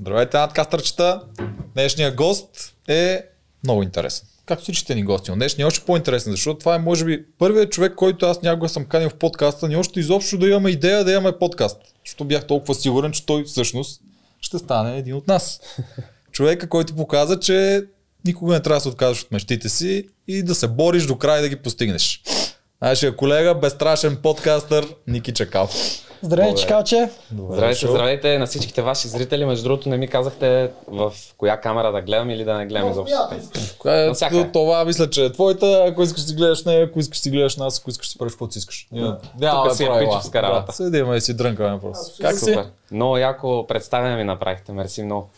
Здравейте, надкастърчета! Днешният гост е много интересен. Както всичките ни гости, но днешният е още по-интересен, защото това е, може би, първият човек, който аз някога съм канил в подкаста, ни още изобщо да имаме идея да имаме подкаст. Защото бях толкова сигурен, че той всъщност ще стане един от нас. Човека, който показа, че никога не трябва да се отказваш от мечтите си и да се бориш до край да ги постигнеш. Нашия колега, безстрашен подкастър Ники Чакал. Здравей, е? Добре. Чикалче! Добре Здравейте, дошъл. здравейте на всичките ваши зрители. Между другото, не ми казахте в коя камера да гледам или да не гледам изобщо. Коя е, Навсякъде. това мисля, че е твоята. Ако искаш си гледаш нея, ако искаш си гледаш нас, ако искаш си правиш каквото си искаш. Няма Тук да си е правила. пичовска Да, работа. седиме и си дрънкаме просто. Как си? Супер. Много яко представяне ми направихте. Мерси много.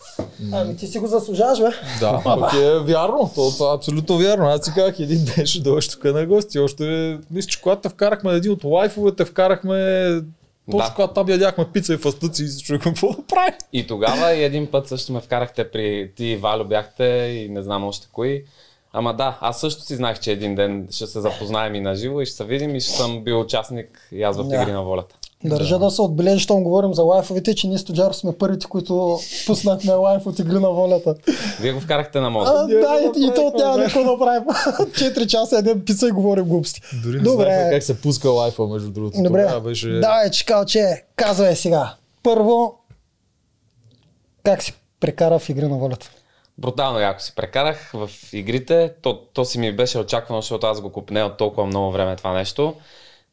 Ами ти си го заслужаваш, бе. Да, пък е вярно. То, това е абсолютно вярно. Аз си казах, един ден ще дойдеш тук на гости. Още, мисля, че когато те вкарахме на един от лайфовете, вкарахме точно Да. когато там ядяхме пица и фастъци и се чуехме какво да правим. И тогава и един път също ме вкарахте при ти и Валю бяхте и не знам още кои. Ама да, аз също си знаех, че един ден ще се запознаем и на живо и ще се видим и ще съм бил участник и аз в Да. Игри на волята. Държа да, се отбележи, щом говорим за лайфовете, че ние студиаров сме първите, които пуснахме лайф от игри на волята. Вие го вкарахте на А, мозък. Ние да, го и, и то от няма направихме, никой да правим. 4 часа едем пица и говорим глупости. Дори не Добре. знаехме как се пуска лайфа, между другото. Добре, Тогава беше... давай, Чикалче, казвай сега. Първо, как си прекара в игри на волята? Брутално яко си прекарах в игрите. То, то си ми беше очаквано, защото аз го купне от толкова много време това нещо.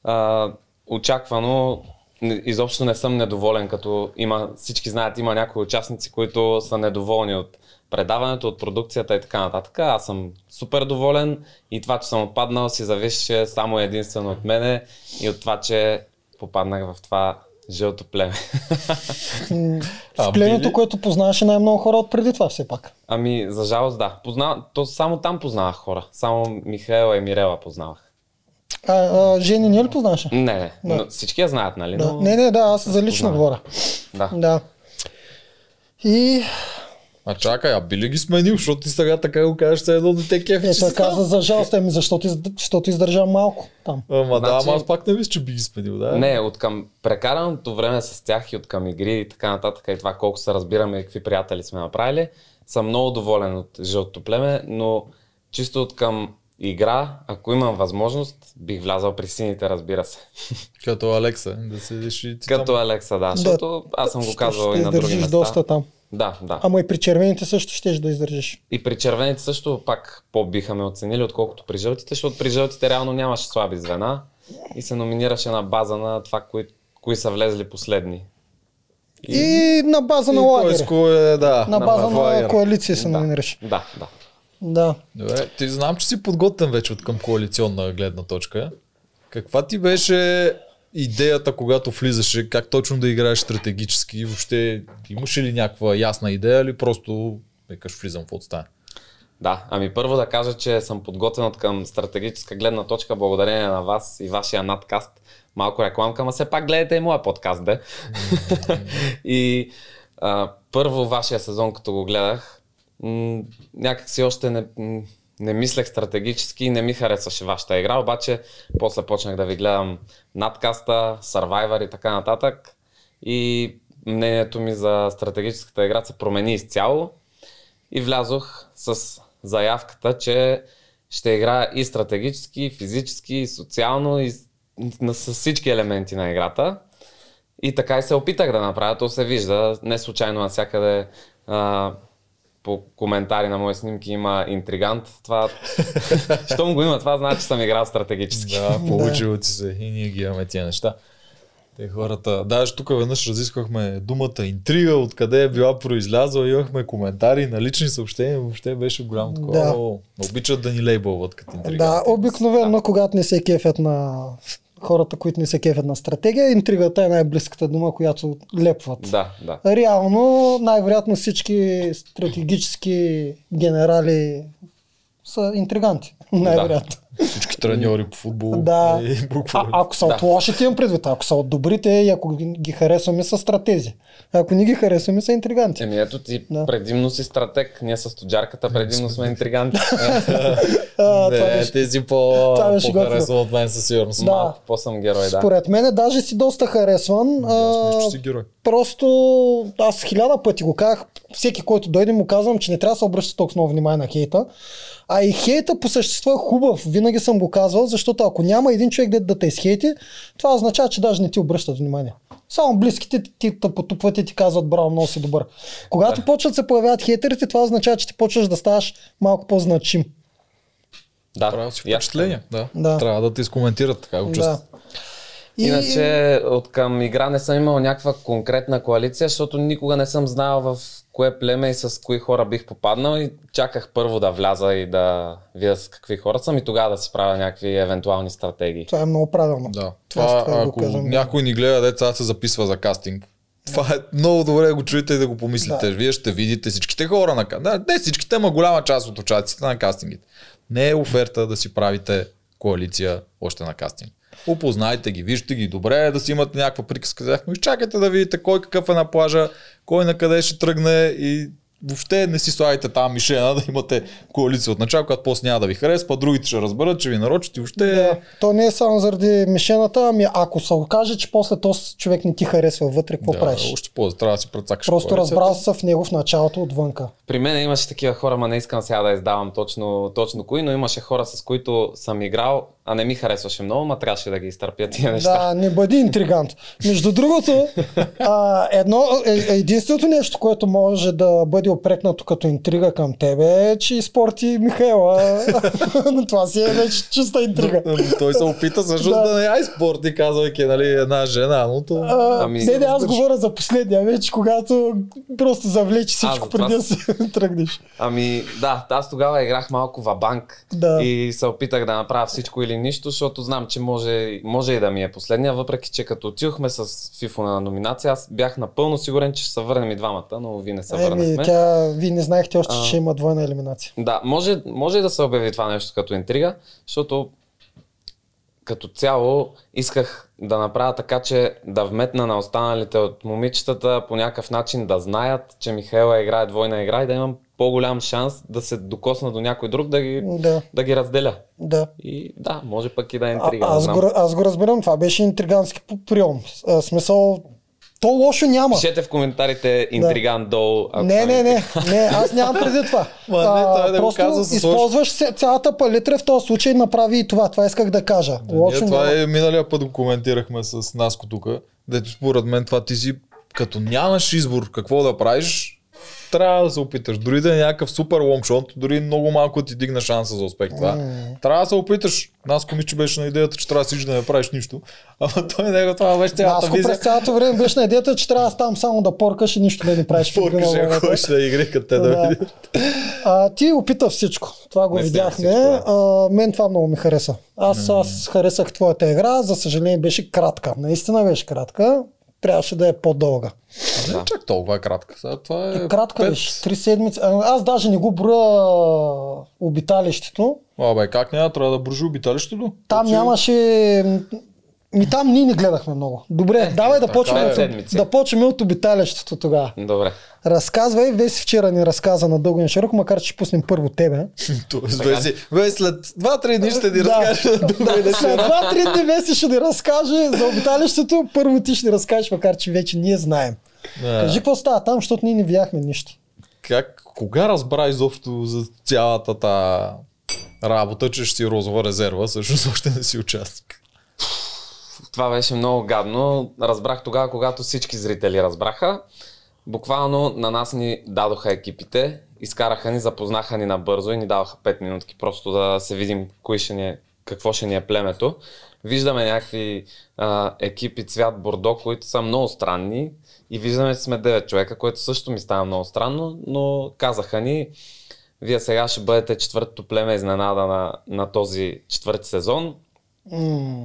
А, очаквано, н- изобщо не съм недоволен, като има, всички знаят, има някои участници, които са недоволни от предаването, от продукцията и така нататък. Аз съм супер доволен и това, че съм отпаднал, си зависеше само и единствено от мене и от това, че попаднах в това жълто племе. М, А, В племето, били? което познаваше най-много хора от преди това все пак. Ами, за жалост, да. Позна... То само там познавах хора. Само Михаела и Мирела познавах. А, а, Жени не ли познаваше? Не, не. Да. Но всички я знаят, нали? Да. Но... Не, не, да, аз за лично Познавам. говоря. Да. Да. И А чакай, а би ли ги сменил, защото ти сега така го кажеш, все едно дете кефи, че Ето си Е, каза за жалост, ами защото, из- защото издържа малко там. Ама да, Значи- ама аз пак не мисля, че би ги сменил, да? Не, от към прекараното време с тях и от към игри и така нататък и това колко се разбираме и какви приятели сме направили, съм много доволен от жълтото племе, но чисто от към игра, ако имам възможност, бих влязал при сините, разбира се. Като Алекса, да седиш и ти Като там. Алекса, да, защото аз съм го Ще- казвал ще и на други издържиш места. доста там. Да, да. Ама и при червените също щеш да издържиш. И при червените също пак по-биха ме оценили, отколкото при жълтите, защото при жълтите реално нямаше слаби звена и се номинираше на база на това, кои, кои са влезли последни. И, на база на И кой с лагер. кой е, да. На база на лагер. коалиция се Да. номинираш. Да, да. Да. Добре, ти знам, че си подготвен вече от към коалиционна гледна точка. Каква ти беше идеята, когато влизаше, как точно да играеш стратегически? Въобще имаш ли някаква ясна идея или просто викаш влизам в отстане? Да, ами първо да кажа, че съм подготвен от към стратегическа гледна точка, благодарение на вас и вашия надкаст. Малко рекламка, ма все пак гледайте и моя подкаст, де. и а, първо вашия сезон, като го гледах, м- някак си още не, м- не мислех стратегически и не ми харесваше вашата игра, обаче после почнах да ви гледам надкаста, Survivor и така нататък. И мнението ми за стратегическата игра се промени изцяло и влязох с заявката, че ще игра и стратегически, и физически, и социално, и с, на- с всички елементи на играта. И така и се опитах да направя, то се вижда, не случайно навсякъде а, по коментари на мои снимки има интригант. Това, щом го има, това значи, че съм играл стратегически. Да, получил ти се и ние ги имаме тия неща. Те хората, даже тук веднъж разисквахме думата интрига, откъде е била произлязла, имахме коментари на лични съобщения, въобще беше голямо такова. Да. Да. Обичат да ни лейбълват като интрига. Да, обикновено, когато не се кефят на хората, които не се кефят на стратегия, интригата е най-близката дума, която лепват. Да, да. Реално, най-вероятно всички стратегически генерали са интриганти. Най-вероятно. Всички треньори по футбол. Да. И А, буквално. ако са Да. от лошите имам предвид, ако са от добрите и ако ги- ги харесваме са стратези. Ако не ги харесваме са интриганти. Еми ето ти Да. предимно си стратег, ние с тоджарката предимно сме интриганти. А, това не, беше- тези по, това беше по-харесва от мен със сигурност. Да. Малко по-съм герой, да. Според мен даже си доста харесван. Аз мисля, А, че си герой. Просто аз хиляда пъти го казах, всеки който дойде му казвам, че не трябва да се обръща толкова много внимание на хейта. А и хейта по същество е хубав, винаги съм го казвал, защото ако няма един човек да, да те изхейти, това означава, че даже не ти обръщат внимание. Само близките ти- ти те потупват и ти казват, браво, много си добър. Когато почват да се появяват хейтерите, това означава, че ти почваш да ставаш малко по-значим. Да, Правил си ясно. впечатление. Да. Да. Трябва да те изкоментират така го Да. чувствам. И- Иначе от към игра не съм имал някаква конкретна коалиция, защото никога не съм знал в кое племе и с кои хора бих попаднал и чаках първо да вляза и да видя с какви хора съм и тогава да си правя някакви евентуални стратегии. Това е много правилно. Да. Това, Аз това го ако казвам. някой ни гледа, деца се записва за кастинг. Това е много добре да го чуете и да го помислите. Вие ще видите всичките хора на ка- да, Не всичките, ма голяма част от участниците на кастингите. Не е оферта да си правите коалиция още на кастинг. Опознайте ги, вижте ги, добре е да си имате някаква приказка за тях, но изчакайте да видите кой какъв е на плажа, кой на къде ще тръгне и въобще не си слагайте там мишена да имате коалиция от начало, когато после няма да ви харесва, другите ще разберат, че ви нарочат и въобще Да, то не е само заради мишената, ами ако се окаже, че после този човек не ти харесва вътре, какво да, правиш? Още повече трябва да си прецакаш. Просто коалицията. разбрал се в него в началото отвънка. При мен имаше такива хора, ма не искам сега да издавам точно, точно кои, но имаше хора, с които съм играл, а не ми харесваше много, ма трябваше да ги изтърпя тия неща. Да, не бъди интригант. Между другото, а, едно, е, е- единственото нещо, което може да бъде опрекнато като интрига към тебе е, че изпорти Михайла. Но това си е вече чиста интрига. Ами, Той се опита всъщност Да. да. не я изпорти, казвайки, нали, една жена, но то... А, Ами- не, не, аз говоря за последния вече, когато просто завлече А, всичко за това преди да си. се тръгнеш. Ами да, аз тогава играх малко вабанк Да. и се опитах да направя всичко или нищо, защото знам, че може, може и да ми е последния, въпреки че като отидохме с Фифо на номинация, аз бях напълно сигурен, че ще се върнем и двамата, но ви не се Еми, върнахме. Е, тя, вие не знаехте още, А. че има двойна елиминация. Да, може, може и да се обяви това нещо като интрига, защото като цяло исках да направя така, че да вметна на останалите от момичетата по някакъв начин да знаят, че Михайла играе двойна игра и да имам по-голям шанс да се докосна до някой друг да ги, Да, да ги разделя. да. И да, може пък и да е А, интрига. не аз, знам. го, аз го разбирам, това беше интригански п- прием. А, смисъл, то лошо няма. Пишете в коментарите интриган долу. ако Не, това не, е не, не, аз нямам преди това. Ма, не, той да го просто казва с лошо. използваш се- цялата палитра, в този случай направи и това. Това исках да кажа. Ние лошо това няма. е, миналия път го коментирахме с Наско тук, дето според мен това ти си, като нямаш избор какво да правиш, трябва да се опиташ. Дори да е някакъв супер лонгшот, дори много малко ти дигна шанса за успех това. Трябва да се опиташ. Наско мисля, че беше на идеята, че трябва да сиш да не правиш нищо. Ама той него това беше цялата Аз го визия. през цялото време беше на идеята, че трябва да ставам само да поркаш и нищо да не правиш. нали, в игра на Поркаше, волята. ако ще да игри, като те да Да. види. А, ти опита всичко. Това го Наистина видяхме. всичко, да. а, мен това много ми хареса. Аз, аз харесах твоята игра. За съжаление беше кратка. Наистина беше кратка. Трябваше да е по-дълга. Не е чак толкова кратка. Сега това е Кратка пет- беше. Три седмици. А, Аз даже не го броя обиталището. Абе, как няма? Трябва да бръжи обиталището. Там нямаше... м, Ми там ние не гледахме много. Добре, давай да почваме, е. от, Седмици. да почваме от обиталището тогава. Добре. Разказвай, Веси вчера ни разказа на дълго и на широко, макар че пуснем първо тебе. Ве след 2-3 дни ще ни разкаже. Добре, да След два-три дни Веси ще ни разкаже за обиталището. Първо ти ще ни разкажеш, макар че вече ние знаем. Кажи какво става там, защото ние не видяхме нищо. Как, кога разбра изобщо за цялата та работа, че ще си розова резерва, всъщност още не си участник. Това беше много гадно. Разбрах тогава, когато всички зрители разбраха. Буквално на нас ни дадоха екипите, изкараха ни, запознаха ни набързо и ни даваха 5 минутки, просто да се видим кои ще ни е, какво ще ни е племето. Виждаме някакви а, екипи цвят бордо, които са много странни и виждаме, че сме 9 човека, което също ми става много странно, но казаха ни, вие сега ще бъдете четвъртото племе изненада на, на този четвърти сезон.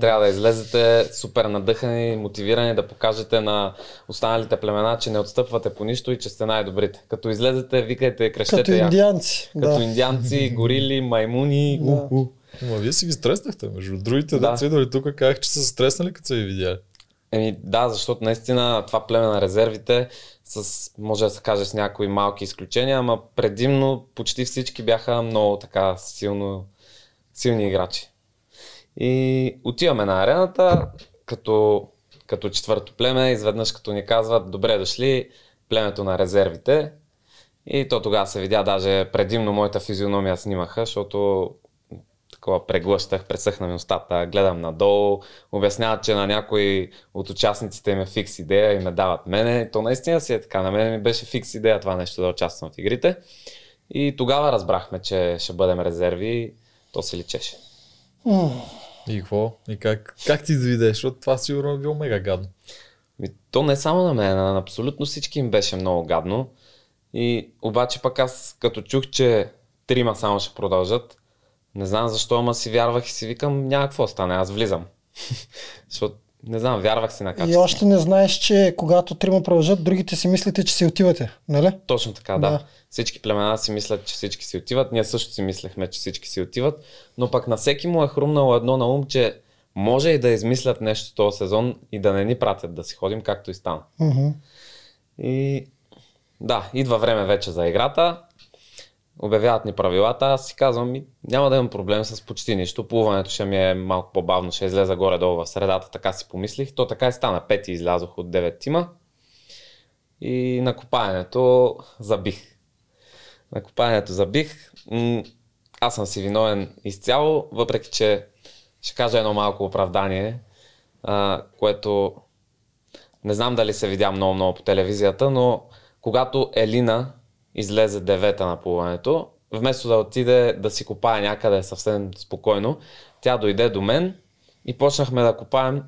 Трябва да излезете супер надъхани, мотивирани да покажете на останалите племена, че не отстъпвате по нищо и че сте най-добрите. Като излезете, викайте, крещете Като яко. индианци. като да. индианци, горили, маймуни. Да. у, у. Ма вие си ги стреснахте, между другите Да. да. деца идвали тук, казах, че са се стреснали, като са ви видяли. Еми да, защото наистина това племе на резервите, с, може да се каже с някои малки изключения, ама предимно почти всички бяха много така силно, силни играчи. И отиваме на арената, като, като четвърто племе, изведнъж като ни казват, добре дошли, племето на резервите. И то тогава се видя, даже предимно моята физиономия снимаха, защото такова преглъщах, пресъхна ми устата, гледам надолу, обясняват, че на някой от участниците им е фикс идея и ме дават мене. И То наистина си е така, на мен ми беше фикс идея това нещо да участвам в игрите. И тогава разбрахме, че ще бъдем резерви, то се личеше. И какво? И как, как ти завидеш? Защото това сигурно е било мега гадно. Ми, То не само на мен, а на абсолютно всички им беше много гадно. И обаче пък аз като чух, че трима само ще продължат, не знам защо, ама си вярвах и си викам, няма какво да стане, аз влизам. Защото, не знам, вярвах си на И качество. още не знаеш, че когато трима продължат, другите си мислите, че си отивате, нали? Точно така, да. Да. да. Всички племена си мислят, че всички си отиват. Ние също си мислехме, че всички си отиват. Но пък на всеки му е хрумнало едно на ум, че може и да измислят нещо този сезон и да не ни пратят да си ходим, както и стана. Мгм. И да, идва време вече за играта. Обявяват ни правилата. Аз си казвам, ми, няма да имам проблем с почти нищо. Плуването ще ми е малко по-бавно, ще излеза горе-долу в средата, така си помислих. То така и стана. Пети излязох от 9 тима. И на копаенето забих. На копаенето забих. М, Аз съм си виновен изцяло, въпреки че ще кажа едно малко оправдание, а, което не знам дали се видя много-много по телевизията, но когато Елина излезе девета на плуването, вместо да отиде да си копае някъде съвсем спокойно, тя дойде до мен и почнахме да копаем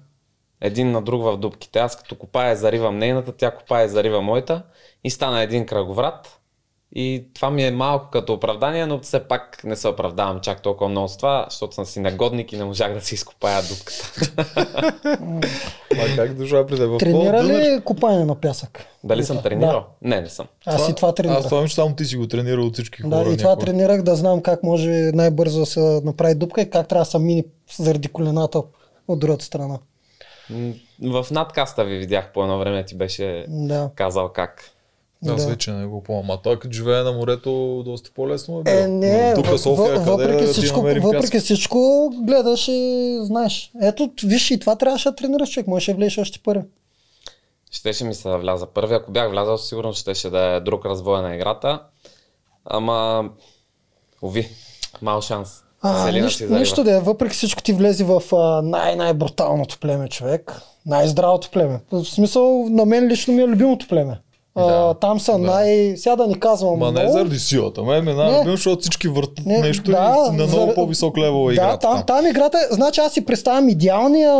един на друг в дубките. Аз като копая заривам нейната, тя копае зарива моята и стана един кръговрат. И това ми е малко като оправдание, но все пак не се оправдавам чак толкова много с това, защото съм си негодник и не можах да си изкопая дупката. А как дошла при теб? В Тренира по-дънър- ли копане на пясък? Дали съм Да. тренирал? Не, не съм. Аз и това Аз тренирах. това че само ти си го тренирал от всички хора. Да, и това някога. тренирах да знам как може най-бързо да се направи дупка и как трябва да се мини заради колената от другата страна. М, В надкаста ви видях по едно време, ти беше Да. казал как. Аз Да. вече не го помня. А той като живее на морето, доста по-лесно е било. Е, не, Тук въ- в София, въ- къде въпреки, да ти всичко, намерим въпреки въпреки... всичко гледаш и знаеш. Ето, виж и това трябваше да тренираш човек, можеш да влезеш още първи. Щеше ми се да вляза първи. Ако бях влязал, сигурно щеше да е друг развой на играта. Ама, уви, мал шанс. А, Селина си нищо, зарива. нищо да е, въпреки всичко ти влезе в а, най-най-бруталното племе човек, най-здравото племе. В смисъл, на мен лично ми е любимото племе. А, Да, там са да. най... Сега да не казвам Ма не много. заради силата. Ме ме най Не. любим, защото всички въртат Не, нещо да, и на много заради- по-висок левел е Да, играта. там, там играта е... Значи аз си представям идеалния,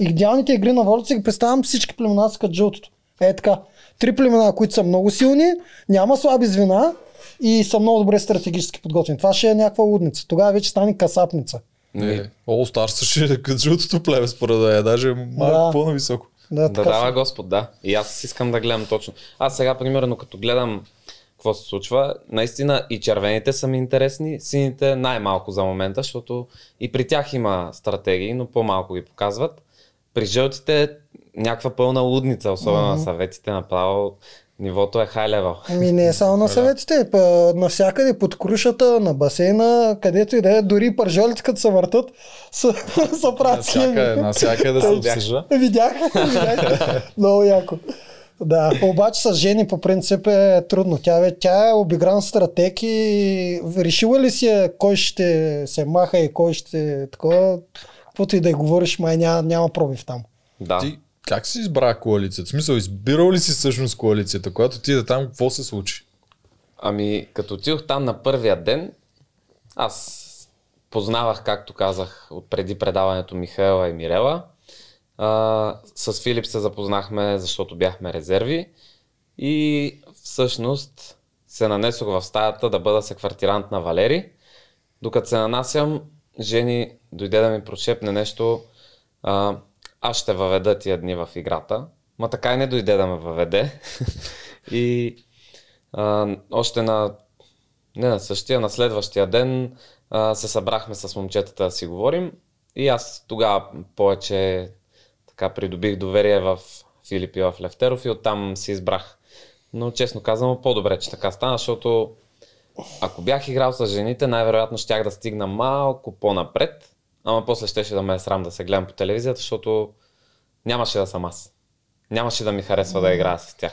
идеалните игри на волята, си ги представям всички племена с като жълтото. Е така. Три племена, които са много силни, няма слаби звена и са много добре стратегически подготвени. Това ще е някаква лудница. Тогава вече стане касапница. Не, Е, All Stars ще е като жълтото плеве според да е, даже малко Да. по-нависоко. Да, Да така дава да, Господ, да. И аз искам да гледам точно. Аз сега, примерно, като гледам какво се случва, наистина и червените са ми интересни, сините най-малко за момента, защото и при тях има стратегии, но по-малко ги показват. При жълтите е някаква пълна лудница, особено на съветите, направо нивото е хай левел. Ами не е само на съветите, па, навсякъде, под крушата, на басейна, където и да е, дори и пържолите, като се въртат, са, са правят Насякъде, схеми. насякъде се Тъй. обсъжда. Видях, видях. Много яко. Да, обаче с Жени по принцип е трудно. Тя, бе- тя е обигран стратег и решила ли си е кой ще се маха и кой ще такова, каквото и да й говориш, май няма, няма пробив там. Да. Ти как си избра коалицията? В смисъл, избирал ли си всъщност коалицията? Когато ти да там, какво се случи? Ами, като отидох там на първия ден, аз познавах, както казах, от преди предаването Михаела и Мирела. А, с Филип се запознахме, защото бяхме резерви. И всъщност се нанесох в стаята да бъда секвартирант на Валери. Докато се нанасям, Жени дойде да ми прошепне нещо. А, аз ще въведа тия дни в играта. Ма така и не дойде да ме въведе. и а, още на Не на същия, на следващия ден а, се събрахме с момчетата да си говорим и аз тогава повече така придобих доверие в Филип и в Левтеров и оттам си избрах. Но честно казвам, по-добре, че така стана, защото ако бях играл с жените, най-вероятно щях да стигна малко по-напред, ама после щеше да ме е срам да се гледам по телевизията, защото нямаше да съм аз. Нямаше да ми харесва да играя с тях.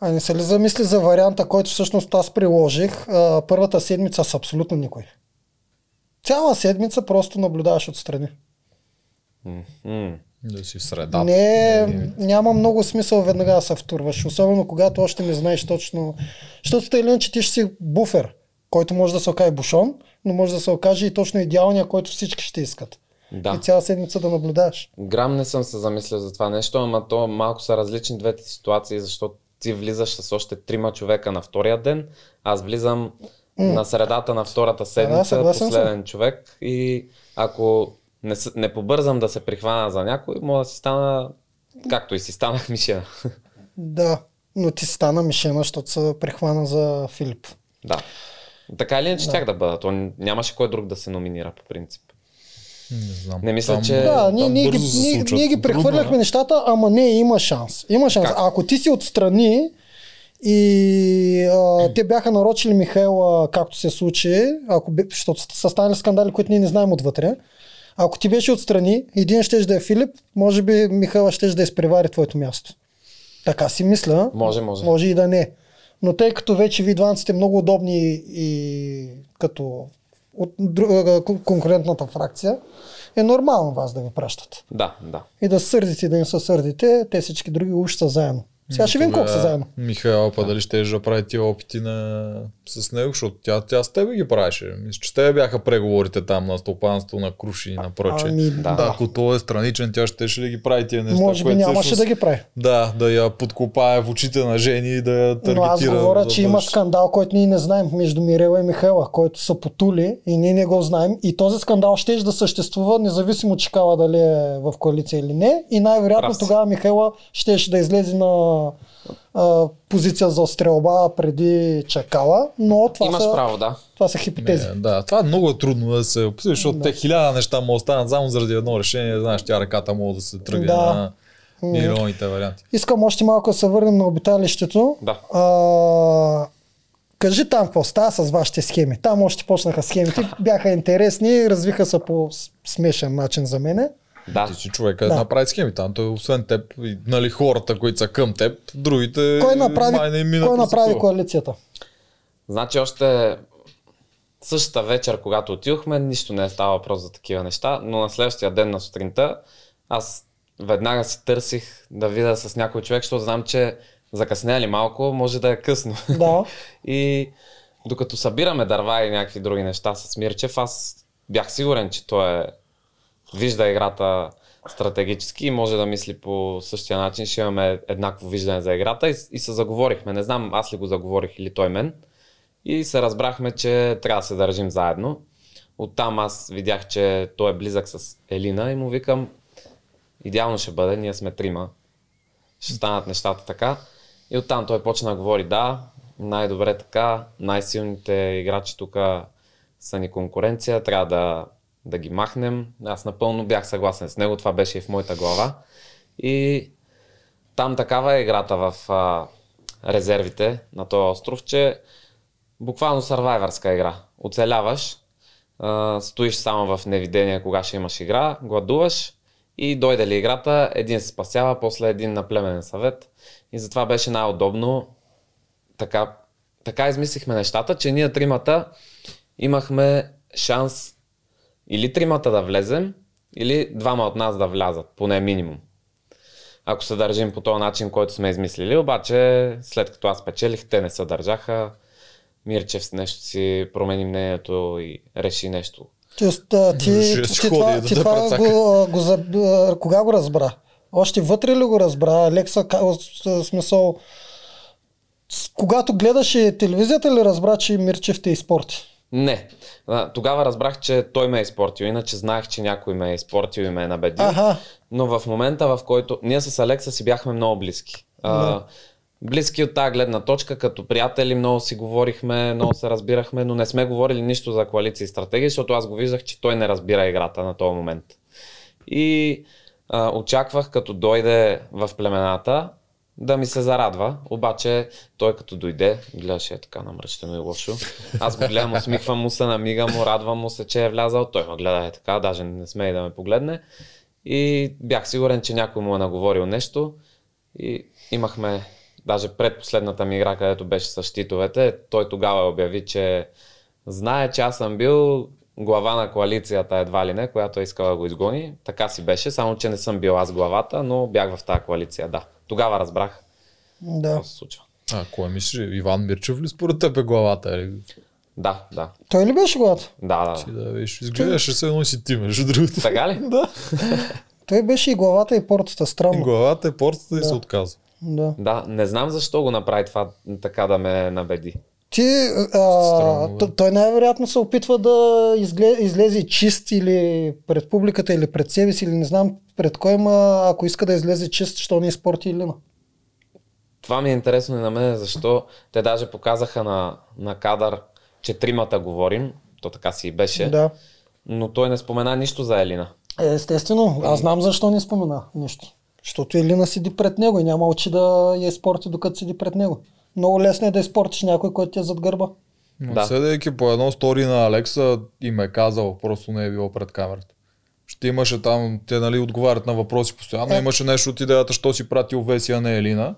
А не се ли замисли за варианта, който всъщност аз приложих а, първата седмица с абсолютно никой? Цяла седмица просто наблюдаваш отстрани. М-м. Да си в средата. не, няма много смисъл веднага да се втурваш, особено когато още не знаеш точно. Защото тъй или иначе ти ще си буфер, който може да се окаже бушон, но може да се окаже и точно идеалния, който всички ще искат. Да. И цяла седмица да наблюдаваш. Грам не съм се замислил за това нещо, ама то малко са различни двете ситуации, защото ти влизаш с още трима човека на втория ден, аз влизам на средата на втората седмица, да, съгласен последен човек и ако не, с- не побързам да се прихвана за някой, мога да си стана както и си станах мишена. Да, но ти стана мишена, защото се прехвана за Филип. да. Така или иначе щях да бъда, то нямаше кой друг да се номинира по принцип. Не знам. Не мисля, Там- че- Е, там Да, ние, ние, ги, бързо се ние, случват. ние ги прехвърляхме Трудно е. нещата, ама не, има шанс. Има шанс. Как? А ако ти си отстрани и а, те бяха нарочили Михайла, както се случи, ако, бе- защото са станали скандали, които ние не знаем отвътре. Ако ти беше отстрани, един ще да е Филип, може би Михайла ще да изпревари твоето място. Така си мисля. Може, може. Може и да не. Но тъй като вече ви двамата сте много удобни и като от друга кон- конкурентната фракция, е нормално вас да ви пращат. Да, да. И да се сърдите, и да не се сърдите, те всички други уж са заедно. Сега ще видим колко са Тогава заедно. Михайло, па дали ще да прави тия опити на... с него, защото тя, тя с тебе ги правеше. Мисля, че с тебе бяха преговорите там на стопанство, на круши и на прочее. Ами, да. Ако той е страничен, тя ще, ще ли ги прави тия неща, Може би което нямаше всъщност- да ги прави. Да, да я подкопае в очите на жени и да я таргетира. Но аз говоря, за че има бъдеще. скандал, който ние не знаем между Мирела и Михайла, който са потули и ние не го знаем. И този скандал ще да съществува, независимо че Кала дали е в коалиция или не. И най-вероятно Прав си. тогава Михайла щеше да излезе на а, позиция за стрелба преди Чакала. Но това, Имаш са, право, да. това са хипотези. Не, да, това много е трудно да се опише, защото Да. те хиляда неща му останат само заради едно решение. Знаеш, тя ръката му да се тръгне Да. на М. милионите варианти. Искам още малко да се върнем на обиталището. Да. А, кажи там какво става с вашите схеми. Там още почнаха схемите, бяха интересни, развиха се по с- смешен начин за мене. Да. Ти си човека Да. да. направи схеми там. Той освен теб, и, нали, хората, които са към теб, другите Кой Е, май не им направи, мина кой през направи такова. коалицията? Значи още същата вечер, когато отидохме, нищо не е става въпрос за такива неща, но на следващия ден на сутринта аз веднага си търсих да видя с някой човек, защото знам, че закъсняли малко, може да е късно. Да. И докато събираме дърва и някакви други неща с Мирчев, аз бях сигурен, че той е... вижда играта стратегически и може да мисли по същия начин. Ще имаме еднакво виждане за играта и, и се заговорихме. Не знам аз ли го заговорих или той мен. И се разбрахме, че трябва да се държим заедно. Оттам аз видях, че той е близък с Елина и му викам, идеално ще бъде, ние сме трима. Ще станат нещата така. И оттам той почна да говори, да, най-добре така, най-силните играчи тук са ни конкуренция, трябва да, да ги махнем. Аз напълно бях съгласен с него, това беше и в моята глава. И там такава е играта в а, резервите на този остров, че буквално сървайвърска игра. Оцеляваш, а, стоиш само в невидение кога ще имаш игра, гладуваш и дойде ли играта, един се спасява, после един на племенен съвет. И затова беше най-удобно. Така, така измислихме нещата, че ние тримата имахме шанс или тримата да влезем, или двама от нас да влязат, поне минимум. Ако се държим по този начин, който сме измислили, обаче след като аз печелих, те не се държаха. Мирчев с нещо си промени мнението и реши нещо. Тоест, а, ти, Ще ти, си ти, ходи това, да ти те това прецака. го, го заб... а, кога го разбра? Още вътре ли го разбра? Алекса, ка- в смисъл, с- когато гледаше телевизията ли разбра, че Мирчев те изпорти? Не. А, Тогава разбрах, че той ме е изпортил. Иначе знаех, че някой ме е изпортил и ме е набедил. Аха. Но в момента, в който... Ние с Алекса си бяхме много близки. А, близки от тази гледна точка, като приятели много си говорихме, много се разбирахме, но не сме говорили нищо за коалиции и стратегии, защото аз го виждах, че той не разбира играта на този момент. И а, очаквах като дойде в племената да ми се зарадва, обаче той като дойде, гледаше е така намръщено и лошо. Аз го гледам, усмихвам му се, намигам му, радвам му се, че е влязал. Той ме гледа е така, даже не смее да ме погледне. И бях сигурен, че някой му е наговорил нещо. И имахме даже предпоследната ми игра, където беше с щитовете, той тогава обяви, че знае, че аз съм бил глава на коалицията едва ли не, която е искала да го изгони. Така си беше, само че не съм бил аз главата, но бях в тази коалиция, да. Тогава разбрах Да. какво се случва. А, кой мислиш? Иван Мирчев ли според теб е главата? Или? Да, да, Той ли беше главата? да, да. Ти да. да виж, изглеждаше се едно си ти между другото. Така ли? Да. Той беше и главата и портата. Странно. Главата е портата и се отказва. Да. Да, не знам защо го направи това така да ме набеди. Ти, а, Странно, бе. т- той най-вероятно се опитва да изгле, излезе чист или пред публиката, или пред себе си, или не знам пред кой, ма ако иска да излезе чист, що не изпорти Илина. Това ми е интересно и на мен, защо те даже показаха на, на кадър, че тримата говорим, то така си и беше, Да. но той не спомена нищо за Елина. Е, естествено, аз знам защо не спомена нищо. Защото Елина седи пред него и няма очи да я изпорти, докато седи пред него. Много лесно е да изпортиш някой, който ти е зад гърба. Но да. Да. седейки по едно стори на Алекса и ме е казал, просто не е било пред камерата. Ще имаше там, те нали отговарят на въпроси постоянно, Е. имаше нещо от идеята, що си пратил Веси, а не Елина.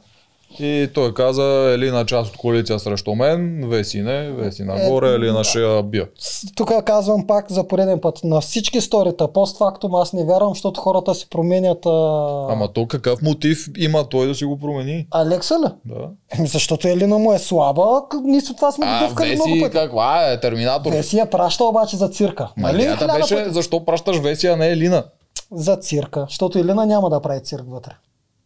И той каза, Елина е част от коалиция срещу мен, Веси не, Веси нагоре, Е, Елина ще я бия. С- Тук казвам пак за пореден път. На всички сторита, постфактум аз не вярвам, защото хората си променят... А... Ама то какъв мотив има той да си го промени? Алекса ли? Да. Еми, защото Елина му е слаба, к- ние с това сме го дъвкали много пъти. каква е, терминатор? Веси я праща обаче за цирка. Ма Нали? идеята Хиляда беше, пъти. защо пращаш Веси, а не Елина? За цирка, защото Елина няма да прави цирк вътре.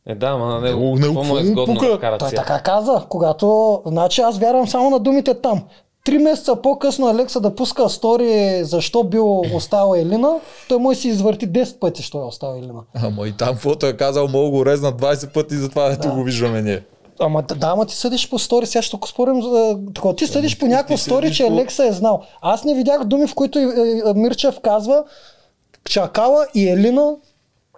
Е, да, ма на Него- него, него какво му е какво му изгодно пука? да вкара Той цирк? така каза, когато... Значи аз вярвам само на думите там. Три месеца по-късно Алекса да пуска стори защо бил остава Елина, той му си извърти 10 пъти, що е остава Елина. Ама и там, каквото е казал, мога го резна 20 пъти, затова ето го виждаме ние. Ама д- да, ама ти съдиш по стори, сега ще го спорим за... Такова, ти съдиш по някакво стори, че Алекса е знал. Аз не видях думи, в които е, е, Мирчев казва, Чакала и Елина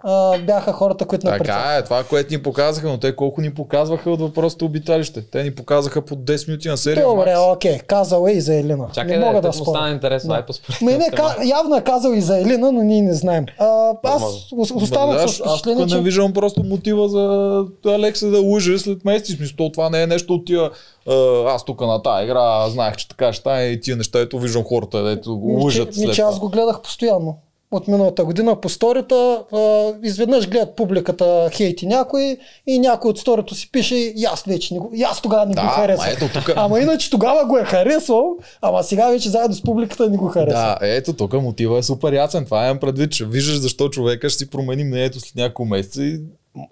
а, бяха хората, които напред. Така е, това, което ни показаха, но те колко ни показваха от въпросите обиталище. Те ни показаха по 10 минути на серия. Добре, макс. окей, казал е и за Елина. Чакай, не мога да да, да му стана споря. интересно, ай поспорим. Ме, не, още малко. ка, явно е казал и за Елина, но ние не знаем. А, аз ос- Ма, останах знаеш, с аз тук впечатление, не че... виждам просто мотива за Алекса да лъже след месеци. Смисъл, то това не е нещо от тия. а, Аз тук на тази игра знаех, че така ще стане и тия неща, ето виждам хората, дето го лъжат Ми, след че аз това. го гледах постоянно. От миналата година по сторита, а, изведнъж гледат публиката хейти някой и някой от сторито си пише и аз вече не го, и аз тогава не го Да, харесвам. ма ето тука. Ама иначе тогава го е харесвал, ама сега вече заедно с публиката не го харесва. Да, ето тук мотива е супер ясен. Това имам предвид, че виждаш защо човека ще си промени мнението след няколко месеца и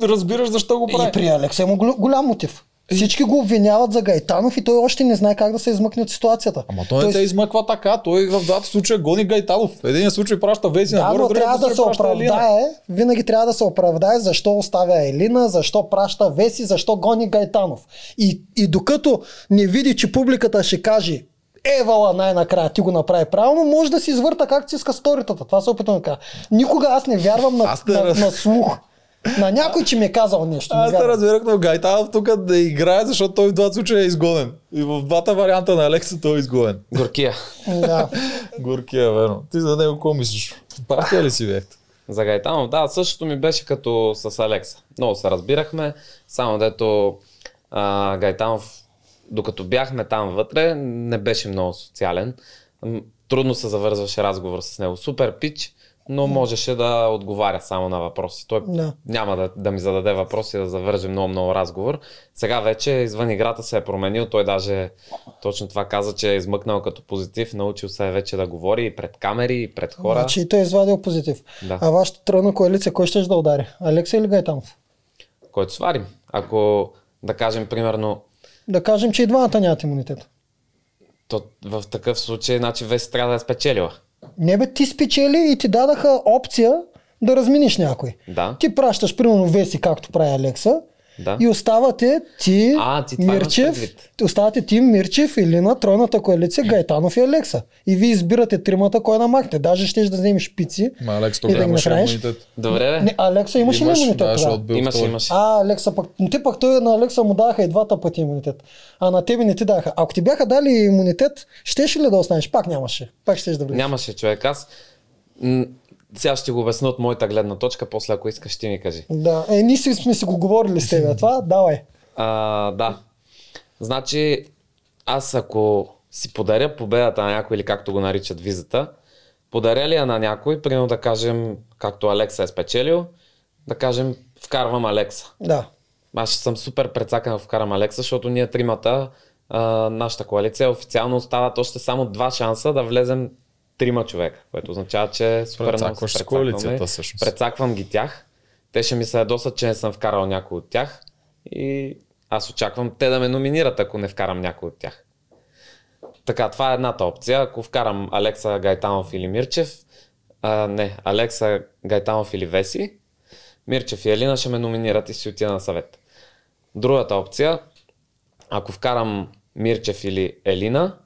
разбираш защо го прави. И при Алекса има гол- голям мотив. Всички го обвиняват за Гайтанов и той още не знае как да се измъкне от ситуацията. Ама той е не Тоест, те измъква така. Той в двата случая гони Гайтанов. В Единия случай праща Веси Да, нагоре, но другия трябва да случай се праща е Елина. оправдае. Винаги трябва да се оправдае защо оставя Елина, защо праща Веси, защо гони Гайтанов. И, и докато не види, че публиката ще каже Евала най-накрая ти го направи правилно, може да си извърта както си иска сторитата. Това се опитвам да кажа. Никога аз не вярвам на, Аз те на, раз- на слух. На някой, че ми е казал нещо. не Аз те вярвам. разбирах, но Гайтанов тук да играе, защото той в двата случая е изгонен. И в двата варианта на Алекса той е изгонен. Горкия. Да. Горкия, верно. Ти за него какво мислиш? Партия ли си бяхте? За Гайтанов, да, същото ми беше като с Алекса. Много се разбирахме, само дето а, Гайтанов, докато бяхме там вътре, не беше много социален. М, Трудно се завързваше разговор с него. Супер пич, но можеше да отговаря само на въпроси. Той Да. няма да, да ми зададе въпроси, да завърже много-много разговор. Сега вече извън играта се е променил. Той даже точно това каза, че е измъкнал като позитив. Научил се е вече да говори и пред камери, и пред хора. Значи и той е извадил позитив. Да. А вашата тройна коалиция, кой ще да удари? Алекса или Гайтанов? който сварим. Ако да кажем, примерно, Да кажем, че и двамата нямат имунитет. то в такъв случай, значи Веси трябва да е спечелила. Не бе, ти спечели и ти дадаха опция да разминиш някой. Да. Ти пращаш, примерно, Веси, както прави Алекса, Да. И оставате ти, А, ти това имаш Мирчев, предвид. оставате ти, Мирчев, Илина, Тройната коалиция, Гайтанов и Алекса. И вие избирате тримата, кой да махне. Даже ще да вземеш пици. Ма Алекс И Е, да тогава ги имаше направиш? имунитет. Добре, бе. Не, Алекса имаше ли да, имунитет? защото тогава? бил имаше, втори. имаше. А, Алекса пък, но ти пък той на Алекса му даха и двата пъти имунитет. А на тебе не ти даха. Ако ти бяха дали имунитет, щеше ли да останеш? Пак нямаше. Пак щеш да влезеш. Нямаше човек. Аз м- сега ще го обясня от моята гледна точка, после ако искаш ти ми кажи. Да, е, ние си сме си го говорили с теб. Това, давай. А, да. Значи, аз ако си подаря победата на някой или както го наричат визата, подаря ли я на някой, примерно да кажем, както Алекса е спечелил, да кажем, вкарвам Алекса. Да. Аз ще съм супер прецакан да вкарам Алекса, защото ние тримата, а, нашата коалиция, официално остават още само два шанса да влезем трима човека, което означава, че е супер много се Прецакваш с прецакваме. коалицията, всъщност. Прецаквам ги тях. Те ще ми се ядосат, че не съм вкарал някой от тях. И аз очаквам те да ме номинират, ако не вкарам някой от тях. Така, това е едната опция. Ако вкарам Алекса Гайтанов или Мирчев, а, не, Алекса Гайтанов или Веси, Мирчев и Елина ще ме номинират и си отида на съвет. Другата опция, ако вкарам Мирчев или Елина,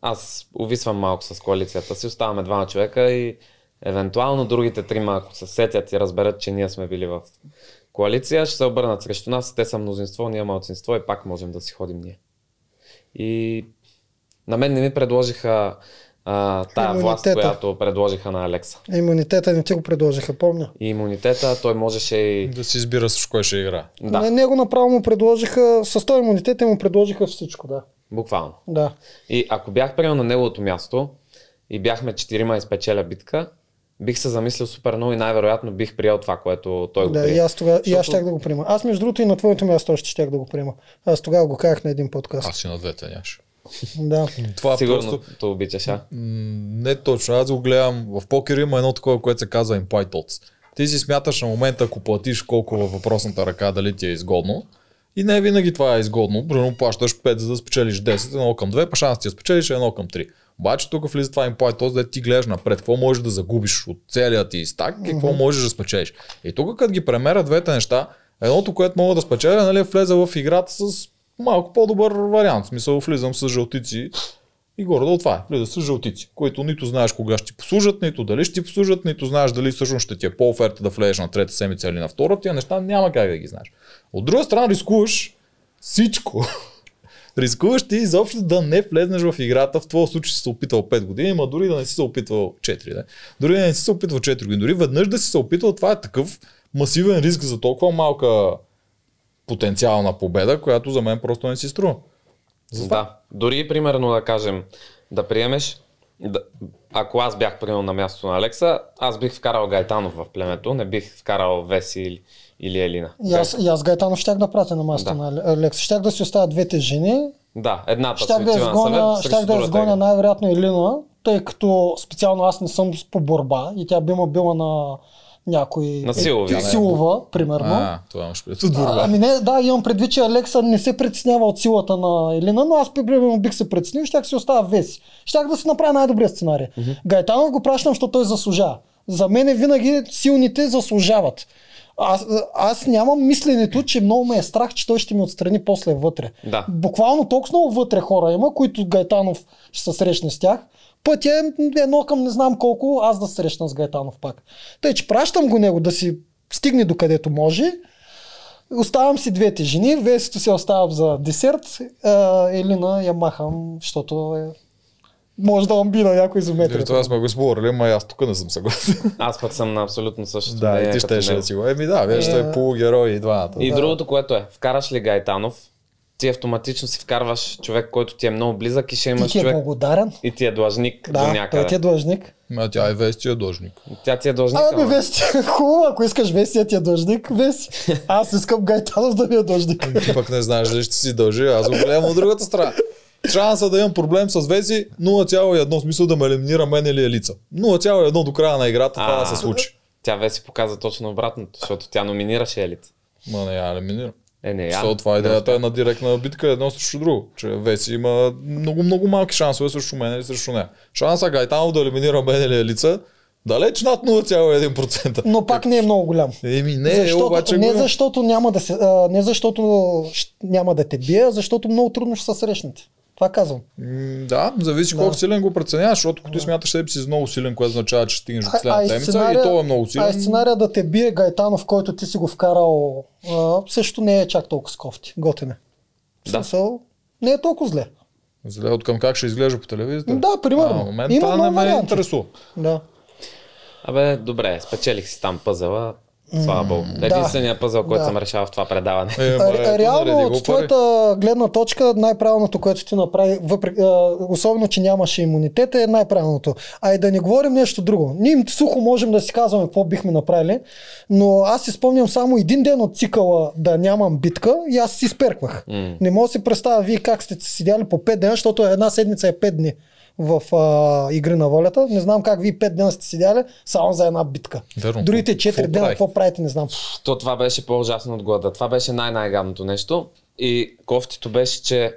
аз увисвам малко с коалицията си, оставаме двама човека и евентуално другите трима, ако се сетят и разберат, че ние сме били в коалиция, ще се обърнат срещу нас. Те са мнозинство, ние малцинство и пак можем да си ходим ние. И на мен не ми предложиха а, тая власт, Имунитета. която предложиха на Алекса. Имунитета не ти го предложиха, помня. И имунитета, той можеше и... Да си избира с кой ще игра. Да. На Да, него направо му предложиха, с този имунитет те му предложиха всичко, да. буквално. Да. И ако бях приел на неговото място и бяхме четирима и спечеля битка, бих се замислил супер много и най-вероятно бих приел това, което той го Да, прие. и аз тогава, и аз Защото- щях да го приема. Аз между другото и на твоето място още щях да го приема. Аз тогава го казах на един подкаст. Аз и на двете нямаш. Да. Това Сигурно просто... те обичаш, а? М, Не точно. Аз го гледам. В покер има едно такова, което се казва implied odds. Ти си смяташ на момента, ако платиш колко във въпросната ръка, дали ти е изгодно. И не винаги това е изгодно. Примерно плащаш 5, за да спечелиш 10, 1 към 2, па шанс ти да спечелиш е 1 към 3. Обаче тук влиза това implied odds, да ти гледаш напред, какво можеш да загубиш от целия ти стак и какво можеш да спечелиш. И тук като ги премерят двете неща, едното, което мога да спечеля, нали, е влезе в играта с малко по-добър вариант. В смисъл, влизам с жълтици и горе-долу това е. Влиза с жълтици, които нито знаеш кога ще ти послужат, нито дали ще ти послужат, нито знаеш дали всъщност ще ти е по-оферта да влезеш на трета седмица или на втора. Тия неща няма как да ги знаеш. От друга страна рискуваш всичко. рискуваш ти изобщо да не влезнеш в играта. В твоя случай си се опитал 5 години, ма дори да не си се опитвал 4. Да? Дори да не си се опитвал 4 години. Дори веднъж да си се опитвал, това е такъв масивен риск за толкова малка потенциална победа, която за мен просто не си струва. Да. Дори примерно да кажем, да приемеш, да, ако аз бях приел на мястото на Алекса, аз бих вкарал Гайтанов в племето, не бих вкарал Веси или, или Елина. И аз, и аз Гайтанов щях да пратя на масата Да. на Але- Алекс. Щях да си оставя двете жени. Да, едната Щях да отива на изгоня, съвет, щях срещу да другата игра. изгоня най-вероятно Елина, тъй като специално аз не съм по борба и тя би ме била на някой... На силови, е, не? силова, примерно. А, това имаш предвид. От А, борба. Ами не, да, имам предвид, че Алекса не се притеснява от силата на Елина, но аз примерно бих се притеснил и щях си оставя веси. Щях да си направя най-добрия сценарий. Гайтанов го пращам, защото той заслужава. За мен винаги силните заслужават. Аз, аз нямам мисленето, че много ме е страх, че той ще ми отстрани после вътре. Да. Буквално толкова много вътре хора има, които Гайтанов ще се срещне с тях. Пътя е едно към не знам колко аз да се срещна с Гайтанов пак. Тъй, че пращам го него да си стигне до където може. Оставам си двете жени, весето се оставам за десерт. А, Елина я махам, защото е... може да омби на някой изометрия. Дори това сме го спорили, ама аз тук не съм съгласен. Аз пък съм на абсолютно същото. да, и мнение ти като ще ще него. да си го. Еми да, виж, той е полугерой и двамата. И другото, което е, вкараш ли Гайтанов, ти автоматично си вкарваш човек, който ти е много близък и ще И имаш ти е човек благодарен. и ти е длъжник до Да, той някъде. ти е длъжник. Ма тя е вести е дължник. Тя ти е длъжник. Абе, ама- Веси, хубаво, ако искаш Веси, ти е длъжник, Веси. Аз искам Гайтанов да ми е длъжник. Ти пък не знаеш дали ще си дължи, аз го гледам от другата страна. Шанса да имам проблем с Вези 0,1 в смисъл да ме елиминира мен или елица. 0,1 до края на играта това А. да се случи. Тя Веси показа точно обратното, защото тя номинираше елит. Ма не я елиминира. Е, не, я. Защото това е идеята е на директна битка едно срещу друго. Че Веси има много, много малки шансове срещу мен или срещу нея. Шанса Гайтанов да елиминира мен или лица Далеч над 0,1%. Но пак не е много голям. Еми не, защото, е, обаче не, голям. защото няма да се, а, не защото щ- няма да те бие, а защото много трудно ще се срещнете. Това казвам. М, Да, зависи да. колко силен го преценяваш, защото като ти смяташ себе си за много силен, което означава, че стигнеш до а, последната и седмица и сценария- то е много а и силен. сценария да те бие Гайтанов, който ти си го вкарал, а, също не е чак толкова скофти. Готине. Да. е. Смисъл, не е толкова зле. Зле от към как ще изглежда по телевизията. Да, примерно. А, момент, Има Има това не много ме варианти. интересува. Да. Абе, добре, спечелих си там пъзела. Слава богу. Единственият пъзел, който Да. съм решавал в това предаване. Е, ма, Ре- ето, Реално нареди го, от пари. твоята гледна точка най-правилното, което ти направи, въпреки, а, особено, че нямаше имунитет, е най-правилното. А и да не говорим нещо друго. Ние сухо можем да си казваме какво бихме направили, но аз си спомням само един ден от цикъла да нямам битка и аз си сперквах. М. Не мога да си представя вие как сте седяли по 5 дена, защото една седмица е 5 дни в а, игри на волята. Не знам как вие 5 дена сте седяли само за една битка. Верно. Другите 4 Какво дена, правихте? какво правите, не знам. То това беше по-ужасно от глада. Това беше най-най-гадното нещо. И кофтито беше, че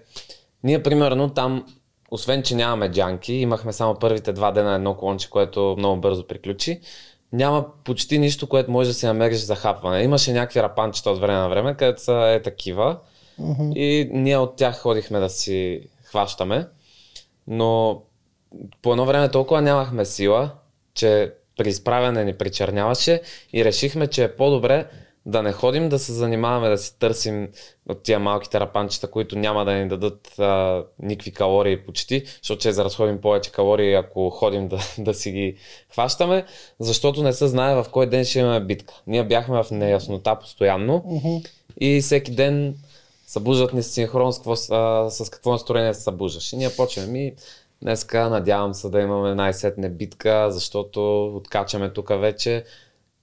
ние примерно там, освен че нямаме джанки, имахме само първите два дена едно клонче, което много бързо приключи. Няма почти нищо, което може да се намериш за хапване. Имаше някакви рапанчета от време на време, където са е такива. Mm-hmm. И ние от тях ходихме да си хващаме. Но по едно време толкова нямахме сила, че при изправяне ни причерняваше и решихме, че е по-добре да не ходим да се занимаваме, да си търсим от тия малки тарапанчета, които няма да ни дадат а, никакви калории почти, защото ще заразходим повече калории, ако ходим да, да си ги хващаме, защото не се знае в кой ден ще имаме битка. Ние бяхме в неяснота постоянно и всеки ден събуждат ни синхрон с какво, с- а, с какво настроение се събуждаш. И ние почваме ми днеска надявам се да имаме най-сетне битка, защото откачаме тук вече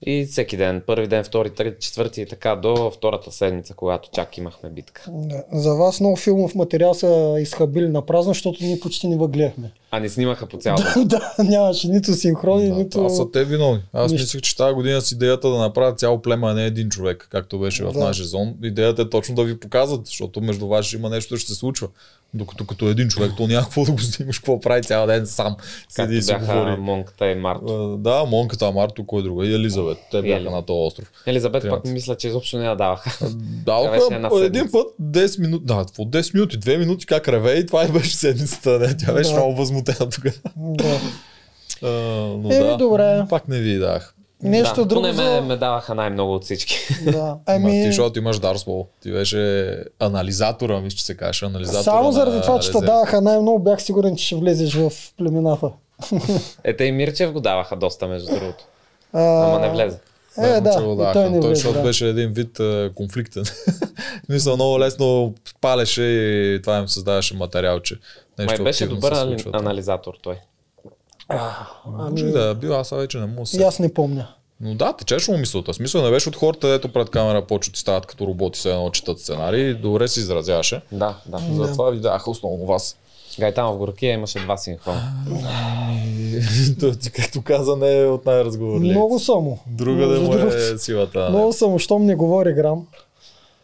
и всеки ден, първи ден, втори, трети, четвърти и така до втората седмица, когато чак имахме битка. Да. За вас много филмов материал са изхабили на празно, защото ние почти не въгледахме. А ни снимаха по цял ден. да, нямаше нито синхрони, да, нито... Това са те виновни. Аз Нищо. мислих, че тази година с идеята да направят цяло племе, а не един човек, както беше в Да. нашия зон. Идеята е точно да ви показват, защото между вас ще има нещо, ще се случва. Докато като един човек, то някакво да го снимаш, какво прави цял ден сам. Седи и Както си бяха говори. Монката и Марто. А, Да, Монката, Марто, кой е друга? И Елизавет. Те бяха Ели. на този остров. Елизабет пък Тримата. мисля, че изобщо не я даваха. Далка беше една един седмица. път 10 минути, да, по 10 минути, 2 минути как реве и това и беше седмицата. Не? Тя беше Да. много възмутена тогава. Да. А, но Еми, да, добре. пак не ви дах. Нещо да, друго поне за... ме, ме даваха най-много от всички. Да. Ама ти, е Ами, защото имаш дар слово. Ти беше анализатора, мисля, че се каже. Анализатора само заради на това, че те резерв. даваха най-много, бях сигурен, че ще влезеш в племената. Ете и Мирчев го даваха доста, между другото. А, Ама не влезе. Е, Верно, да, че го и даваха, той не но той, влезе. защото Да. беше един вид а, конфликтен. Мисля, много лесно палеше и това им създаваше материал, че нещо Май беше активно добър се али- случва. там. е анализатор той. Може и да е бил, аз сега вече не му се. И аз не помня. Но да, течеше му мисълта. В Смисъл не беше от хората, дето пред камера почват и стават като роботи, се едно четат сценарии. Добре се изразяваше. Да, да. Затова ви даха основно вас. Гайтанов Горкия имаше два синхрона. Той ти, както каза, не е от най-разговорливите. Много само. Друга да му е силата. Много съм, щом не говори грам.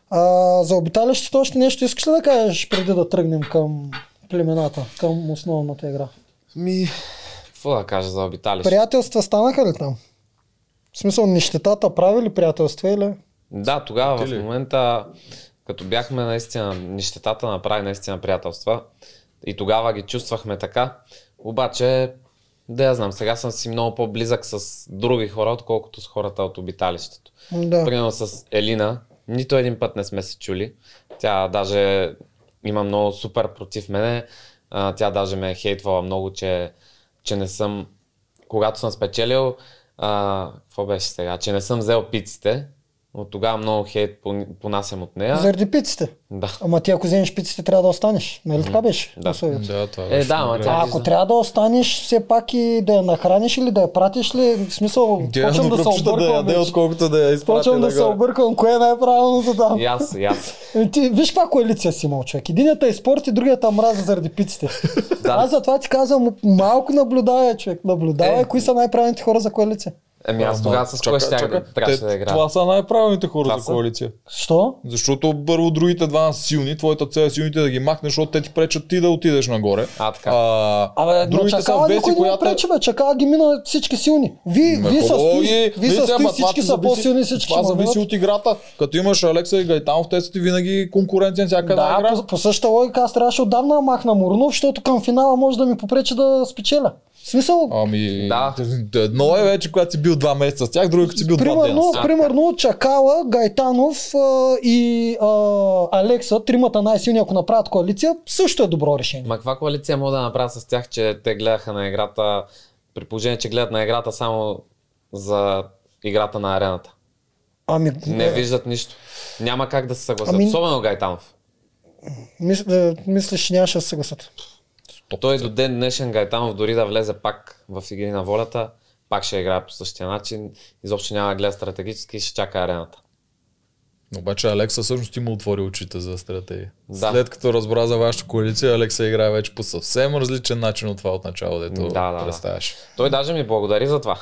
А, за обиталището още нещо искаш ли да кажеш преди да тръгнем към племената, към основната игра? Ми, какво да кажа за обиталище? Приятелства станаха ли там? В смисъл, нищетата прави ли приятелства или? Да, тогава Ти в ли? момента, като бяхме наистина, нищетата направи наистина приятелства. И тогава ги чувствахме така. Обаче, да я знам, сега съм си много по-близък с други хора, отколкото с хората от обиталището. Да. Примерно с Елина, нито един път не сме се чули. Тя даже има много супер против мене. А, тя даже ме е хейтвала много, че, че не съм... Когато съм спечелил, а, какво беше сега? Че не съм взел пиците. От тогава много хейт пон- понасям от нея. Заради пиците. Да. Ама ти ако вземеш пиците, трябва да останеш. Нали така беше? Да. условието? Да, това Е, беше да, ма добре. тя А ако трябва да останеш, все пак и да я нахраниш или да я пратиш ли, в смисъл, почвам Дяно да се пропчета е да объркам. яде, вече. отколкото да я изпратя Почвам да се нагоре. объркам, кое е най-правилното там. И аз, и аз. Ами Ти, виж каква коалиция си имал човек. Единият е спорт и другият е мраза заради пиците. Да. Аз затова ти казвам, малко наблюдавай човек. Наблюдавай Е. кои са най-правилните хора за коалиция. Еми Ами аз тогава с кой ще трябваше да играя. Това са най-правилните хора Това за са. коалиция. Що? Защото първо другите два силни, твоята цел е силните да ги махнеш, защото те ти пречат ти да отидеш нагоре. А, така. А, Абе, но другите са чакала веси, никой не му която... е- пречи, бе. Чакала ги мина всички силни. Ви, ви с Методологи, ти, ви с вижте, ти е, ама всички това са зависи- по-силни, всички Това ма зависи минат. от играта. Като имаш Алекса и Гайтанов, те са ти винаги конкуренция всяка една Да, игра. по, по същата логика аз трябваше отдавна да махна Морунов, защото към финала може да ми попречи да спечеля. В смисъл, Ами, Да. едно е вече, когато си бил два месеца с тях, друго е, като си бил два дена. примерно, с дена. примерно Чакала, Гайтанов а, и а, Алекса, тримата най-силни, ако направят коалиция, също е добро решение. Ма каква коалиция мога да направя с тях, че те гледаха на играта, при положение, че гледат на играта само за играта на арената. Ами, Не виждат нищо. Няма как да се съгласят. Ами- Особено Гайтанов. мис, а, мислиш, че нямаше да се съгласят. Той до ден днешен Гайтанов дори да влезе пак в игри на волята, пак ще играе по същия начин. Изобщо няма да гледа стратегически и ще чака арената. Обаче Алекса всъщност има отвори очите за стратегия. Да. След като разбра за вашата коалиция, Алекса играе вече по съвсем различен начин от това от начало, дето Да, да, да. представяш. Той даже ми благодари за това.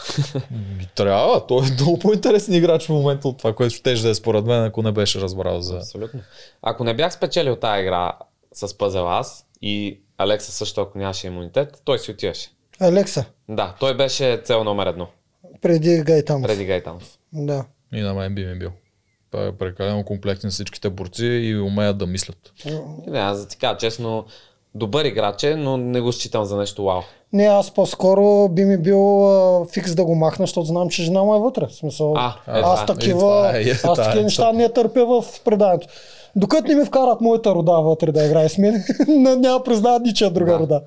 И трябва, той е много по-интересен играч в момента от това, което ще да е според мен, ако не беше разбрал за... Абсолютно. Ако не бях спечелил тази игра с пъзел аз и Алекса също, ако нямаше имунитет, той си отиваше. Алекса, Да, той беше цел номер едно. преди Гайтанов. Преди Гайтанов. Да. И на мен би ми бил. Той е прекалено комплексен всичките борци и умеят да мислят. Не, аз да ти кажа честно, добър играч е, но не го считам за нещо вау. Не, аз по-скоро би ми бил а, фикс да го махна, защото знам, че жена му е вътре. В смисъл, А, е, аз това, и такива, това е, и това аз е. такива неща не търпя в преданието. Докато не ми вкарат моята рода вътре да играе с мен, н- няма да признаят ничия друга Да. рода.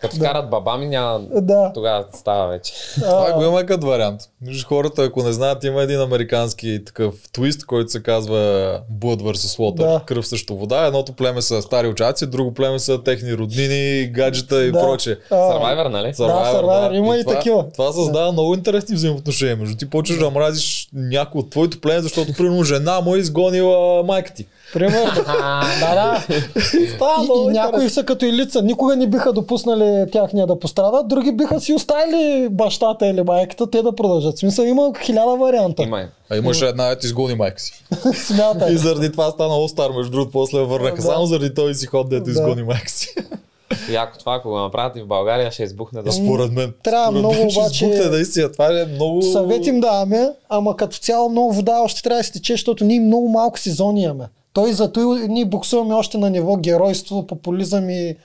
Като вкарат баба ми, няма... Да. Тогава става вече. е Това го има като вариант. Виж, хората, ако не знаят, има един американски такъв твист, който се казва Blood vs. Water. Да. Да. Кръв срещу вода. Едното племе са стари учаци, друго племе са техни роднини, гаджета и Да. прочее. А, Сървайвер, нали? Survivor, има и това, такива. Това създава много интересни взаимоотношения. Между ти почваш да мразиш някой от твоето племе, защото примерно жена му е изгонила майка ти. Примерно. да, да. Става И, и много интересно. някои са като елица. Никога не биха допуснали тяхния да пострадат, други биха си оставили бащата или майката, те да продължат. В смисъл има хиляда варианта. Има. е. А имаше една, която изгони майка си. Смятай. И заради това стана Остар, между другото, после я върнаха. Да. Само заради този си ход, дето Да. изгони майка си. И ако това, ако го направят и в България, ще избухне да... Ами, Ами- Според мен. Трябва Според много мен ще обаче- избухне наистина. Това е много... Съвет им даваме, ами, ама като цяло много вода е още трябва да се тече, защото ние много малко сезони имаме. Той зато и ние буксуваме още на ниво геройство, популизъм и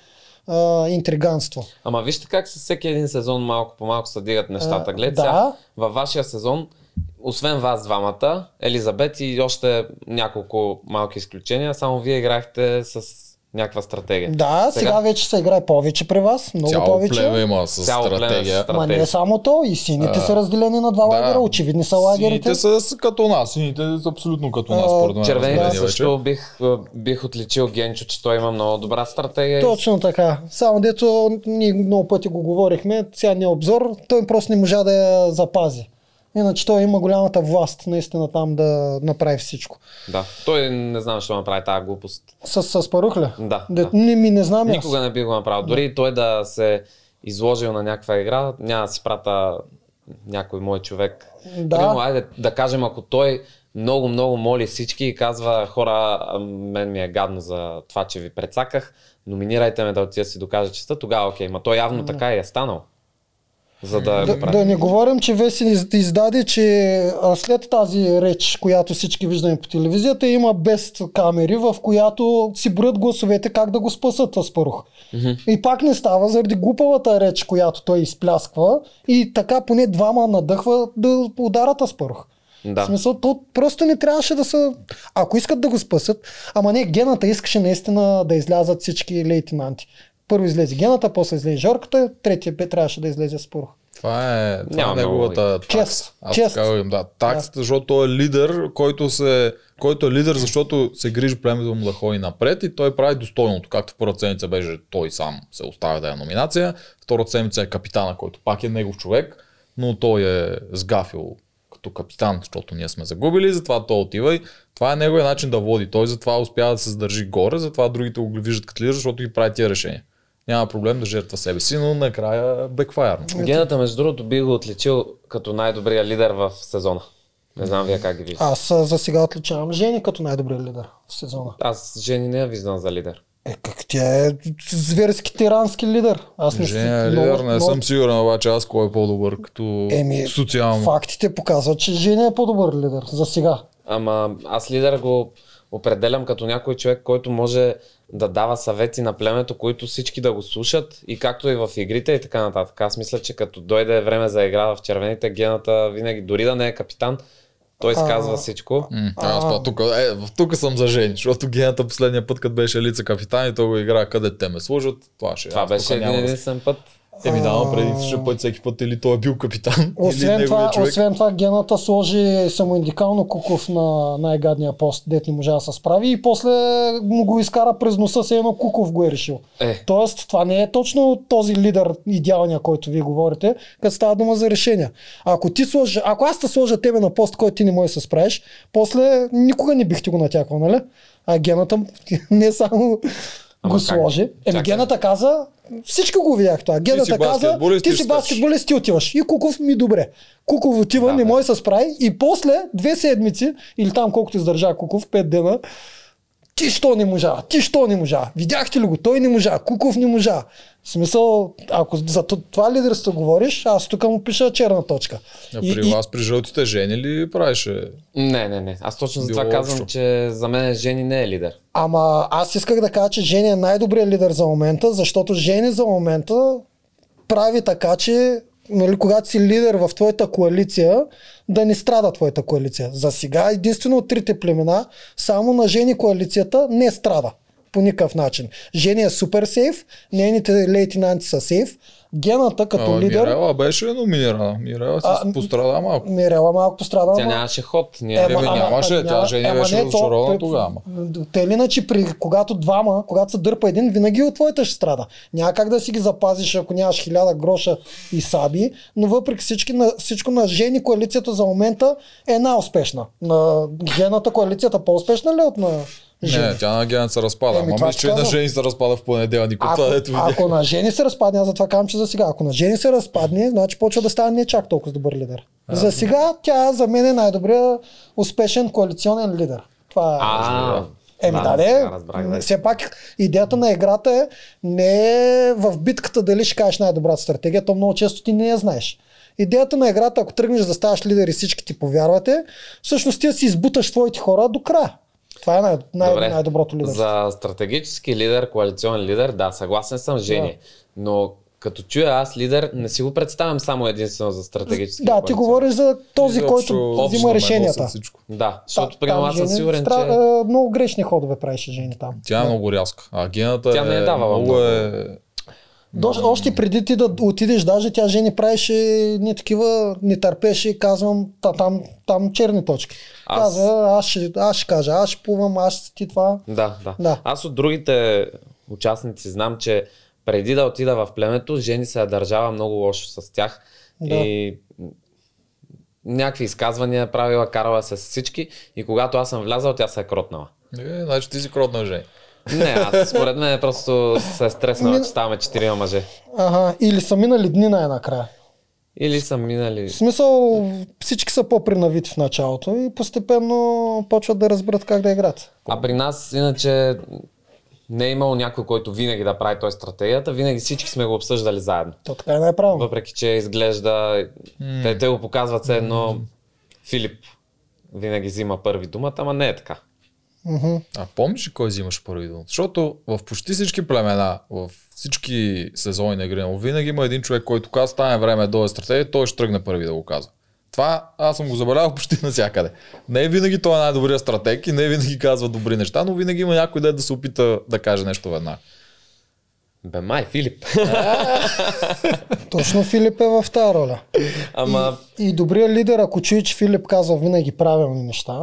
а, интриганство. Ама вижте как с всеки един сезон малко по малко се дигат нещата. А, Глед да. сега, във вашия сезон, освен вас двамата, Елизабет и още няколко малки изключения, само вие играхте с някаква стратегия. Да, сега, Сега- вече се играе повече при вас, много Цяло повече. племе има с Цяло племе с стратегия. стратегия. Ма не стратегия. е само то, и сините А, са разделени на два лагера, очевидни са Сините лагерите. са с- като нас. Сините са абсолютно като нас, А, според мен. Червените разделени вече. също бих, е, бих отличил Генчо, че той има много добра стратегия. Точно така. Само дето ние много пъти го говорихме, сега не е обзор, той просто не можа да я запази. Иначе той има голямата власт наистина там да направи всичко. Да. Той не знам, защо направи тази глупост. С, с парухля? Да, Де, да. Не, ми не знам аз. Никога не би го направил. Дори и той да се изложил на някаква игра, няма да си прата някой мой човек. Да. Примерно, айде да кажем, ако той много, много моли всички и казва хора, а, мен ми е гадно за това, че ви прецаках, номинирайте ме да отида си докажа честа, тогава окей. Ма той явно така и е станал. За да, Да, го прави. да не говорим, че Веси из- издаде, че а, след тази реч, която всички виждаме по телевизията, има без камери, в която си броят гласовете как да го спасат Аспарух. Mm-hmm. И пак не става заради глупавата реч, която той изплясква и така поне двама надъхва да ударат Аспарух. Да. В смисъл, то просто не трябваше да са... Ако искат да го спасат, ама не, гената искаше наистина да излязат всички лейтенанти. Първо излезе гената, после излезе Жорката, третия бе трябваше да излезе Аспарух. Това е, това е Няма много неговата такса. Чест, Аз чест. така го имам, да. Таксата, защото той е лидер, който, се, който е лидер, защото се грижи племето му да ходи напред и той прави достойното. Както в първата седмица беше той сам се оставя да е номинация. Втората седмица е капитана, който пак е негов човек, но той е сгафил като капитан, защото ние сме загубили, затова той отива и това е неговия начин да води. Той затова успява да се задържи горе, затова другите го виждат като лидер, защото ги прави тия решения. няма проблем да жертва себе си, но накрая бекфайер. Гената, между другото, би го отличил като най-добрия лидер в сезона. Не знам вие как ги виждате. Аз а, за сега отличавам Жени като най-добрия лидер в сезона. Аз жени не я виждам за лидер. Е, как тя е зверски тирански лидер. Аз не Женя е лидер, не съм сигурен обаче аз кой е по-добър като Еми, социално. Фактите показват, че Жени е по-добър лидер за сега. Ама аз лидер го определям като някой човек, който може да дава съвети на племето, които всички да го слушат и както и в игрите и така нататък. Аз мисля, че като дойде време за игра в червените, гената винаги, дори да не е капитан, той изказва всичко. М, Аз па, тук, е, в- тук съм за Жени, защото гената последния път, като беше лица капитан и той го игра къде те ме служат, това ще е. Това Аз тук беше един няма да- единствен път. Еми да, преди всичко път, всеки път или той е бил капитан, или Освен неговия това, човек. освен това, гената сложи самоиндикално Куков на най-гадния пост, дет не можа да се справи и после му го изкара през носа, се едно Куков го е решил. Е. Тоест, това не е точно този лидер идеалния, който вие говорите, като става дума за решения. Ако, ти сложа, ако аз те сложа тебе на пост, който ти не можеш да се справиш, после никога не бих ти го натякал, нали? А гената не само Ама го как? сложи. Еми, Чакай. гената каза, всички го видях това. си Гената каза, баскетболист, ти ти си скачаш. баскетболист, ти отиваш. И Куков ми добре. Куков отива, Да, не бе. може да се справи. И после две седмици, или там колкото издържа Куков, пет дена, ти що не можа, ти що не можа, видяхте ли го, той не можа, Куков не можа. В смисъл, ако за т- това лидерство говориш, аз тук му пиша черна точка. А И- При и- вас, при жълтите жени ли правеше? Не, не, не. Аз точно за Било това казвам, общо. че за мен Жени не е лидер. Ама аз исках да кажа, че Жени е най-добрият лидер за момента, защото Жени за момента прави така, че нали, когато си лидер в твоята коалиция, да не страда твоята коалиция. За сега единствено от трите племена, само на Жени коалицията не страда по никакъв начин. Жени е супер сейф, нейните лейтенанти са сейф, гената като А, лидер... Мирела беше номинирана. Мирела си А, пострада малко. Мирела малко пострада. Тя ама- нямаше ход. Ние Е, бе, нямаше, тя няма- Жени ема беше не, то- разочарована тогава, Те или иначе, при, когато двама, когато се дърпа един, винаги от твоята ще страда. Няма как да си ги запазиш, ако нямаш хиляда гроша и саби, но въпреки всички, на, всичко на жени коалицията за момента е най-успешна. На гената коалицията по-успешна ли е от на жени? Не, тя на Гена се разпада. Еми, Ама това мисля, ти че и на казвам. Жени се разпада в понеделник. Ако, Ако, това, дето видях. ако на жени се разпадне, аз затова казвам, че за сега. Ако на жени се разпадне, значи почва да стане не чак толкова добър лидер. За сега тя за мен е най-добрия успешен коалиционен лидер. Това е. А, Еми да, сега да, разбрах, да. да. Все пак идеята на играта е не е в битката дали ще кажеш най-добрата стратегия, то много често ти не я знаеш. Идеята на играта, ако тръгнеш да ставаш лидер и всички ти повярвате, всъщност ти си избуташ твоите хора до края. Това е най- най- Добре. най-доброто лидерство. За стратегически лидер, коалиционен лидер, да, съгласен съм, Жени. Да. Но като чуя аз лидер, не си го представям само единствено за стратегически Да, ти коалиционен. говориш за този, Изобщо, който Е, общо взима ме решенията. носят всичко. Да, Та- защото примерно там аз съм Жени сигурен, стра- че... е, Много грешни ходове правеше Жени там. Тя е много рязка. А гената Тя не е давала много. много. Е... До, още преди ти да отидеш, даже тя жени правеше не такива, не търпеше, казвам, та, там, там черни точки. Аз... Аз- Казва, аз ще, аз ще кажа, аз ще плувам, аз ще ти това. Да, да, Да. Аз от другите участници знам, че преди да отида в племето, Жени се е държава много лошо с тях. Да. И някакви изказвания е правила, карала се с всички и когато аз съм влязал, тя се е кротнала. Е, значи ти си кротна Жени. Не, аз според мен просто се е стреснала, Ми- че ставаме четирима мъже. Ага, или са минали дни най-накрая. Или са минали... В смисъл, всички са по-принавити в началото и постепенно почват да разберат как да играят. А при нас иначе не е имало някой, който винаги да прави той стратегията, винаги всички сме го обсъждали заедно. То така е най-правилно. Въпреки, че изглежда, те, те го показват все едно Филип винаги взима първи думата, ама не е така. Мгм. А помниш ли кой взимаш първи думата? Защото в почти всички племена, в всички сезони на игри, но винаги има един човек, който казва, стане време да е стратегия, той ще тръгне първи да го казва. Това аз съм го забелязал почти навсякъде. Не е винаги той е най-добрия стратег и не е винаги казва добри неща, но винаги има някой дет да се опита да каже нещо веднага. Бе, май, Филип. Точно Филип е в тази роля. ама, И добрият лидер, ако чуе, че Филип казва винаги правилни неща,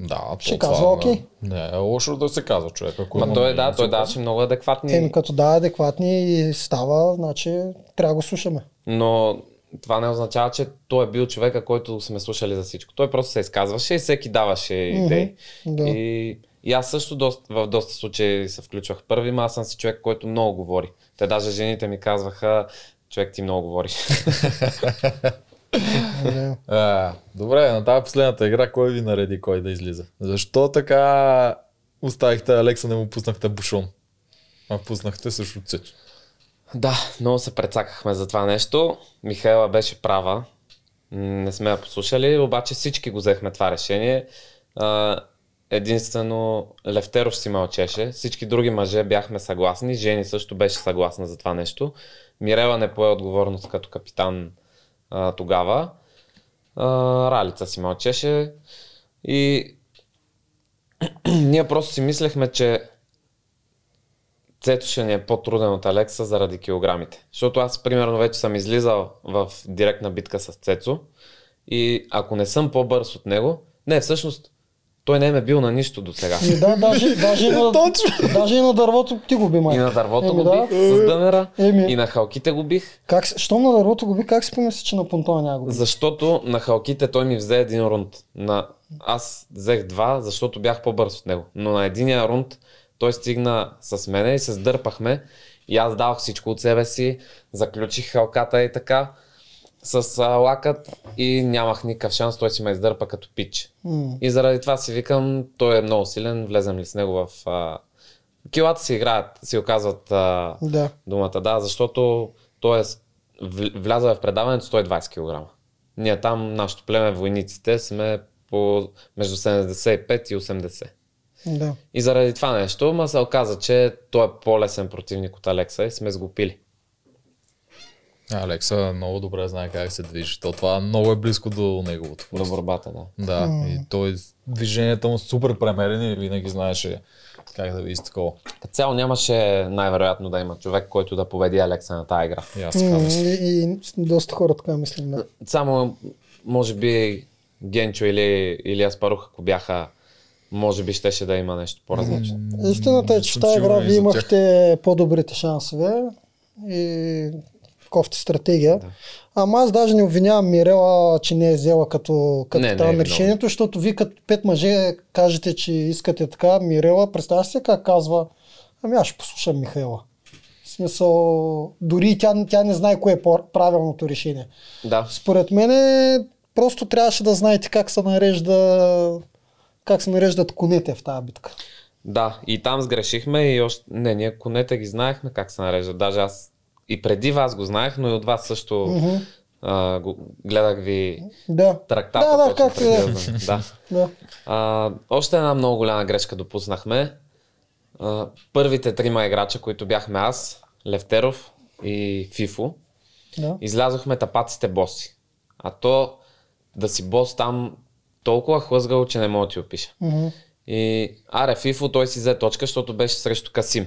Да, то Ще това, казва, не- окей. Не, е лошо да се казва човек. Ако ма има той, е, да, мнение. той даваше много адекватни, Еми, като да, адекватни и става, значи трябва да го слушаме. но това не означава, че той е бил човека, който сме слушали за всичко. Той просто се изказваше и всеки даваше идеи. да. И И аз също доста, в доста случаи се включвах първи, но аз съм си човек, който много говори. Те даже жените ми казваха, човек ти много говориш. Да. А, добре, на тази последната игра кой ви нареди кой да излиза? Защо така оставихте Алекса, не му пуснахте бушон? А пуснахте също цич. Да, много се прецакахме за това нещо. Михаела беше права. М, Не сме я послушали, обаче всички го взехме това решение. А, Единствено Левтеров си мълчеше. Всички други мъже бяхме съгласни. Жени също беше съгласна за това нещо. Мирела не пое отговорност като капитан а, тогава. А, Ралица си мълчеше. И ние просто си мислехме, че Цето ще ни е по-труден от Алекса заради килограмите. Защото аз, примерно, вече съм излизал в директна битка с Цецо и ако не съм по-бърз от него, не, всъщност, той не е ме бил на нищо до сега. Ми, да, даже, даже, и на, даже и на дървото ти го би, май. И на дървото Еми, го да. бих, с дънера, Еми. и на халките го бих, Как, с- щом на дървото го би, как си помисли, че на понтона няма го би? защото на халките той ми взе един рунд. На... Аз взех два, защото бях по-бърз от него. Но на единия рунд той стигна с мене и се сдърпахме. И аз давах всичко от себе си, заключих халката и така с а, лакът и нямах никакъв шанс, той си ме издърпа като пич. М. И заради това си викам, той е много силен, влезем ли с него в... А... Килата си играят, си оказват а... Да. думата, да, защото той е с- вл- влязъл е в предаването 120 кг. Ние там, нашето племе, войниците, сме по между 75 и 80. Да. И заради това нещо, ма се оказа, че той е по-лесен противник от Алекса и сме сгопили. Алекса много добре знае как се движи. То това много е близко до неговото. До борбата, да. Да, и той движенията му са супер премерени и винаги знаеше как да ви такова. Като цяло нямаше най-вероятно да има човек, който да победи Алекса на тази игра. И аз М, така мисля. И, и, доста хора така мислим, да. Само, може би, Генчо или, или Аспарух, ако бяха, може би щеше да има нещо по-различно. Истината е, че в съм тази игра сигурен и ви за тях. имахте по-добрите шансове и кофти стратегия. Ама аз даже не обвинявам Мирела, че не е взела като Не, не е капитан на виновна. решението, защото вие като пет мъже кажете, че искате така. Мирела, представяш се как казва, ами аз ще послушам Михаела. В смисъл, дори и тя, тя не знае кое е по- правилното решение. Да. Според мен е, просто трябваше да знаете как се нарежда как се нареждат конете в тази битка. Да, и там сгрешихме и още... Не, ние конете ги знаехме как се нареждат. Даже аз и преди вас го знаех, но и от вас също mm-hmm. а, го, гледах ви Да. трактата. Да, да, точно как преди е. знам. да. Да. А, още една много голяма грешка допуснахме. А, първите трима играча, които бяхме аз, Левтеров и Фифо, да. излязохме тапаците боси. А то да си бос там толкова хлъзгало, че не мога да ти опиша. Мгм. И Аре Фифо той си взе точка, защото беше срещу Касим.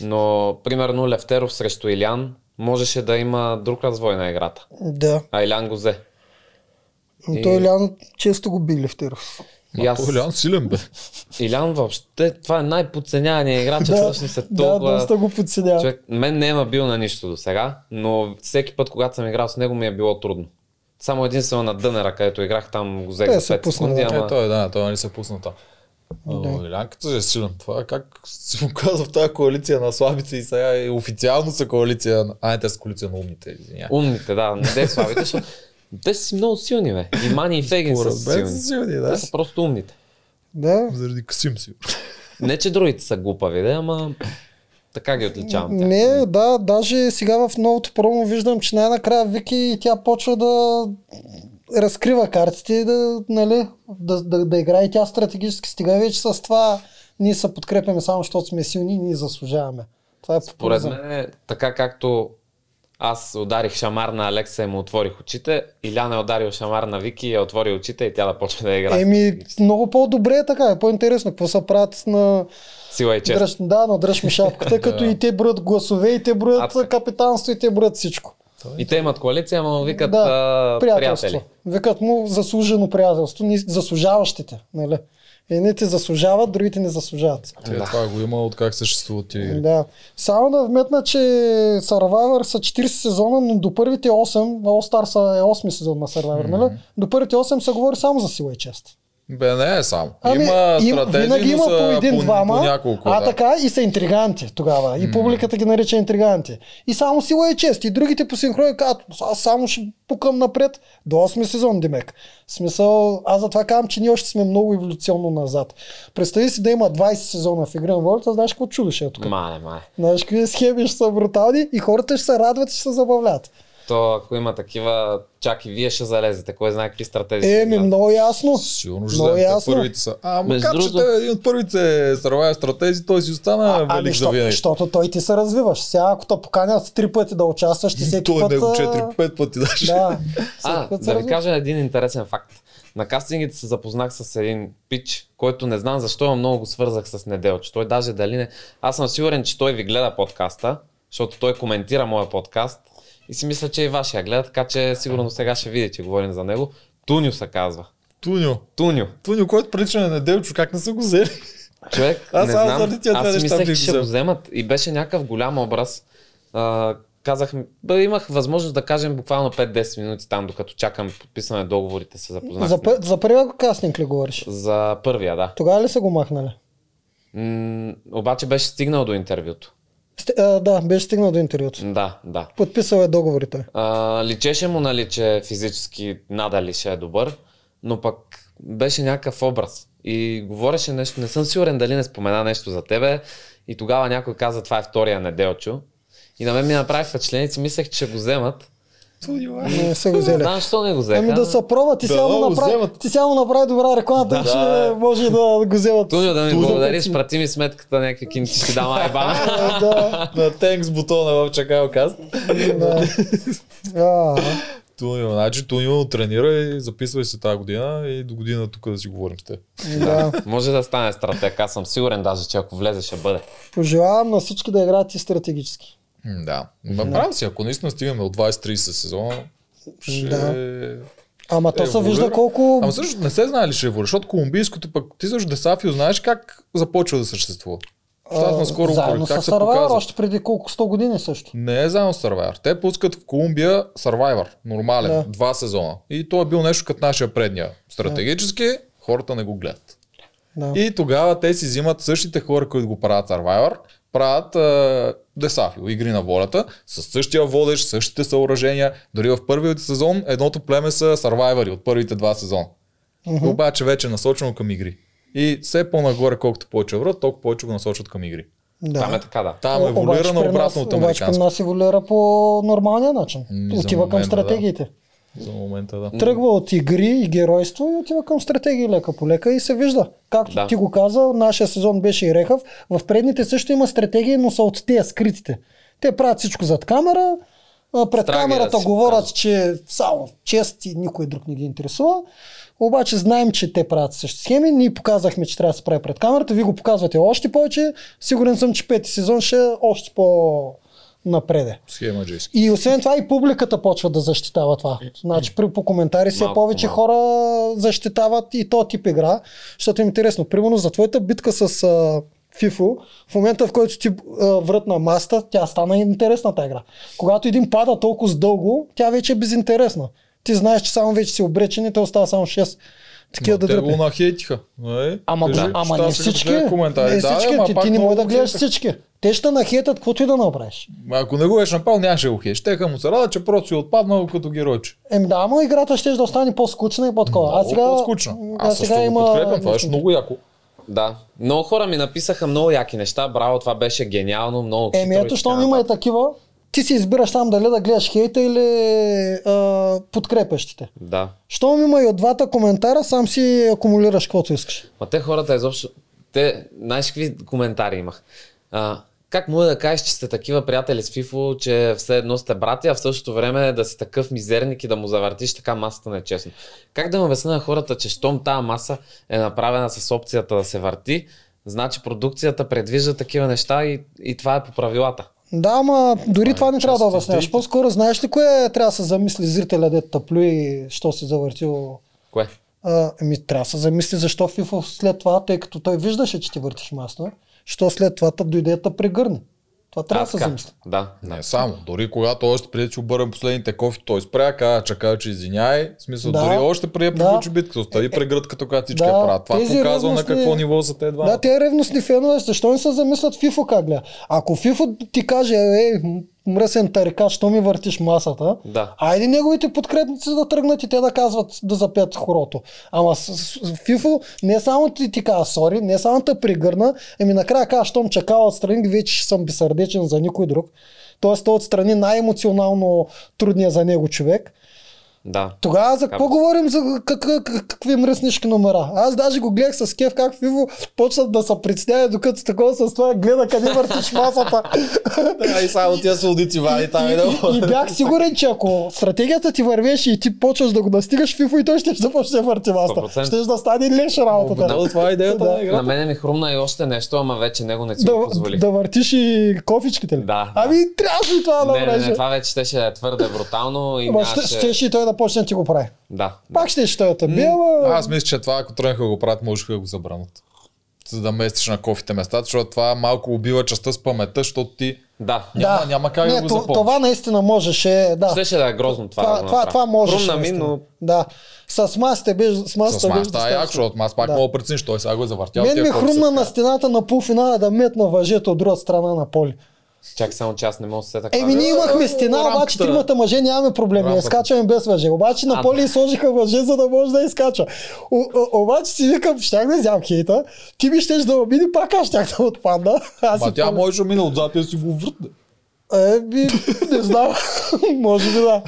Но, примерно, Левтеров срещу Илян можеше да има друг развой на играта. да. А Илян го взе. Но И- той Лян често го били в Теров. Ма, аз... Полян силен бе. Илян въобще, това е най-подценявания играч, че всъщност е толкова... да, доста го подседя. Човек, мен не е бил на нищо до сега, но всеки път, когато съм играл с него, ми е било трудно. Само единствено на дънера, където играх, там го взех Те за се 5 пуснаха, секунди, да. Е, ама... той, да, той нали се пусна там. Да. Илянката е силен. Това е как се му казва в тази коалиция на слабите и сега е официално са коалиция. на- А, не, те са коалиция на умните. Извиня. е. Умните, да, не дей слабите, защото те са си много силни, бе. И Мани и Фегин са Поразбе силни. са силни, Те да. са просто умните. Да. Заради Касим си. Не, че другите са глупави, да, ама така ги отличавам. Тях. Не, да, даже сега в новото промо виждам, че най-накрая Вики тя почва да разкрива картите и да, нали, да, да, да играе и тя стратегически. Стига вече с това ние се подкрепяме само защото сме силни и ние заслужаваме. Това е Поред популизъм. мен, е така както аз ударих шамар на Алекса и му отворих очите, Иляна е ударил шамар на Вики и я отвори очите и тя да почне да играе. Еми, много по-добре е така, е по-интересно. Какво се правят на... Сила и чест. Дръж, да, на дръж ми шапката, като и те броят гласове, и те броят А, капитанство, и те броят всичко. И те имат коалиция, ама викат Да, да, приятелство. приятели. Викат му заслужено приятелство, ни заслужаващите. Нали? Едните заслужават, другите не заслужават. Те, Е, Това го има от как съществуват ти. игри. Да. Само да вметна, че Survivor са 40 сезона, но до първите 8, All Star са е 8 сезон на Survivor, нали? До първите 8 се говори само за сила и чест. Бе, не е само. Ами, има им- стратегии, винаги но има са по един-двама, по няколко. а да. така и са интриганти тогава. И публиката ги нарича интриганти. И само сила е чест. И другите по синхрони казват, аз само ще пукам напред до 8 сезон, Димек. В смисъл, аз затова казвам, че ние още сме много еволюционно назад. Представи си да има 20 сезона в Игра на волята, знаеш какво чудо ще е тук. Мале, мале. Знаеш какви схеми ще са брутални и хората ще се радват и ще се забавлят. То, ако има такива, чак и вие ще залезете. Кой знае какви Е, стратегии. ще Еми, имате. много ясно. Сигурно ще Много вземете ясно. първите са. А, Между макар, че другото- той е един от първите Survivor стратези, той си остана ами, велик за защото, винаги. защото той ти се развиваш. Сега, ако те поканят три пъти да участваш, ти всеки Той път... не го а, 4-5 пъти даже. Да. А, Всеки път се да ви развиваш. кажа един интересен факт. На кастингите се запознах с един пич, който не знам защо, но много го свързах с Неделчо. Той даже дали не... Аз съм сигурен, че той ви гледа подкаста, защото той коментира моя подкаст и си мисля, че и вашия гледа, така че сигурно сега ще видите, че говорим за него. Туню се казва. Туньо. Туню. Туньо, който прилича на Неделчо, как не са го взели? Човек, Аз не само знам, заради тия две неща аз мислех, бих че го ще взел. го вземат и беше някакъв голям образ. А, казах, ми- бе, имах възможност да кажем буквално 5-10 минути там, докато чакам подписване на договорите, се запознах. За, с него. пър- за първия кастинг ли говориш? За първия, да. Тогава ли са го махнали? М- обаче беше стигнал до интервюто. Сте, а, да, беше стигнал до интервюто. Да, да. Подписал е договорите. А, личеше му, нали, че физически надали ще е добър, но пък беше някакъв образ. И говореше нещо, не съм сигурен дали не спомена нещо за тебе. И тогава някой каза, това е втория неделчо. И на мен ми направи впечатление, и си мислех, че ще го вземат. Туньо, е. Не са го Не взели. знам, защо не го взеха. Ами да се пробва, ти Да, сега му го направи, вземат. е. ти сега му направи добра реклама, да, че Да. може да го вземат. Туньо, да ми Туньо, благодариш, пък- прати ми сметката, някакви кинти ще дам айбана. А, Да, На Тенкс бутона в Чакайл Каст. да. А, Туньо, значи Туньо тренира и записвай се тази година и до година тук да си говорим с теб. да. Може да стане стратег, аз съм сигурен даже, че ако влезе ще бъде. Пожелавам на всички да играят и стратегически. М, Да. Направим си, ако наистина стигаме от 20-30 сезона, ще... Ама то Е, се вижда благодаря. колко... Ама също не се знае ли ще еволюира, защото колумбийското пък ти също Десафио знаеш как започва да съществува. Защото аз а, наскоро го заедно поред, как с се Survivor, показва. още преди колко 100 години също. Не е заедно с Survivor. Те пускат в Колумбия Survivor, нормален, Да. два сезона. И то е бил нещо като нашия предния. Стратегически хората не го гледат. Да. И тогава те си взимат същите хора, които го правят Survivor, правят е, Десафио, игри на волята, с същия водещ, същите съоръжения. Дори в първият сезон едното племе са Survivor от първите два сезона. Uh-huh. Обаче вече е насочено към игри. И все по-нагоре, колкото повече врат, толкова повече го насочват към игри. да. Там е така, да. Там О, еволюира обаче на при обратно нас- от Обаче при американско. нас еволюира по нормалния начин. М, за отива към момента, да. стратегиите. За момента, да. Тръгва от игри и геройство и отива към стратегии лека по лека и се вижда. Както Да. ти го каза, нашия сезон беше и Рехав. В предните също има стратегии, но са от тези скритите. Те правят всичко зад камера, а, пред Страгия камерата си говорят, казва. че само чест и никой друг не ги интересува. Обаче знаем, че те правят същи схеми. Ние показахме, че трябва да се прави пред камерата. Вие го показвате още повече. Сигурен съм, че пети сезон ще е още по-напреде. Схема джейски. И освен това и публиката почва да защитава това. Значи при, по коментари все Малко по повече малко. хора защитават и то тип игра, защото е интересно. Примерно за твоята битка с а, Фифо, в момента в който ти а, врътна маста, тя стана интересна тази игра. Когато един пада толкова с дълго, тя вече е безинтересна. Ти знаеш, че само вече си обречен и те остава само 6 такива Ма, да те дръпне. го нахейтиха. Е, Ама, кажи, да, ама щастя, не като всички. гледа коментари. Не Да, всички. ама ти, пак ти не много можеш да го гледаш хейтаха. всички. Те ще нахетат, каквото и да направиш. Ако не го беше напал, нямаше да го хеш. Теха му се рада, че просто си е отпаднал като геройче. Еми да, ама играта ще да остане по-скучна и по-такова. А Много сега, по-скучно. а Аз също сега го има... подкрепям. Това беше много яко. Да. Много хора ми написаха много яки неща. Браво, това беше гениално, много Еми хитро и ето, така щом има и нататък. такива, ти си избираш там дали да гледаш хейта или а, подкрепящите. Да. Щом има и от двата коментара, сам си акумулираш каквото искаш. Ма те хората изобщо... Те, знаеш какви коментари имах? А, как му е да кажеш, че сте такива приятели с Фифо, че все едно сте брати, а в същото време да си такъв мизерник и да му завъртиш така масата нечестно? Как да му обясня на хората, че щом тази маса е направена с опцията да се върти, значи продукцията предвижда такива неща и, и това е по правилата. Да, ама дори това не трябва да обясняваш. По-скоро знаеш ли кое трябва да се замисли зрителя, дето тъплю и що се завъртил Кое? А, ми, трябва да се замисли защо FIFA след това, тъй като той виждаше, че ти въртиш масно, що след това да дойде да прегърне. Това трябва да се така. замисли. Да. Не само. Дори когато още преди, че обърнем последните кофи, той спря, каза, чака, че извиняй. В смисъл, Да. дори още преди да Да. Е, приключи битката, остави прегръдката, когато всички Да, я правят. Това тези показва на ревностни- какво ниво са те два. Да, те ревностни фенове, защо не се замислят Фифо как гледа? Ако Фифо ти каже, ей, м- мръсен тарика, що ми въртиш масата, Да. айде неговите подкрепници да тръгнат и те да казват да запят хорото. Ама с- с- Фифо не само ти, ти казва сори, не само те пригърна, еми накрая казва, щом чакала отстрани, вече ще съм безсърдечен за никой друг. Тоест той отстрани най-емоционално трудния за него човек. Да. Тогава за какво Абе. говорим за как, как, какви мръснишки номера? Аз даже го гледах с кеф как Фиво почна да се притеснява, докато такова с това гледа къде въртиш масата. Да, и само тия саудити вади там и да. и, и бях сигурен, че ако стратегията ти вървеше и ти почваш да го настигаш Фифо и той ще започне да върти масата. 100%. Ще да стане леш работата. Обедно, това е идеята Да. на На играта. мене ми хрумна и още нещо, ама вече него не си го Да, позволих. да въртиш и кофичките ли? Да. Ами трябваше и това да Не, не, не, вреже. това вече щеше да е твърде брутално и Ама ще, нямаше... щеше и той да почне да ти го прави. Да. Пак ще ще той да те бие, ама- Аз мисля, че това, ако тръгнаха да го правят, можеха да го забранят. За да местиш на кофите местата, защото това малко убива частта с паметта, защото ти Да. няма, няма как да не, го то- запомниш. Това наистина можеше, да. Щеше да е грозно това. да това, го това, направя. това можеш. Хрумна ми, наистина. но Да. С масите беше, с масата С беше маста е яко, достатъчно. защото аз пак Да. мога да прецениш, той сега го е завъртял. Мен тия ми кофи са хрумна така. на стената на полуфинала да метна въжето от другата страна на поле. чак само, че аз не мога да се сета. каква Еми, ние беше. имахме стена, обаче рамката. тримата мъже нямаме проблеми. Я Рамката. скачаме без въже. Обаче на А, поле и сложиха въже, за да може да изкача. О- о- Обаче си викам, щях да взям хейта. Ти ми щеш да ме мини, пак аз щях да отпадна. Аз Ма и тя поле- може да мина отзад и да си го въртне. Е, би, не знам. може би да.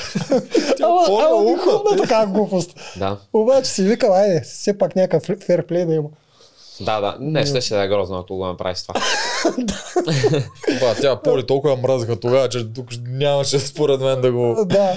Ама, поле ама ми уха. хрумна така глупост. Да, Обаче си викам, айде, все пак някакъв ферплей да има. да, да. Не, щеше да е грозно, ако го направиш това. Това, тя поле толкова я мразиха тогава, че тук нямаше според мен да го... Да.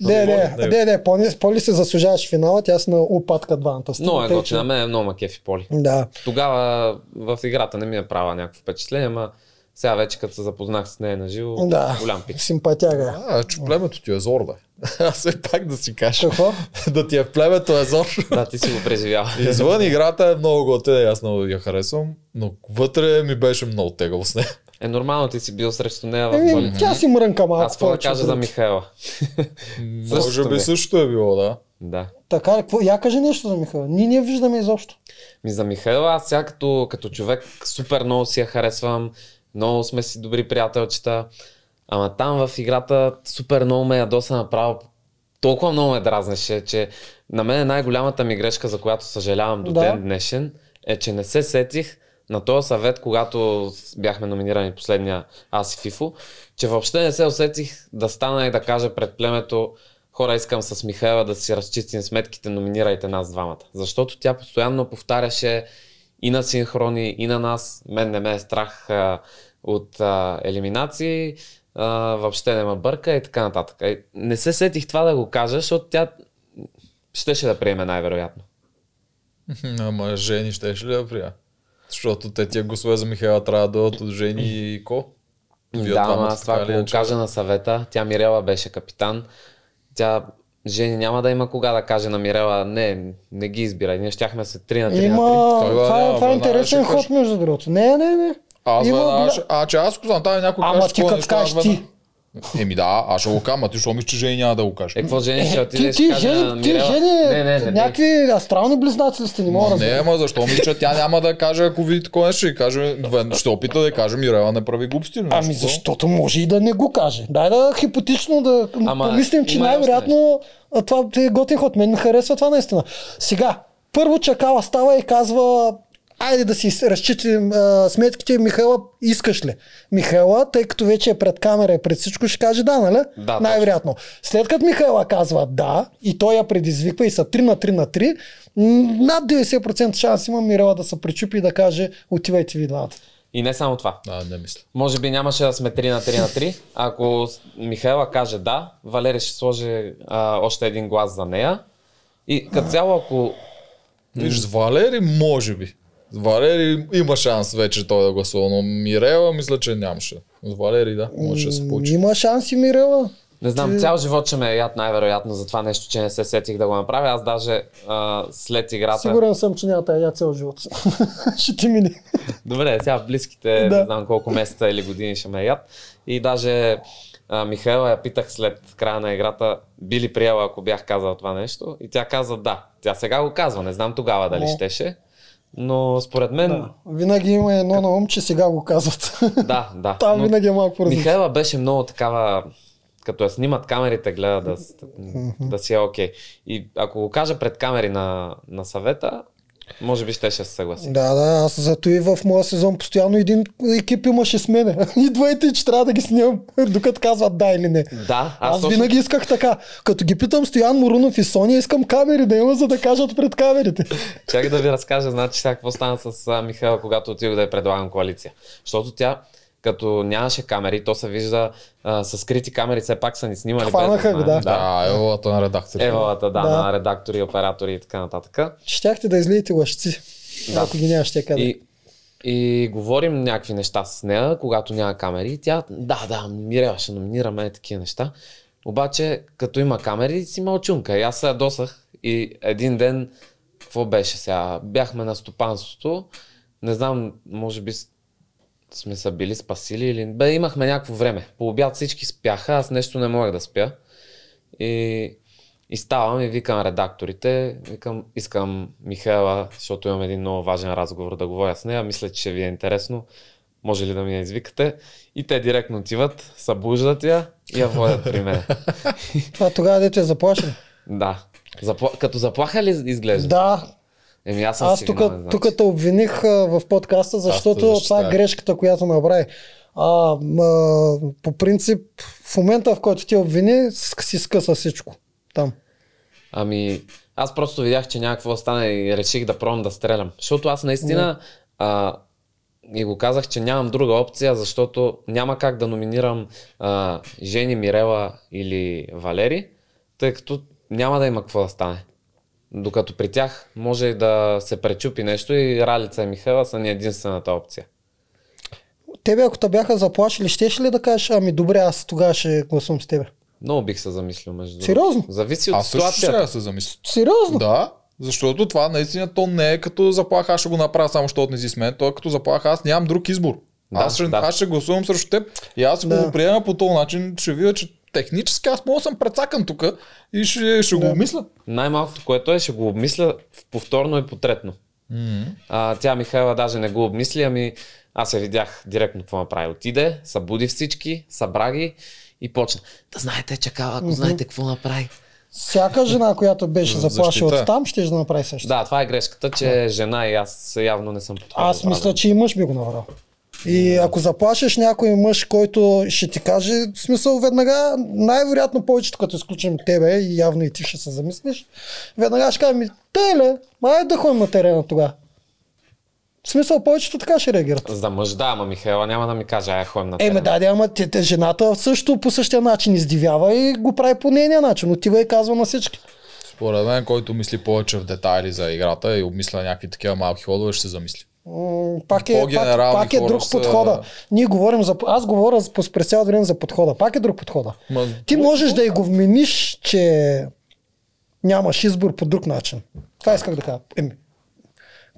Не, не, Да. не, не, поли, поли се заслужаваш финала, тя си на упадка двамата. Много е Тъй, готино. че- На мен е много ма кефи поли. Да. Тогава в играта не ми е права някакво впечатление, ама сега вече като се запознах с нея на живо, Да. голям пич. Симпатяга. е. А, че племето ти е зор, бе. Аз все пак да си кажа. Какво? да ти е в племето е зор. Да, ти си го преживява. Извън играта е много готина и аз много я харесвам, но вътре ми беше много тегаво с нея. Е, нормално ти си бил срещу нея в Еми, боли. тя си мрънка малко. Аз какво да повече кажа от за другите. Михаела? Може би бе. също е било, да. Да. Така, ли, какво? Я кажи нещо за Михаил. Ние не я виждаме изобщо. Ми за Михаела, аз сега като, като човек супер много си я харесвам, много сме си добри приятелчета, ама там в играта супер много ме ядоса направо, толкова много ме дразнеше, че на мен е най-голямата ми грешка, за която съжалявам до Да. да. ден днешен, е, че не се сетих на този съвет, когато с- бяхме номинирани последния аз и Фифо, че въобще не се усетих да стана и да кажа пред племето хора искам с Михаела да си разчистим сметките, номинирайте нас двамата. Защото тя постоянно повтаряше и на синхрони, и на нас. Мен не ме е страх а, от а, елиминации, а, въобще не ме бърка и така нататък. Е, Не се сетих това да го кажа, защото тя щеше да приеме най-вероятно. Ама жени ще ли да прия? Защото те тия гласове за Михайла трябва да дойдат от жени и ко? Вие да, двамата ама аз това така ако или го иначе. кажа на съвета, тя Мирела беше капитан, тя Жени няма да има кога да каже на Мирела, не, не ги избирай, ние щяхме се 3 на 3 Има... на 3. Той го Това, е, няма, това е веднага интересен ще кажа. ход, между другото. Не, не, не. Аз Има веднага бля- ще- А, че аз казвам, тази е някой Ама каже, ти като кажеш ти. Еми да, аз ще го кажа, ама ти ще мислиш, че жени няма да го кажеш. Е, какво Жени ще Ти, отидеш? ти, каже на жени, ти, Мирела. жени, не, не, не, не, някакви астрални близнаци ли сте, не мога да Не, разбера. ама защо мисля, че тя няма да каже, ако види такова нещо, ще каже, вен- ще опита да каже, Мирела не прави глупости. или нещо Ами такова. защото може и да не го каже. Дай да хипотично да Ама, помислим, че има и още най-вероятно а, това е готин ход. Мен ми харесва това наистина. Сега, първо Чакала става и казва Айде да си разчитим а, сметките, Михайла, искаш ли? Михайла, тъй като вече е пред камера и пред всичко, ще каже да, нали? Да, Най-вероятно. След като Михайла казва да, и той я предизвиква и са 3 на 3 на 3, м, над 90% шанс има Мирела да се причупи и да каже отивайте ви двамата. И не само това. А, не мисля. Може би нямаше да сме 3 на 3 на 3. Ако с- Михаела каже да, Валери ще сложи а, още един глас за нея. И като цяло, ако... Виж, с Валери може би. С Валери има шанс вече той да гласува, но Мирела мисля, че нямаше. С Валери да, може да се получи. Има шанси Мирела. Не знам, цял живот ще ме е яд най-вероятно за това нещо, че не се сетих да го направя. Аз даже а, след играта... Сигурен съм, че няма тая я цял живот. ще ти мине. Добре, сега в близките Да. не знам колко месеца или години ще ме яд. И даже а, Михаела я питах след края на играта, би ли приела, ако бях казал това нещо. И тя каза да. Тя сега го казва, не знам тогава дали О. щеше. Но според мен, да, Винаги има едно на ум, че сега го казват. да. да. Там Но винаги е малко различно. Михаела беше много такава, като я снимат камерите, гледа да, с- да си е окей. Okay. И ако го кажа пред камери на, на съвета, може би щеше да се съгласи. Да, да, аз зато и в моя сезон постоянно един екип имаше с мене. Идвайте, че трябва да ги снимам, докато казват да или не. Да, аз, Аз, точно- винаги исках така. Като ги питам Стоян Морунов и Соня, искам камери да има, за да кажат пред камерите. Чакай да ви разкажа, значи сега какво стана с а, Михайла, когато отидох да я предлагам коалиция. Защото тя, като нямаше камери, то се вижда а, с скрити камери, все пак са ни снимали. без Хванаха го, знаем. да. Да, еволата на редактор. Евалата, да, Да. на редактори, оператори и така нататък. Щяхте да излиете лъжци. Да. Ако ги нямаш те кадри. И, и говорим някакви неща с нея, когато няма камери. И Тя, да, да, Мирела ще номинираме е такива неща. Обаче, като има камери, си мълчунка. И аз се ядосах и един ден, какво беше сега? Бяхме на стопанството. Не знам, може би с- сме се били спасили или... Бе, имахме някакво време. По обяд всички спяха, аз нещо не мога да спя. И, и ставам и викам редакторите, викам, искам Михаела, защото имам един много важен разговор да говоря с нея, мисля, че ще ви е интересно, може ли да ми я извикате? И те директно отиват, събуждат я и я водят при мен. Това тогава дете е заплашен. Да. Запла... Като заплаха ли изглежда? Да, Еми аз съм Аз си тук, виновен, значи. тук те обвиних а, в подкаста, защото това е защитавах. грешката, която направи. А, а, по принцип, в момента в който ти обвини, с- си скъса всичко. Там. Ами, аз просто видях, че някакво стане и реших да пробвам да стрелям. Защото аз наистина а, и го казах, че нямам друга опция, защото няма как да номинирам а, Жени, Мирела или Валери, тъй като няма да има какво да стане. Докато при тях може и да се пречупи нещо и Ралица и Михайла са ни единствената опция. Тебе, ако те бяха заплашили, щеше ли да кажеш, ами добре, аз тогава ще гласувам с тебе? Много бих се замислил между другото. Сериозно? Зависи от Аз също ще ситуацията. трябва да се замисля. Сериозно? Да, защото това наистина то не е като заплаха, аз ще го направя само, защото не си с мен. То е като заплаха, аз нямам друг избор. Да, аз, ще, да. аз ще гласувам срещу теб и аз да. Да. го приема по този начин, ще видя, че технически аз мога да съм прецакан тук и ще, ще да. го мисля. Най-малкото, което е, ще го обмисля в- повторно и потретно. Mm-hmm. А, тя Михайла даже не го обмисли, ами аз я видях директно какво направи. Отиде, събуди всички, събра ги и почна. Да знаете, чакава, ако знаете какво направи. Всяка жена, която беше Защита. заплашила от там, ще да направи също. Да, това е грешката, че жена и аз явно не съм подходил. Аз мисля, че и мъж би го направил. И ако заплашиш някой мъж, който ще ти каже, в смисъл веднага, най-вероятно повечето, като изключим тебе и явно и ти ще се замислиш, веднага ще кажа, ми, теле, май да ходим на терена тогава. В смисъл, повечето така ще реагират. За мъж, да, ама Михайла няма да ми каже, ай, ходим на Еме, терен. да, да, ама те, те, жената също по същия начин издивява и го прави по нейния начин. Отива и казва на всички. Според мен, който мисли повече в детайли за играта и обмисля някакви такива малки ходове, ще се замисли. М, пак е, пак, По-генерални пак е хора друг са- подхода. Ние говорим за... Аз говоря за- през цял време за подхода. Пак е друг подхода. Ма, Ти можеш да и го вмениш, че нямаш избор по друг начин. Това исках да кажа. Еми,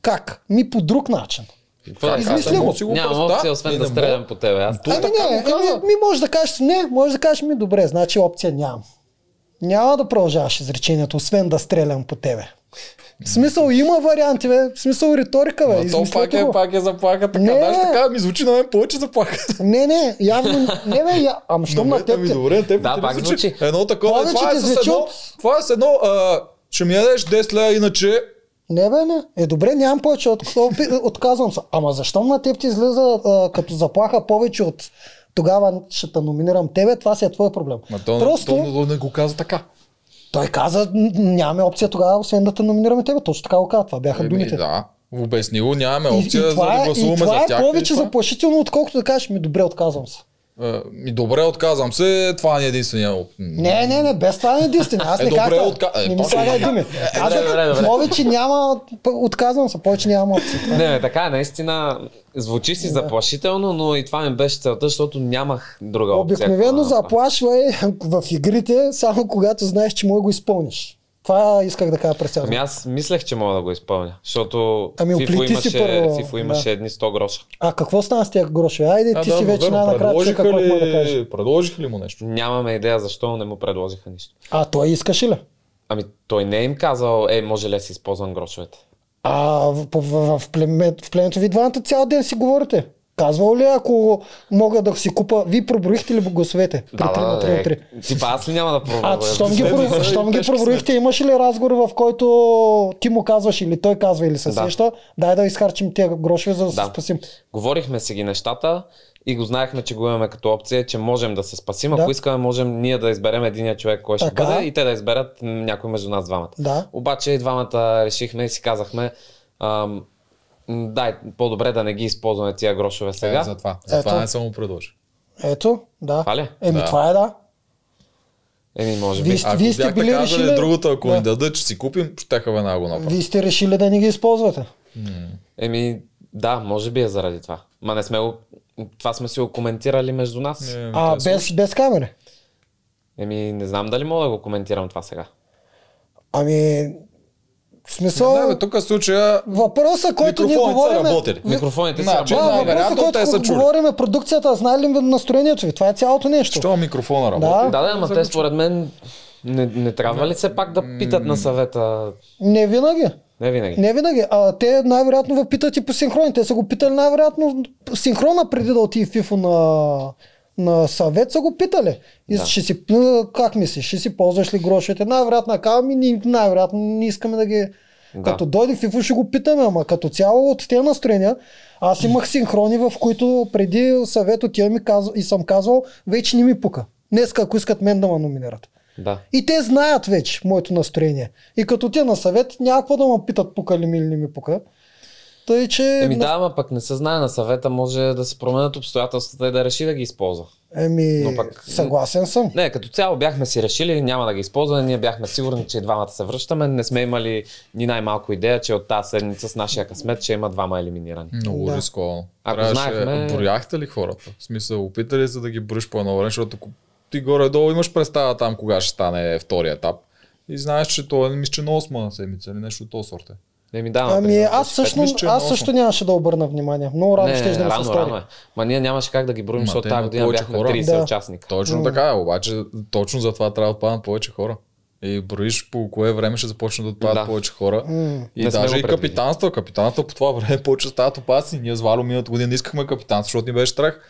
как? Ми по друг начин. Какво да Измисля кажа? го. Няма опция, освен Да, да не стрелям мога. по тебе. Аз. Той Ами така не, го каза. еми, ми може да кажеш не, може да кажеш ми добре, значи опция нямам. Няма да продължаваш изречението, освен да стрелям по тебе. В смисъл има варианти, бе. В смисъл риторика, бе. Ма то пак Измислете е, го. пак е заплаха, така. Не. Даже така ми звучи на мен повече заплаха. Не, не, явно. Не, бе, я... ама щом на мен теб. ми те- добре, на теб Да, ти пак мисля, звучи. че Едно такова, Повече това е ти с звучи едно, от- това е с едно, а, ще ми ядеш 10 лея, иначе Не бе, не. Е, добре, нямам повече, от, отказвам се. Ама защо на теб ти излиза а, като заплаха повече от тогава ще те номинирам тебе, това си е твой проблем. Ма то, Просто... Просто то, то не го каза така. той каза, «Н- нямаме опция тогава, освен да те номинираме тебе. Точно така го каза, това бяха Ами, думите. да. Обясни го, нямаме И, и опция за това да е, и гласуваме това за е тях. повече и това е. заплашително, отколкото да кажеш ми добре, отказвам се. Е, ми добре, отказвам се, това не е единствения. оп- Не, не, не, без това не е единствено. Аз Е, не добре, казвам. отка- е, Не ми почвай. слагай думи. Аз добре, добре, добре. повече няма, отказвам се, повече няма опция. Не, бе, така е, наистина звучи си заплашително, но и това ми беше целта, защото нямах друга опция. Обикновено ако- заплашва е в игрите, само когато знаеш, че може да го изпълниш. Това исках да кажа през цялото. Ами аз мислех, че мога да го изпълня, защото Ами, Фифо оплети си имаше, първо, Фифо да. имаше едни 100 гроша. А какво стана с тях грошове? Айде, ти да, си вече верно, най-накрая предложиха, човека, който може да кажеш. ли, предложиха ли му нещо? Нямаме идея защо но не му предложиха нищо. А той искаше ли? Ами той не е им казал, е, може ли да си използвам грошовете? А в, в, в, в, племе- в племето ви двамата цял ден си говорите. Казвал ли, е, ако мога да си купа, ви проброихте ли гласовете? Три, три на три на три. е. Типа аз ли няма да пробвам? А, бе? е. щом ги, Следва про- за щом ги тежка проброихте, имаше ли разговор, в който ти му казваш или той казва или се Да. сеща, дай да изхарчим тия грошове, за да, се Да. спасим. Говорихме си ги нещата и го знаехме, че го имаме като опция, че можем да се спасим. Да. Ако искаме, можем ние да изберем единия човек, кой Така. ще бъде и те да изберат м, някой между нас двамата. Да. Обаче и двамата решихме и си казахме, ам, м, дай, по-добре да не ги използваме тия грошове сега. Е, затова. Затова Ето. не само предложи. Ето, да. Това ли е? Еми, Да. това е да. Еми, може Вие би. сте- Ако Вие сте бяхте били казали решили- другото, ако Да. ни дадат, че си купим, щяха веднага го направим. Вие сте решили да не ги използвате. Еми, да, може би е заради това. Ма не сме го... Това сме си го коментирали между нас. Е, А, те без, без камери. Еми, не знам дали мога да го коментирам това сега. Ами, в смисъл... Не, бе, тук е случая Въпроса, който ние Микрофоните са говорим... е- работили. Микрофоните са Значи, Да, Да, работили. въпроса, вероятно, те са който чули. говорим е продукцията, знае ли настроението ви? Това е цялото нещо. що микрофона работи. Да. Да, да, ама те според мен не, не трябва ли все пак да питат на съвета? Не винаги. Не винаги. Не винаги. А, те най-вероятно ви питат и по синхрони. Те са го питали най-вероятно синхрона преди да отиде в ИФО на, на съвет са го питали. И да. Да. ще си, а, как мислиш, ще си ползваш ли грошовете? Най-вероятно, казвам и ние най-вероятно не искаме да ги... Да. Да. Като дойде в ИФО ще го питаме, ама като цяло от тези настроения, аз имах синхрони, в които преди съвет отивам и, казв... и съм казвал, вече не ми пука. Днес, ако искат мен да ме номинират. Да. И те знаят вече моето настроение. И като те на съвет, някакво да ме питат пука ли ми или не ми пука. Тъй, че... Еми да, на- ама пък не се знае на съвета, може да се променят обстоятелствата и да реши да ги използва. Еми, но пък- съгласен съм. Не, като цяло бяхме си решили, няма да ги използваме, ние бяхме сигурни, че и двамата се връщаме, не сме имали ни най-малко идея, че от тази седмица с нашия късмет ще има двама елиминирани. Много Да. да. рисковано. Ако знаехме- Брояхте ли хората? В смисъл, опитали се да ги броиш по едно време, защото ако ти горе-долу имаш представа там кога ще стане втори етап. И знаеш, че той е, мисля, че на осма седмица или нещо от този сорт е. Не ми давам. Ами аз също, мисля, че е аз на също нямаше да обърна внимание. Много рано не, ще да ми се рано, стори. рано е. Ма ние нямаше как да ги броим, Ма, защото те тази имат година повече бяхме хора. 30 Да. участника. Точно mm. така е, обаче точно за това трябва да паднат повече хора. И броиш по кое време ще започнат да отпадат Да. повече хора. Mm. И Не сме даже го и предвидили. капитанства. Капитанства по това време повече стават опасни. Ние с Вало миналата година искахме капитанство, защото ни беше страх.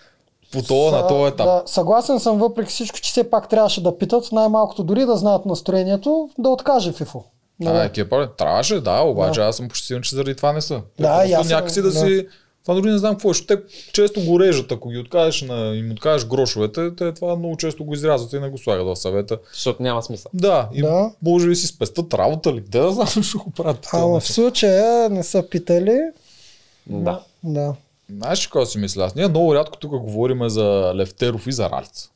По това Са- на този етап. Да, съгласен съм въпреки всичко, че все пак трябваше да питат, най-малкото дори да знаят настроението, да откаже ФИФО. Нали? А, екипа, ли? трябваше, да, обаче аз съм почти сигурен, че заради това не са. Те Да, просто и аз съм- някакси да, да. си... Това дори не знам какво е, защото те често го режат, ако ги откажеш на, им откажеш грошовете, те това много често го изрязват и не го слагат в съвета. Защото няма смисъл. Да, и Да. да. може би си спестат работа ли, де да знам, ще го правят. по този Ама в начин. случая не са питали. Да. Да. Знаеш ли какво си мисля? Аз ние много рядко тук говорим за Левтеров и за Ралица.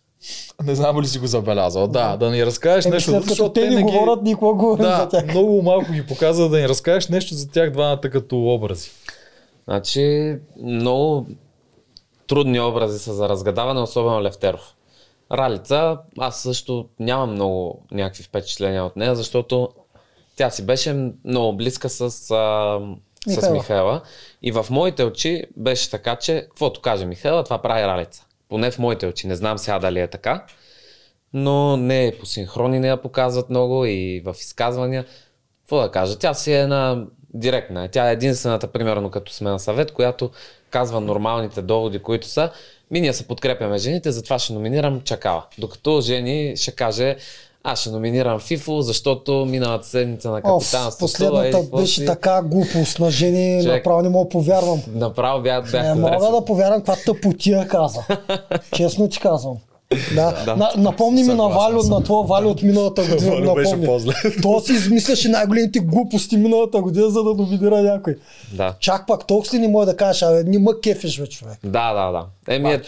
Не знам дали си го забелязал. Да, да ни разкажеш Еми, нещо, след като защото те не не ги- говорят, никога говорим за Да, тях. много малко ги показва да ни разкажеш нещо за тях двамата като образи. Значи, много трудни образи са за разгадаване, особено Левтеров. Ралица, аз също нямам много някакви впечатления от нея, защото тя си беше много близка с, а, с Михайла. Михайла. И в моите очи беше така, че каквото каже Михайла, това прави Ралица. Поне в моите очи. Не знам сега дали е така. Но не по синхрони не я показват много и в изказвания. Какво да кажа? Тя си е една директна. е. Тя е единствената, примерно, като сме на съвет, която казва нормалните доводи, които са. Ми ние се подкрепяме жените, затова ще номинирам Чакала. Докато Жени ще каже, аз ще номинирам Фифо, защото миналата седмица на Оф, капитанството... е, последната какво беше си. така глупост на жени, Чак. направо не мога да повярвам. Направо бях, бях Не мога да повярвам каква тъпотия каза. Честно ти казвам. Да. На, напомни ми на Съгласен Валю, на това Валю от миналата година. Валю беше напомни. по-зле. То си измисляше най-големите глупости миналата година, за да номинира някой. Да. Чак пак толкова ли не може да кажеш, а не ма кефиш бе, човек. Да, да, да. Еми, е,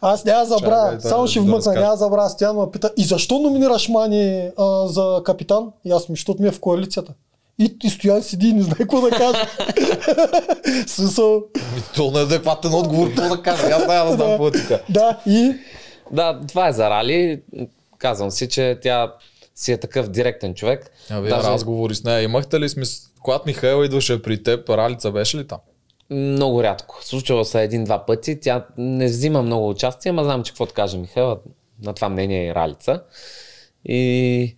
Аз няма забравя, Чакай, да, само ще да вмъкна, разкажа. няма забравя, Стоян ме пита, и защо номинираш Мани а, за капитан? И аз ми, защото ми е в коалицията. И, и Стоян седи и не знае какво да каже. Смисъл, Ми, То не е адекватен отговор, какво да кажа. Аз няма да знам какво да ти кажа. да, и Да, това е за Рали. Казвам си, че тя си е такъв директен човек. А вие разговори с нея имахте ли смисъл? Когато Михаела идваше при теб, Ралица беше ли там? Много рядко. Случвало се един-два пъти. Тя не взима много участие, ама знам, че каквото каже Михайла, на това мнение е и Ралица. И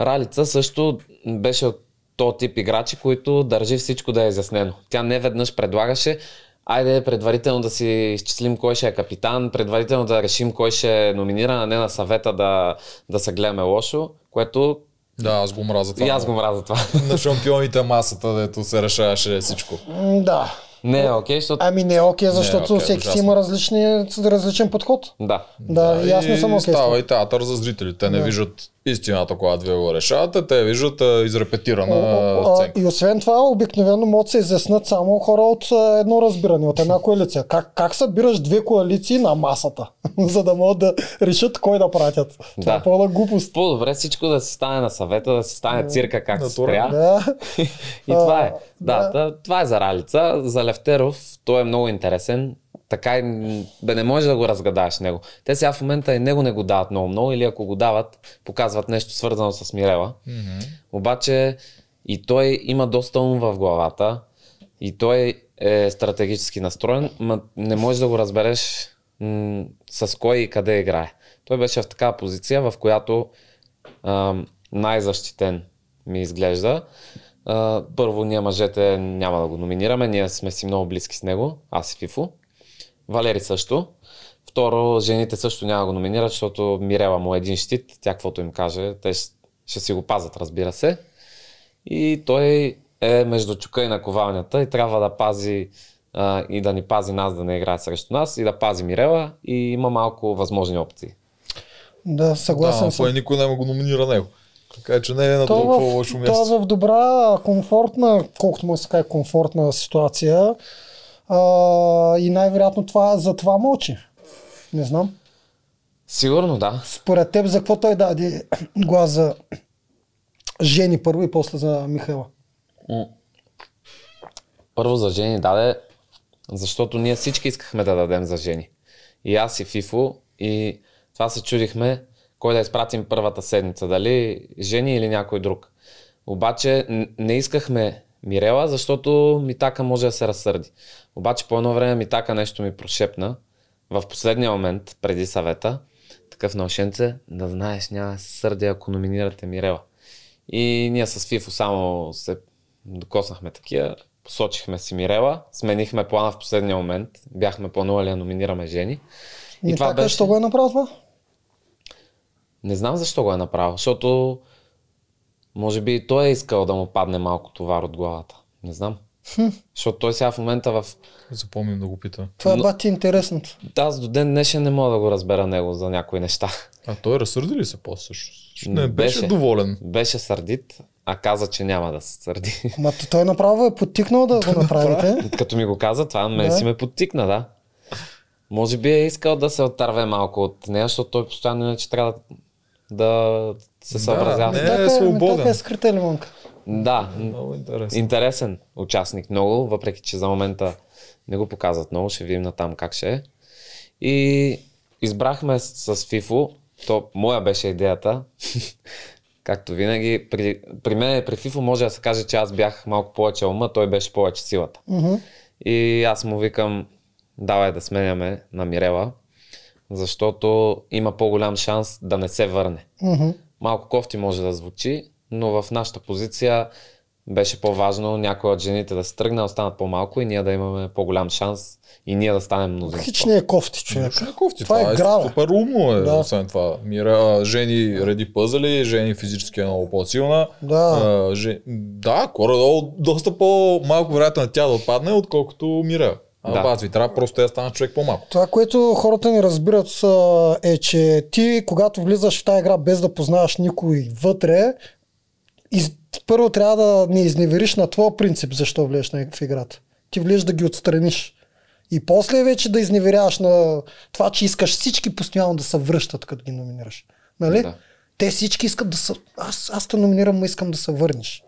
Ралица също беше от то тип играчи, които държи всичко да е изяснено. Тя не веднъж предлагаше, айде предварително да си изчислим кой ще е капитан, предварително да решим кой ще е номиниран, а не на съвета да, да се гледаме лошо, което Да, аз го мразя това. и аз го мразя това. На шампионите масата, дето се решаваше всичко. м, да. не е окей, защото... Ами не е окей, защото окей, всеки си ужасно. има различни, различен подход. Да. Да, и аз не съм окей. с това. Ами, Става и театър за зрители. Те не виждат истината, когато вие го решавате, те виждат а, изрепетирана О, о, а, сценка. И освен това, обикновено могат да се изяснат само хора от а, едно разбиране, от една коалиция. Как, как събираш две коалиции на масата, за да могат да решат кой да пратят? Това Да. е пълна глупост. По-добре всичко да си стане на съвета, да си стане цирка както се Натурално. трябва. Да. И това е. да. Да, да, това е за Ралица. За Левтеров той е много интересен. Така и м, да не можеш да го разгадаеш него. Те сега в момента и него не го дават много много или ако го дават, показват нещо свързано с Мирела. Обаче и той има доста ум в главата и той е стратегически настроен, ма не можеш да го разбереш м- с кой и къде играе. Той беше в такава позиция, в която ам, най-защитен ми изглежда. А, първо, ние мъжете няма да го номинираме, ние сме си много близки с него, аз и Фифо. Валери също. Второ, жените също няма да го номинират, защото Мирела му е един щит, тя каквото им каже, те ще, ще си го пазят, разбира се. И той е между чука и наковалнята и трябва да пази а, и да ни пази нас, да не играе срещу нас и да пази Мирела и има малко възможни опции. Да, съгласен Да, е съм. той никой не го номинира него. Така че не е на Той толкова в- лошо той място. в добра, комфортна, колкото му се каже, комфортна ситуация. А, и най-вероятно това, за това мълчи. Не знам. Сигурно да. Според теб, за какво той даде глас за Жени първо и после за Михайла? Първо за Жени даде, защото ние всички искахме да дадем за Жени. И аз и Фифо и това се чудихме кой да изпратим първата седмица, дали Жени или някой друг. Обаче н- не искахме Мирела, защото Митака може да се разсърди. Обаче по едно време Митака нещо ми прошепна в последния момент преди съвета, такъв на ушенце, да знаеш, няма да се сърдя, ако номинирате Мирела. И ние с Фифо само се докоснахме такива, посочихме си Мирела, сменихме плана в последния момент, бяхме планували да номинираме жени. И И това така, беше... що го е направил това? Не знам защо го е направил, защото може би и той е искал да му падне малко товар от главата. Не знам. Защото той сега в момента в... Запомним да го питам. Това е Но- бати интересното. Да, Аз до ден днешен не мога да го разбера него за някои неща. А той разсърди ли се после? всъщност? Не беше, Беше. доволен. Беше сърдит, а каза, че няма да се сърди. Ма т- той направо е подтикнал да го направите. Като ми го каза, това мен Да. си ме подтикна, да. Може би е искал да се отърве малко от нея, защото той постоянно иначе трябва да, да се съобразява. не. Да, е свободен. Така е скрита лимонка. да, Много интересно. Интересен участник много, въпреки че за момента не го показват много, ще видим на там как ще е. И избрахме с, с FIFO, то моя беше идеята, както винаги, при, при мен и при FIFO може да се каже, че аз бях малко повече ума, той беше повече силата. Мгм. И аз му викам, давай да сменяме на Мирела, защото има по-голям шанс да не се върне. Мгм. Малко кофти може да звучи, но в нашата позиция беше по-важно някой от жените да се тръгне, да останат по-малко и ние да имаме по-голям шанс и ние да станем Хич мнозинство. не е кофти, човек. Точно е кофти. Това е Това, игра, бе. е супер умно е, Да. да. освен това. Мира, жени реди пъзели, жени физически е много по-силна. Да. А, жен... Да, Кора Долу доста по-малко вероятно е тя да отпадне, отколкото Мира. А да. Да. бази, трябва просто да стане човек по-малко. Това, което хората не разбират а, е, че ти, когато влизаш в тази игра без да познаваш никой вътре, из... първо трябва да не изневериш на твоя принцип, защо влезеш на- в играта. Ти влезеш да ги отстраниш. И после вече да изневеряваш на това, че искаш всички постоянно да се връщат, като ги номинираш. Нали? Да. Те всички искат да са... Аз, аз те номинирам, но искам да се върнеш.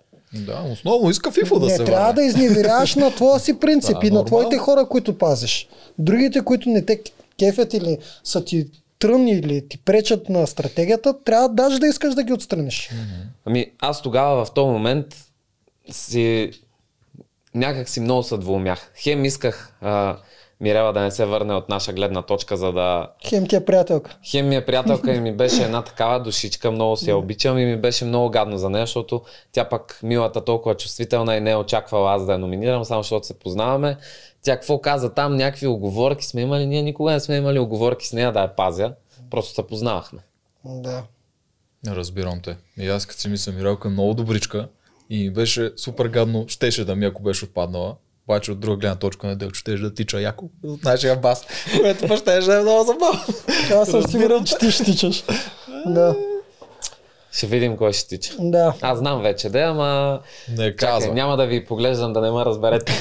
Да, основно иска FIFA да не, се трябва върне. да изневеряваш на твоя си принцип Да, и на нормално. твоите хора, които пазиш. Другите, които не те кефят или са ти тръмни или ти пречат на стратегията, трябва даже да искаш да ги отстраниш. Ами аз тогава в този момент си някак си много се двумях. Хем исках а, Мирела да не се върне от наша гледна точка, за да... Хем ти е приятелка. Хем ми е приятелка и ми беше една такава душичка, много си я обичам и ми беше много гадно за нея, защото тя пък милата толкова чувствителна и не е очаквала аз да я номинирам, само защото се познаваме. Тя какво каза там, някакви оговорки сме имали, ние никога не сме имали оговорки с нея да я пазя, просто се познавахме. Да. Разбирам те. И аз като си мисля, Миралка е много добричка и ми беше супер гадно, щеше да ми, ако беше отпаднала. Обаче от друга гледна точка на Делчо, щеше да тича яко от нашия бас, което пък щеше да е много забавно. Аз съм Разбирам сигурен, че ти ще тичаш. да. Ще видим кой ще тича. Да. Аз знам вече, да, ама Не Чакай, казвам. няма да ви поглеждам да не ме разберете.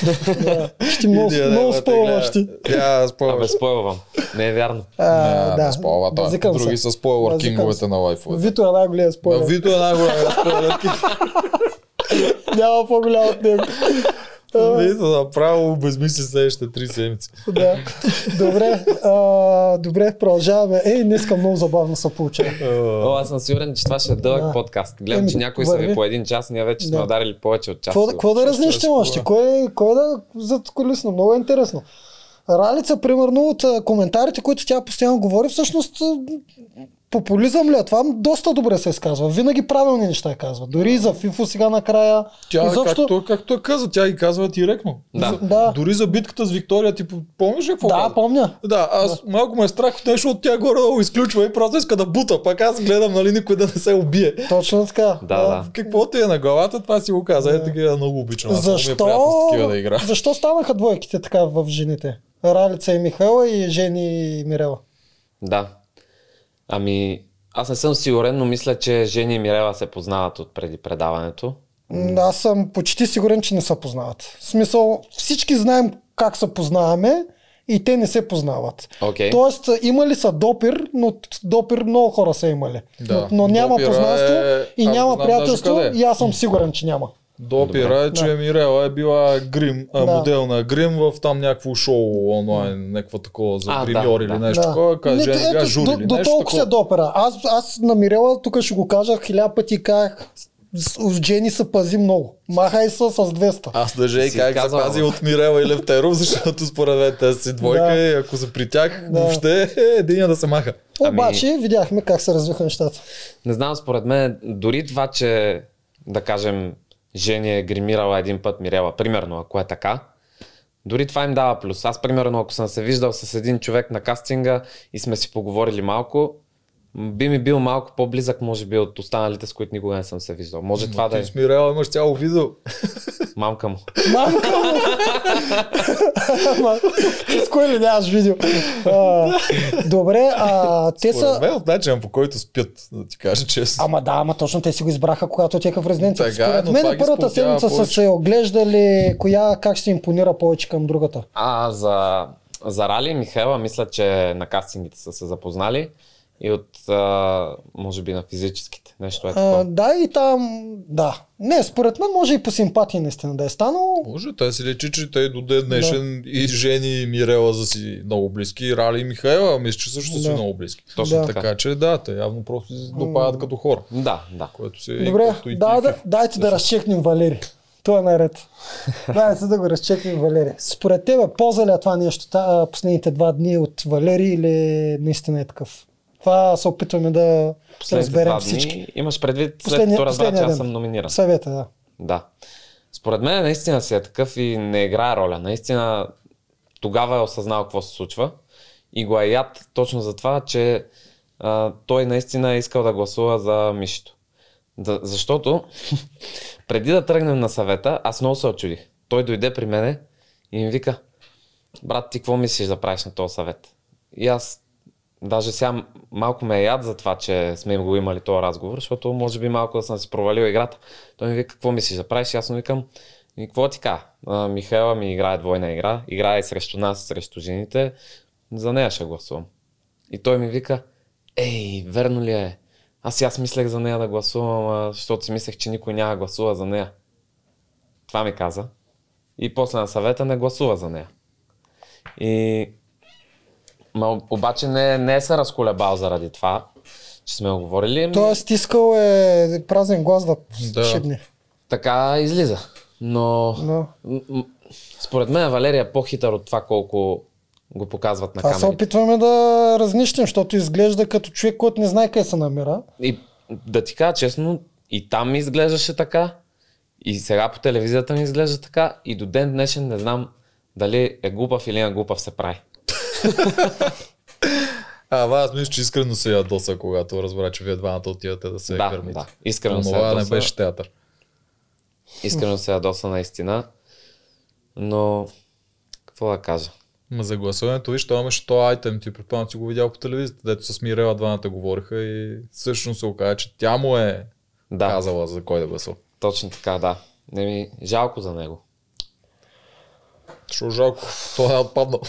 Ще е много, много спойваш ти. Я Абе, спойваш. спойвам. Не е вярно. А, Не, не спойва той. Базикам Други се. са спойлер Базикам кинговете се. на лайфовете. Вито е най-големия Бе, спойлер. Вито е най-голям спойлер кинг. Няма по-голям от него. Вито Нали, направо обезмисли следващите три седмици. Да. Добре, а, добре, продължаваме. Ей, днеска много забавно се получава. О, аз съм сигурен, че това ще е дълъг Да. подкаст. Гледам, Еми, че някои са върви. ви по един час, ние вече сме Да. ударили повече от час. Какво да- Какво да разнищим разкова. още? Кое, е- кое да зад колисно? Много е интересно. Ралица, примерно, от а, коментарите, които тя постоянно говори, всъщност а, популизъм ли е? Това доста добре се изказва. Винаги правилни неща казва. Дори и за Фифо сега накрая. Тя, Изобщо- както, както е каза, тя ги казва директно. Да. За- Да. Дори за битката с Виктория, ти помниш ли какво Да, каза? помня. Да, аз малко ме е страх от нещо, от тя горе го изключва и просто иска да бута. Пак аз гледам, нали, никой да не се убие. Точно така. Да, да. Какво ти е на главата, това си го каза. Е, такива много обичам. Аз Много ми е приятно с Защо, такива да игра. защо станаха двойките така в жените? Ралица и Михайла и Жени и Мирела. Да. Ами, аз не съм сигурен, но мисля, че Жени и Мирела се познават от преди предаването. М, Аз съм почти сигурен, че не се познават. В смисъл, всички знаем как се познаваме и те не се познават. Окей. Тоест, имали са допир, но т- допир много хора са имали. Да. Но, но няма Допира познанство е- и аз няма знам приятелство даже къде е. и аз съм сигурен, че няма. Допира е, че Да. Мирела е била грим, а, Да. модел на грим в там някакво шоу онлайн, някакво такова за А, да, гримьор или да. нещо такова. Не, Каже, Ами, ето, сега жури до, или до нещо толкова се такова. допера. Аз, аз на Мирела, тук ще го кажа хиляда пъти, как с- с Джени се пази много. Махай се с 200. Аз даже и Си е как се казвала. пази от Мирела и Левтеров, защото според мен те си двойка Да. и ако са при тях, Да. въобще е един да се маха. ами- Обаче видяхме как се развиха нещата. Не знам, според мен, дори това, че, да кажем, Жени е гримирала един път Мирела, примерно, ако е така, дори това им дава плюс. Аз, примерно, ако съм се виждал с един човек на кастинга и сме си поговорили малко, м, би ми бил малко по-близък, може би, от останалите, с които никога не съм се виждал. Може това да е Ти с Мирела имаш цяло видео. мамка му. Мамка му! Ама, ти С кой ли нямаш видео? А, добре, а, те Според са... мен от начина по който спят, да ти кажа честно. Ама да, ама точно те си го избраха, когато отиха в резиденция. Така е, Според но мен това на ги първата сполучава седмица са повече. се оглеждали коя как ще импонира повече към другата. А за, за Рали и Михайла, мисля, че на кастингите са се запознали и от, а, може би, на физическите. Нещо е А, такова. да, и там, да. Не, според мен може и по симпатия наистина да е станало. Може, той си лечи, че той до ден днешен и Жени и Мирела за си много близки. Рали и Михайла, мисля, че също си Да. много близки. Точно Да. така. Така че да, те явно просто се допадат като хора. Да, да. Което Е, си Добре, както и да, ти, да, дайте да разчекнем Валери. Това е наред. Дайте да го разчекнем Валери. Според тебе, полза ли е това нещо та, последните два дни от Валери или наистина е такъв? Това се опитваме да Последните разберем два всички. дни имаш предвид, след Последния- като разбра, че последния ден. аз съм номиниран. Съвета, да. Да. Според мен наистина си е такъв и не играе роля. Наистина тогава е осъзнал какво се случва и го е яд точно за това, че а, той наистина е искал да гласува за Мишето. Да, защото преди да тръгнем на съвета, аз много се очудих. Той дойде при мене и ми вика, брат, ти какво мислиш да правиш на този съвет? И аз даже сега м- малко ме е яд за това, че сме го имали този разговор, защото може би малко да съм си провалил играта. Той ми вика, какво мислиш да правиш? И аз му викам, И какво ти кажа? А, Михайла ми играе двойна игра, играе срещу нас, срещу жените, за нея ще гласувам. И той ми вика, ей, верно ли е? Аз и аз мислех за нея да гласувам, а, защото си мислех, че никой няма да гласува за нея. Това ми каза. И после на съвета не гласува за нея. И... Ма, обаче не, не е се разколебал заради това, че сме го говорили. ами- Той е стискал е празен глас да, Да. да. шибне. така излиза. Но Но. м- м- според мен Валерия е по-хитър от това колко го показват на Това се камерите. опитваме да разнищим, защото изглежда като човек, който не знае къде се намира. И да ти кажа честно, и там ми изглеждаше така, и сега по телевизията ми изглежда така, и до ден днешен не знам дали е глупав или не глупав се прави. А, ба, аз мисля, че искрено се ядоса, когато разбра, че вие двамата отивате да се да, гърмите. да. Искрено се Това не ядоса. беше театър. Искрено се ядоса наистина. Но, какво да кажа? Ма за гласуването, виж, той имаше този айтем, ти предполагам, си го видял по телевизията, дето с Мирела двамата говориха и всъщност се оказа, че тя му е Да, казала за кой да гласува. точно така, да. Не ми, жалко за него. Шо жалко, той е отпаднал.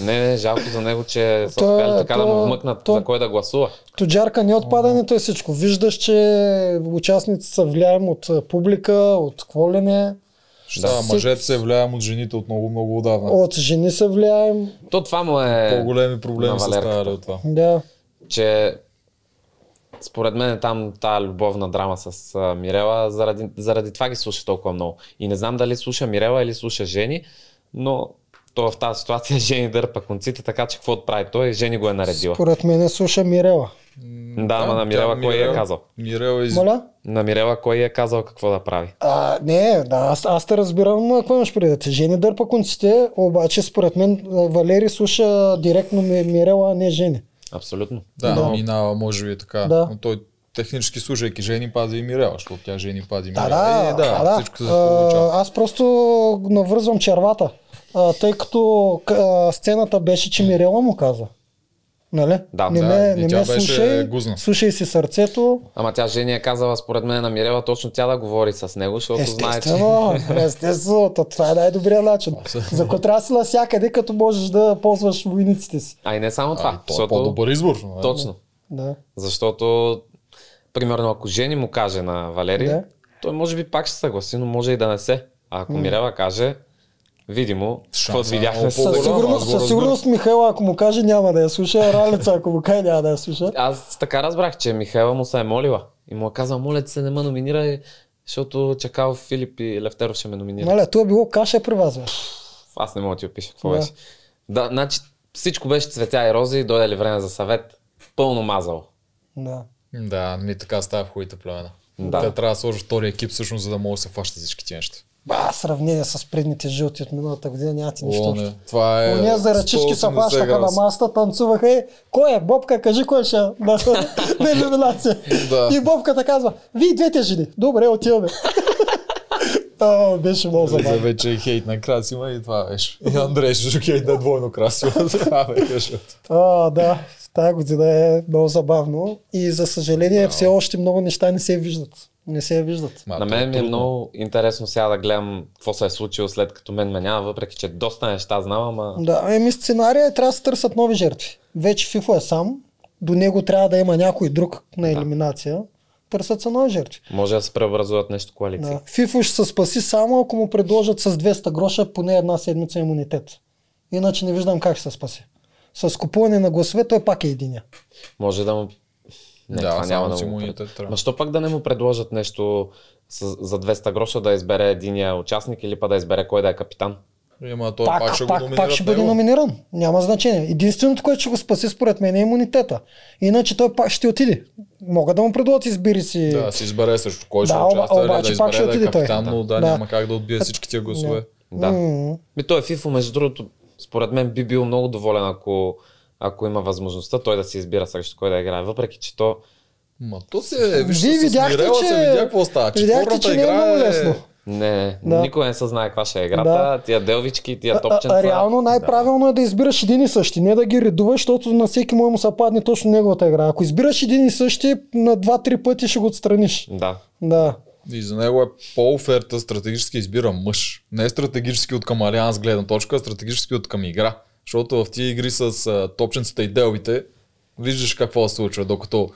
Не, не, жалко за него, че са То е- успяли така да то- му вмъкнат то- за кой да гласува. Тоджарка не е отпадането е всичко. Виждаш, че участниците са влияем от а, публика, от какво ли не. Да, да мъжете се влияем от жените от много-много отдавна. От жени са влияем. То това му е, По-големи на проблеми са Валерката. ставали от това. Да. че според мен е там тая любовна драма с а, Мирела, заради, заради това ги слуша толкова много. И не знам дали слуша Мирела или слуша Жени, но то в тази ситуация Жени дърпа конците, така че какво прави той, Жени го е наредила. Поред мен е слуша Мирела. Да, ама на Мирела тя- кой е Мирела- казал? Мирела из... Моля? На Мирела кой е казал какво да прави? А, не, да, аз, аз те разбирам а, какво имаш предвид. Жени дърпа конците, обаче според мен а, Валери слуша директно Ми- Мирела, а не Жени. Абсолютно. Да, Да. минава, може би е така. Да. Но той технически слушайки жени пази и Мирела, защото тя жени пази Да, Мирела. да, и, да, да. Е, Всичко се получава. А, аз просто навързвам червата, а, тъй като к- а, сцената беше, че Мирела му каза. Нали? Да, не да, и ме, не тя ме беше слушай, гузна. слушай си сърцето. Ама тя Жени е казала според мен на Мирела точно тя да говори с него, защото знае, че Естествено, естествено, то това е най-добрият начин. За кой трябва да си навсякъде, като можеш да ползваш войниците си. А и не само това. А, и той е защото... по-добър избор. нали? Точно. Да. Защото, примерно, ако Жени му каже на Валери, Да. той може би пак ще съгласи, но може и да не се. А ако Мирела каже, видимо, какво е видяхме много с... по-голям. Със По-голямо, аз сигурност, го със сигурност Михайла, ако му каже, няма да я слуша. Ралица, ако му каже, няма да я слуша. Аз така разбрах, че Михайла му се е молила. И му е казал, моля ти се, не ме номинирай, защото Чакалов, Филип и Левтеров ще ме номинират. Маля, това е било каша при вас, бе. Аз не мога да ти опиша какво Да. беше. Да, значи всичко беше цветя и рози, дойде ли време за съвет, пълно мазало. Да. Да, ми така става в хуите племена. Да. Те трябва да сложат втори екип, всъщност, за да могат да се фащат всички тия неща. Ба, сравнение с предните жълти от миналата година, няма ти нищо О, общо. не. Това е. Ония за ръчички се 180 хващаха на градуса. маста, танцуваха и кой е? Бобка, кажи кой ще на, на иллюминация. Да. И Бобката казва, вие двете жени, добре, отиваме. О, беше много За забавно. вече хейт на Красима и това беше. И Андрей ще хейт на двойно Красима. Това беше къщата. А, да, тази година е много забавно и за съжаление все още много неща не се виждат. Не се виждат. Ма, на то мен ми е трудно. много интересно сега да гледам какво се е случило след като мен ме няма, въпреки че доста неща знам, ама Да, еми сценария е, трябва да се търсят нови жертви. Вече Фифо е сам, до него трябва да има някой друг на елиминация. Търсят се нови жертви. може да се преобразуват нещо коалиции. Да. Фифо ще се спаси само ако му предложат с 200 гроша поне една седмица имунитет. Иначе не виждам как ще се спаси. С купуване на гласове той пак е единия. Може да му... Не, Да, това само няма да си му му пред- идете, трябва. Ма що пак да не му предложат нещо с, за 200 гроша да избере единия участник или па да избере кой да е капитан? Има, той пак, пак ще го пак, пак номинират ще бъде него. номиниран. Няма значение. Единственото, което ще го спаси според мен е имунитета. Иначе той пак ще отиде. Мога да му предложат избери си. Да, си избере също кой ще Да, оба- участва, да, да обаче пак ще избере да е отиде той. капитан, но да, Да. няма как да отбие всички тия гласове. Да. М. Ми той е Фифо, между другото, според мен би бил много доволен, ако, ако има възможността той да се избира срещу кой да играе. Въпреки, че то Ма то се, виж, Вие Е, с видяхте, Мирела че- се видя какво става. Видяхте, Четворната че не е игра много лесно. не, Да. никой не се знае каква ще е играта. Да. Тия делвички, Е, тия А- а- топченца. А, реално най-правилно е да избираш един и същи, не да ги редуваш, защото на всеки му му се падне точно неговата игра. Ако избираш един и същи, на два-три пъти ще го отстраниш. Да. Да. И за него е по-оферта стратегически избира мъж. Не стратегически от към Алианс гледна точка, а стратегически от към игра. Защото в тия игри с а, топченцата и делбите, виждаш какво се случва, докато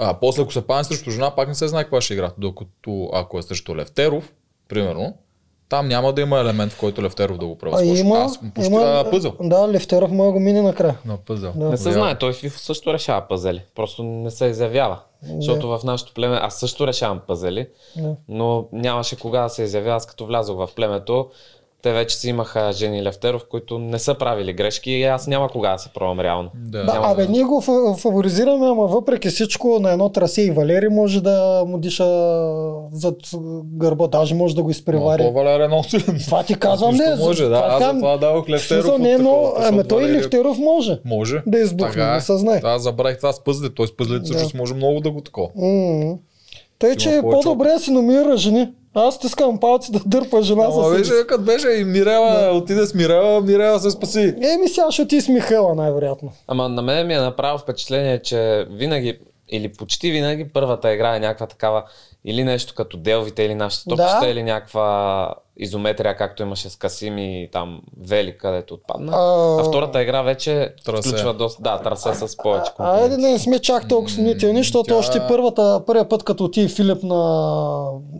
а, после ако се пани срещу жена, пак не се знае каква ще игра. Докато ако е срещу Левтеров, примерно, там няма да има елемент, в който Левтеров да го А превъзхожда. има, Аз почти има а, пъзъл. Да, Левтеров може да го мине накрая. На пъзъл. Да. Не се знае, той в FIFA също решава пъзели. Просто не се изявява. Защото в нашето племе, аз също решавам пъзели, Да. но нямаше кога да се изявя. Аз като влязох в племето, те вече си имаха Жени Левтеров, които не са правили грешки и аз няма кога да се пробвам реално. Е, Да. Да, Няма абе, да. ние го фа- фаворизираме, ама въпреки всичко на едно трасе и Валери може да му диша зад гърба, даже може да го изпревари. Но Валер е много силен. Това ти казвам, Нищо не. за- може, да. това Аз казвам. затова давах В смисъл, Левтеров. от не, такова, но, защото ама той и Валери е- Левтеров може. Може. да избухне, Така е. не се знае. Аз забравих това с пъзлите. Той с пъзлите всъщност може много да го такова. М. Тъй, че е повече по-добре да си номинира жени. Аз стискам палци да дърпа жена Ама със виж, себе си. като беше и Мирела, отиде с Мирела, Мирела се спаси. Еми сега ще ти с Михайла най-вероятно. Ама на мен ми е направо впечатление, че винаги или почти винаги първата игра е някаква такава или нещо като делвите или нашите Да. топчета или някаква изометрия, както имаше с Касим и там Вели, където отпадна. А. А, вита игра вече Трасе. включва доста, да, трасе с повече компоненти. Айде не сме чак толкова съмнителни, защото тя- е. още първата, първия път, като отиде Филип на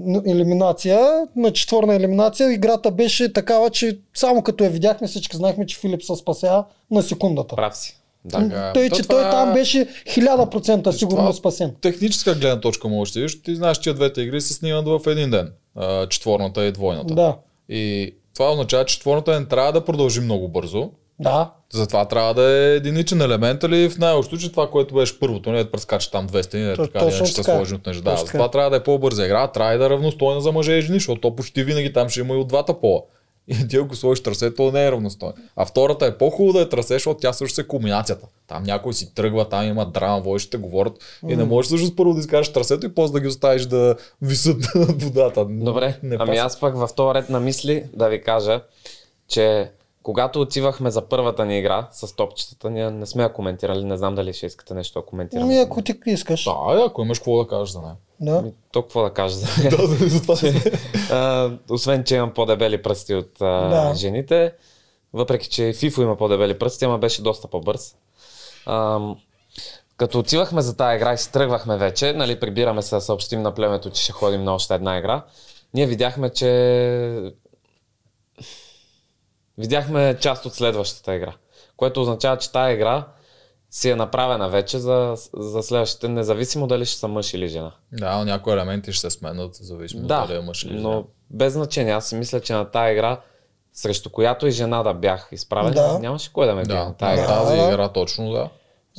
на елиминация, на четвърна елиминация, играта беше такава, че само като я видяхме, всички знаехме, че Филип се спася на секундата. Прав си. Да. Така е. Тъй, То че това той там беше 1000% сигурно това- спасен. Техническа гледна точка може да видиш. Ти знаеш, че двете игри се снимат в един ден. А, Четворната и двойната. Да. И това означава, че четворната не трябва да продължи много бързо. Да. Затова трябва да е единичен елемент, или в най-общо случай това, което беше първото, не да прескача там 200, не То- така, или точно иначе се така. сложи от неща. Да, Точно така. затова трябва да е по-бърза игра, трябва и да е равностойна за мъже и жени, защото то почти винаги там ще има и от двата пола. И ти ако сложиш трасе, то не е равностойно. А втората е по-хубава да е трасе, защото тя също е кулминацията. Там някой си тръгва, там има драма, войщите говорят и не можеш всъщност първо да изкажеш трасето и после да ги оставиш да висят над водата. Добре, не ами паса. аз пък в този ред на мисли да ви кажа, че когато отивахме за първата ни игра с топчетата, ние не сме я коментирали, не знам дали ще искате нещо да коментираме. Ами ако ти искаш. Да, ако имаш какво да кажеш за нея. Да. Ами, То какво да кажа за нея? Да, за това си. А, освен, че имам по-дебели пръсти от а, Да. жените, въпреки, че и Фифо има по-дебели пръсти, ама беше доста по-бърз. Ам, като отивахме за тази игра и се тръгвахме вече, нали, прибираме се да съобщим на племето, че ще ходим на още една игра, ние видяхме, че... Видяхме част от следващата игра, което означава, че тази игра си е направена вече за, за следващите, независимо дали ще са мъж или жена. Да, но някои елементи ще се сменят, зависимо Да, дали е мъж или жена. но без значение. Аз си мисля, че на тази игра, срещу която и жена да бях изправен, Да. да. нямаше кой да ме бие Да, на тази тази, игра. тази Да. игра точно, да.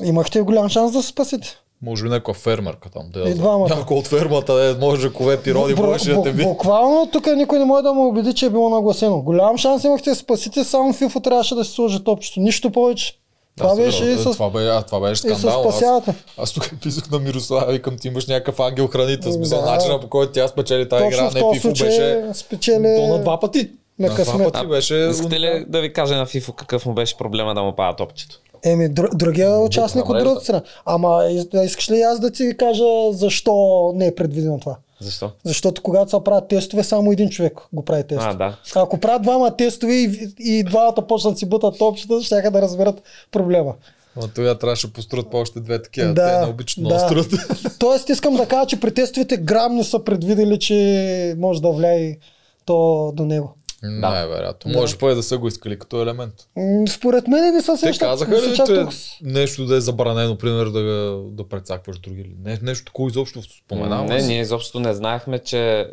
Имахте голям шанс да се спасите. Може би някаква фермерка там. Да я И знам. двамата. Някой от фермата е, може да кове ти роди, Бу- можеше да бу- те би. Буквално тук никой не може да му убеди, че е било нагласено. Голям шанс имахте да спасите, само Фифо трябваше да си сложи топчето. Нищо повече. Това беше и с... това, бе, а, това беше И с скандал. аз, спасявата. аз тук писах на Мирослава, викам ти имаш някакъв ангел хранител. Смисъл, Да. начина по който тя спечели тази Точно игра, в не този пифо случай беше... спечели... То на два пъти. на на два късмет. пъти беше... Искате ли да ви кажа на Фифо какъв му беше проблема да му пада топчето? Еми, дру- другия участник от мрежата. другата страна. Ама из- искаш ли аз да ти кажа защо не е предвидено това? Защо? Защото когато се правят тестове, само един човек го прави тест. А, да. Ако правят двама тестове и, и двамата почнат си бутат топчета, ще да разберат проблема. Ама тогава трябваше да построят по още две такива. Да, Те е не обичат много да. строят. Тоест искам да кажа, че при тестовете грамно са предвидели, че може да влияе то до него. Най-вероятно. Може пък да са го искали като елемент. М, Според мен не са Те сещат. казаха ли чак че тук с- нещо да е забранено, пример да, га- да прецакваш други ли? Не, нещо такова изобщо споменава. не, ние изобщо не знаехме, че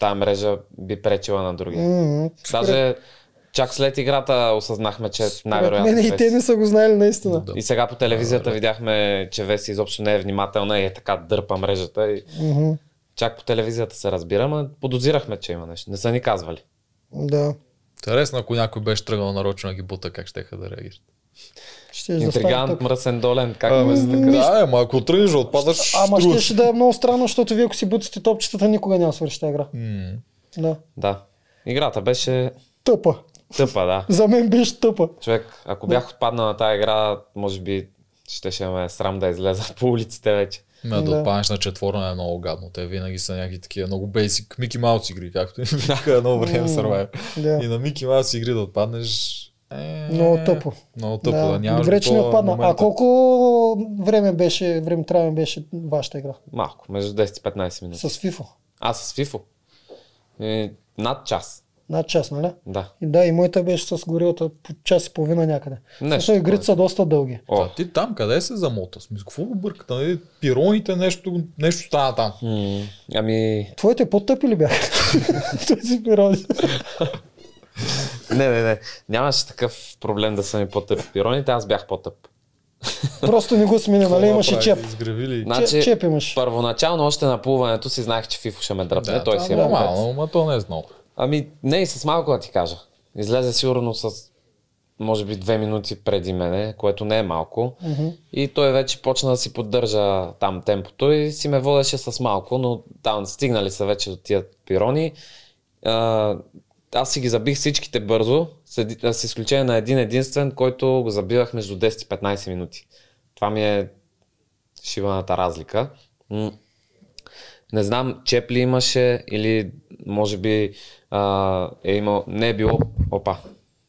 тази мрежа би пречила на други. М, Даже чак след играта осъзнахме, че Според мен най-вероятно и те Веси. не са го знаели наистина. Да. И сега по телевизията видяхме, че Веси изобщо не е внимателна и е така дърпа мрежата. И... Мгм, Чак по телевизията се разбира, но подозирахме, че има нещо. Не са ни казвали. да. Интересно, ако някой беше тръгнал нарочно да ги бута, как щеха да реагират. Ще да стане Интригант, тук. Ами, мръсен, долен, как ме се така. Да, е, ма ако тръгнеш, да отпадаш. Ама струва ще, си. ще да е много странно, защото вие ако си бутите топчетата, никога няма да свърши тази игра. М. Да. Да. Играта беше Тъпа. тъпа, да. За мен беше тъпа. Човек, е ако бях отпаднал на тази игра, може би ще ще ме срам да излеза по улиците вече. Ме да, Да. отпаднеш на четворна е много гадно. Те винаги са някакви такива много бейсик Мики Маус игри, както им бяха едно време М. Survivor. Да. И на Мики Маус игри да отпаднеш е... Много тъпо. Много тъпо, да, нямаш Добре, че не готова отпадна. момента. А колко време беше, време трябва беше вашата игра? Малко, между 10 и 15 минути. С FIFA. А, с FIFO. Е, над час. Над час, нали? Да. И да, и моята беше с горилата по час и половина някъде. Нещо Също игрите са доста дълги. О. Та ти там къде се замота? Смисъл, какво го бъркате? Нали? Пироните нещо, нещо стана там. М, Ами, Твоите по-тъпи ли бяха? Този период. не, не, не. Нямаше такъв проблем да съм и по-тъп. в Пироните, аз бях по-тъп. Просто не го смина, нали? Имаше чеп. Изгревили. Значи, Чеп- чеп имаш. Първоначално, още на плуването си знаех, че Фифо ще ме дръпне. Да, той това си е е глупец. нормално, но то не е знал. Ами, не и с малко да ти кажа. Излезе сигурно с може би две минути преди мене, което не е малко. Mm-hmm. И той вече почна да си поддържа там темпото и си ме водеше с малко, но там стигнали са вече до тия пирони. А, аз си ги забих всичките бързо, с, еди- с изключение на един единствен, който го забивах между 10 и 15 минути. Това ми е шибаната разлика. М. Не знам, чеп ли имаше или може би а, е имал, не е било, опа,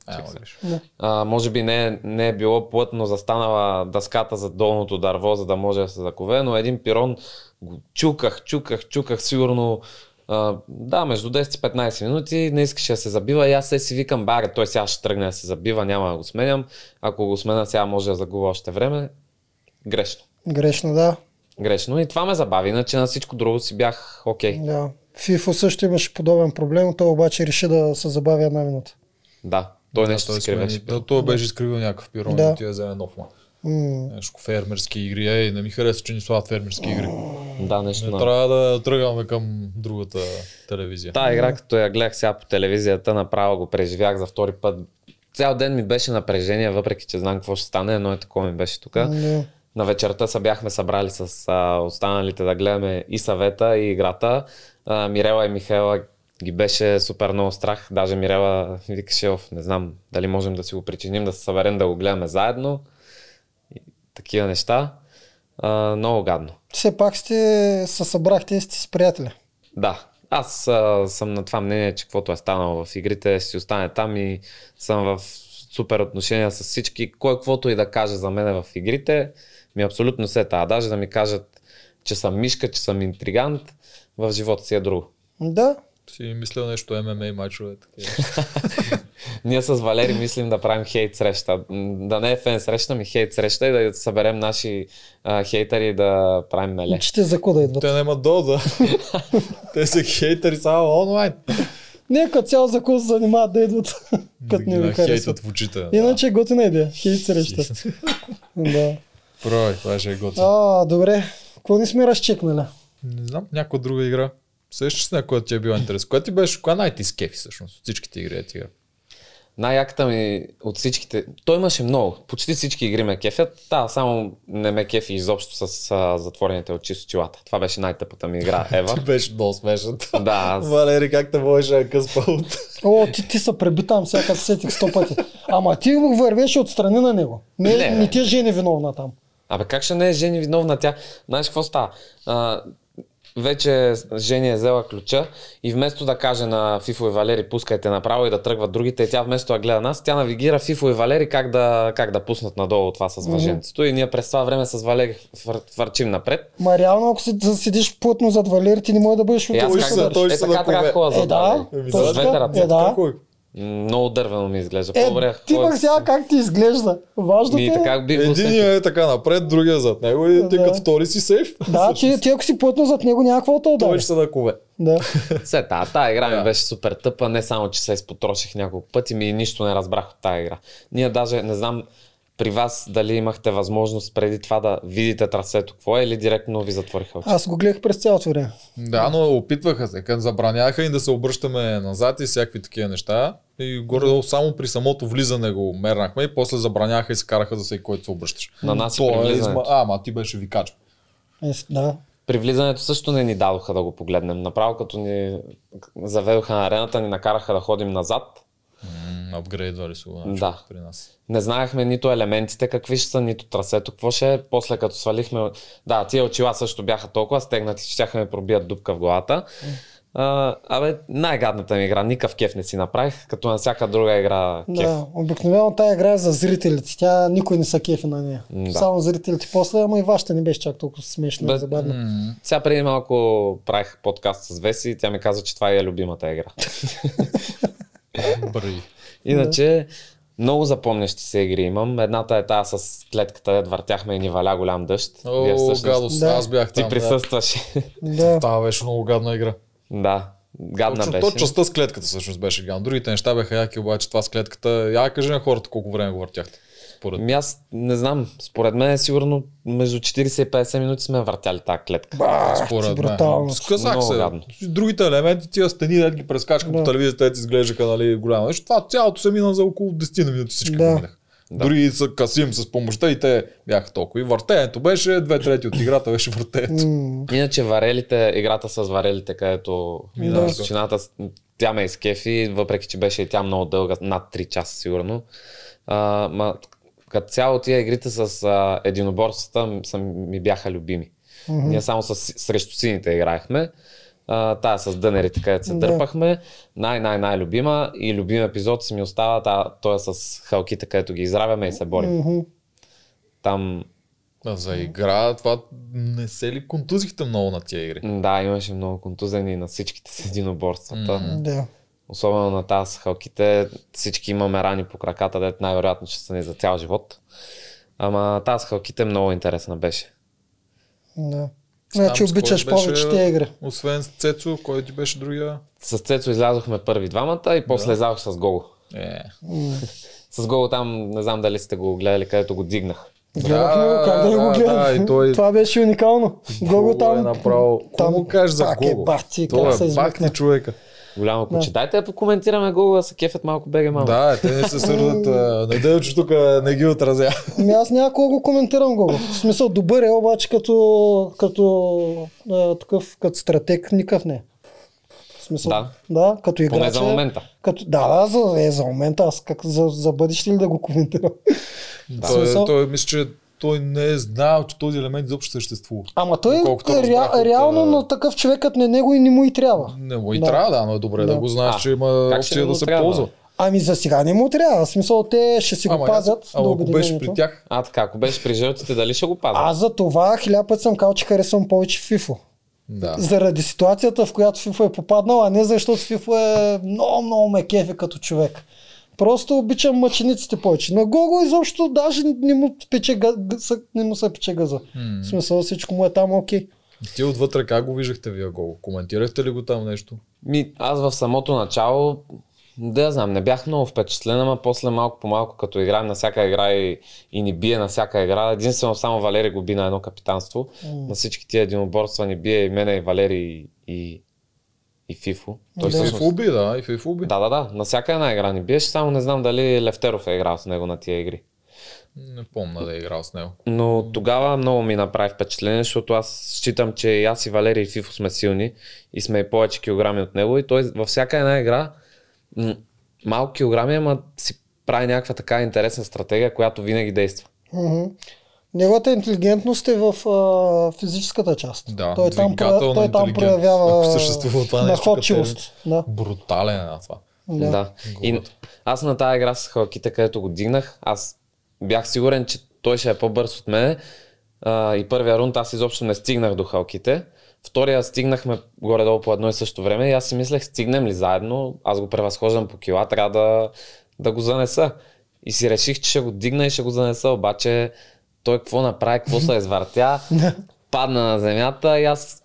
Е, ама виж. а, може би не, е- не е било плътно застанала дъската за долното дърво, за да може да се закове, но един пирон го чуках, чуках, чуках, сигурно а, да, между 10 и 15 минути не искаше да се забива и аз се си викам, баре, той сега ще тръгне да се забива, няма да го сменям. Ако го смена сега може да загубя още време. Грешно. Грешно, да. Грешно. И това ме забави, иначе на всичко друго си бях окей. Okay. да. Фифо също имаше подобен проблем, той обаче реши да се забави една минута. Да, той Да, нещо той си кривеше. смени- Да, той беше изкривил някакъв пирон Да. и ти я вземе нов ман. М, Нещо фермерски игри. Ей, не ми харесва, че ни слагат фермерски игри. Да, нещо. Не на- трябва да тръгваме към другата телевизия. Та игра, като я гледах сега по телевизията, направо го преживях за втори път. Цял ден ми беше напрежение, въпреки че знам какво ще стане, но е такова ми беше тук. Ами да. На вечерта се бяхме събрали с а, останалите да гледаме и съвета, и играта. А, Мирела и Михаела ги беше супер много страх. Даже Мирела викаше, оф, не знам дали можем да си го причиним, да се съберем да го гледаме заедно. И такива неща. А, много гадно. Все пак сте се събрахте и сте с приятели. Да, аз а, съм на това мнение, че каквото е станало в игрите, ще си остане там и съм в супер отношения с всички. Кой каквото и да каже за мене в игрите, ми е абсолютно се тая. Даже да ми кажат, че съм мишка, че съм интригант, в живота си е друго. Да, Си мисля нещо ММА мачове. такива. Ние с Валери мислим да правим хейт среща. М, Да не е фен среща, ми хейт среща и да съберем наши а, хейтери и да правим меле. че те за куда идват. Те нямат доза. Те са хейтери само онлайн. Нека цял за кого се занимават да идват, като не Да ви ги харесват. Хейтът в очите. Иначе готина идея. Хейт среща. да. Прой, това ще е готино. А, добре. Какво не сме разчекнали? Не знам, някаква друга игра. Сещаш се на която ти е била интерес. Коя ти беше, коя най-ти скефи всъщност от всичките игри е тига? Най-яката ми от всичките. Той имаше много. Почти всички игри ме кефят. Да, само не ме кефи изобщо с а, затворените очи с очилата. Това беше най-тъпата ми игра Ти Ева. беше много смешната. да, аз... Валери, как те можеш да я къспа от... О, ти, ти се преби там, сега като се сетих сто пъти. Ама ти му вървеше отстрани на него. Не, Не, не, бе. не ти е жени виновна там. Абе, как ще не е Жени виновна тя? Знаеш какво става? А, вече Жени е взела ключа и вместо да каже на Фифо и Валери пускайте направо и да тръгват другите, тя вместо да гледа нас, тя навигира Фифо и Валери как да, как да пуснат надолу това с въженцето и ние през това време с Валери фър- фърчим напред. Ма реално, ако си, да седиш плътно зад Валери, ти не може да бъдеш Е, аз Той как ще да, се- той е ще се така трябва накове. хора Е, да. Еми, точно. с нали? двете ръце. Е, да. Кой? Много дървено ми изглежда. Е, По-добре. ти хора пък сега как ти изглежда? Важно ти Ми, е. така бих го сетил. Единият е така напред, другия зад него и ти Да. като втори си сейф. Да, ти, ти ако си плътно зад него, някакво да Той удари. ще са на кове. Да. Все, та, та игра ми Да. беше супер тъпа, не само, че се изпотроших няколко пъти, ми и нищо не разбрах от тази игра. Ние даже не знам при вас дали имахте възможност преди това да видите трасето какво е или директно ви затвориха очи. Аз го гледах през цялото време. Да, но опитваха се. Като забраняха и да се обръщаме назад и всякакви такива неща. И горе само при самото влизане го мернахме и после забраняха и се караха за всеки, който се обръщаш. На нас и То при е влизането. изма... А, ама ти беше викач. Е, с- да. При влизането също не ни дадоха да го погледнем. Направо като ни заведоха на арената, ни накараха да ходим назад. апгрейдвали са го значи, Да. при нас. Не знаехме нито елементите какви ще са, нито трасето, какво ще е. После като свалихме... Да, тия очила също бяха толкова стегнати, че щяха ми пробият дупка в главата. А, абе, най-гадната ми игра. Никакъв кеф не си направих, като на всяка друга игра кеф. Да, обикновено тая игра е за зрителите. Тя никой не са кефи на нея. М, да. Само зрителите после, ама и вашата не беше чак толкова смешна Бе, и забавна. М, Сега преди малко правих подкаст с Веси и тя ми каза, че това е любимата игра. Бри. Иначе, много запомнящи се игри имам. Едната е тази с клетката, дед въртяхме и ни валя голям дъжд. Вие О, всъщност- гадост, Да. аз бях Ти там. присъстваш. Да. Да. Това беше много гадна игра. да, гадна Точно, беше. то частта с клетката всъщност беше гадна. Другите неща бяха яки, обаче това с клетката. Я кажи на хората колко време го въртяхте. Според мен. Ми Ами аз не знам, според мен сигурно между 40 и 50 минути сме въртяли тази клетка. Според брутално. мен. Сказах Много се. гадно. Другите елементи, тия стени, да ги прескачка Да. по телевизията, те изглеждаха нали, голямо нещо. Това цялото се мина за около 10 на минути всички Да. да. минаха. Да. Дори и са касим с помощта и те бяха толкова. И въртеенето беше, две трети от играта беше въртеенето. М, Иначе варелите, играта с варелите, където Да. да. височината, тя ме изкефи, въпреки че беше и тя много дълга, над 3 часа сигурно. А, ма, като цяло тия игрите с а, единоборствата м- са, ми бяха любими. Mm-hmm. Ние само с, срещу сините играехме. А, тая с дънерите, където се Да. дърпахме. Най-най-най любима и любим епизод си ми остава та, той е с халките, където ги изравяме и се борим. мгм. Там А За игра, това не се ли контузихте много на тия игри? М, Да, имаше много контузени на всичките с единоборствата. Мгм. Да. Особено на тази с халките. Всички имаме рани по краката, дето най-вероятно ще са ни за цял живот. Ама тази с халките много интересна беше. Да. Значи Там с кой обичаш беше- повече тия игри. Освен с Цецо, който ти беше другия. С Цецо излязохме първи двамата и после излязох с Гого. Е. С Гого там, не знам дали сте го гледали, където го дигнах. Гледахме го, как да не да, го да, гледам. и той- Това беше уникално. Гого Е там. направо. Какво там му кажеш за пак е Гого? бахти, как Той се е бахти измъкна. човека. Голямо куче. Дайте да покоментираме Гого, да се кефят малко беге малко. Да, е, те не се сърдат. а, Не дай, че тук а, не ги отразя. Ами аз някога го коментирам Гого. В смисъл добър е, обаче като, като а, такъв, като стратег никакъв не. е. В смисъл, Да. да, като играч. Поне за е- момента. Като, да, да, за, е, за момента. Аз как, за, за бъдеще ли да го коментирам? Той, е- Смисъл- той мисля, че той не е знал, че този елемент изобщо съществува. Ама той Доколкото е, ре, разбрах от, реално а, на такъв човек като не него и не му и трябва. Не му и Да. трябва, да, но е добре да, Да. го знаеш, А, че има как ще опция не да му се трябва? ползва. Ами за сега не му трябва. В смисъл те ще си го Ама, пазят. ама до ако беше при обединението. тях, А така, ако беше при жълтите, дали ще го пазя? Аз за това хиляда път съм казал, че харесвам повече FIFA. да. Заради ситуацията, в която FIFA е попаднал, а не защото FIFA е много, много ме кефи като човек. Просто обичам мъчениците повече. На Гого изобщо даже не му, пече, га- гъса- не му се пече газа. В смисъл всичко му е там окей. Ти отвътре как го виждахте вие гол? Коментирахте ли го там нещо? Ми, аз в самото начало, да я знам, не бях много впечатлен, ама после малко по малко, като играем на всяка игра и, и ни бие на всяка игра, единствено само Валери го би на едно капитанство, на всички тия единоборства ни бие и мене, и Валери, и, и, и Фифо. Той И всъщност- в уби, да, и в уби. Да, да, да, на всяка една игра ни биеше, само не знам дали Левтеров е играл с него на тия игри. Не помна да е играл с него. Но тогава много ми направи впечатление, защото аз считам, че и аз и Валерий и Фифо сме силни и сме и повече килограми от него. И той във всяка една игра м- малко килограми, ама си прави някаква така интересна стратегия, която винаги действа. Мгм. Неговата интелигентност е в а, физическата част. Да, той там, двигателна проя- той там интелигентност, ако проявява съществува това нещо като находчивост. Да. Брутален е на това. Да. да. И Глупото. аз на тази игра с халките, където го дигнах, аз бях сигурен, че той ще е по-бърз от мене. А, и първия рунд аз изобщо не стигнах до халките. Втория стигнахме горе-долу по едно и също време и аз си мислех, стигнем ли заедно, аз го превъзхождам по кила, трябва да, да го занеса. И си реших, че ще го дигна и ще го занеса, обаче той какво направи, какво се извъртя, падна на земята и аз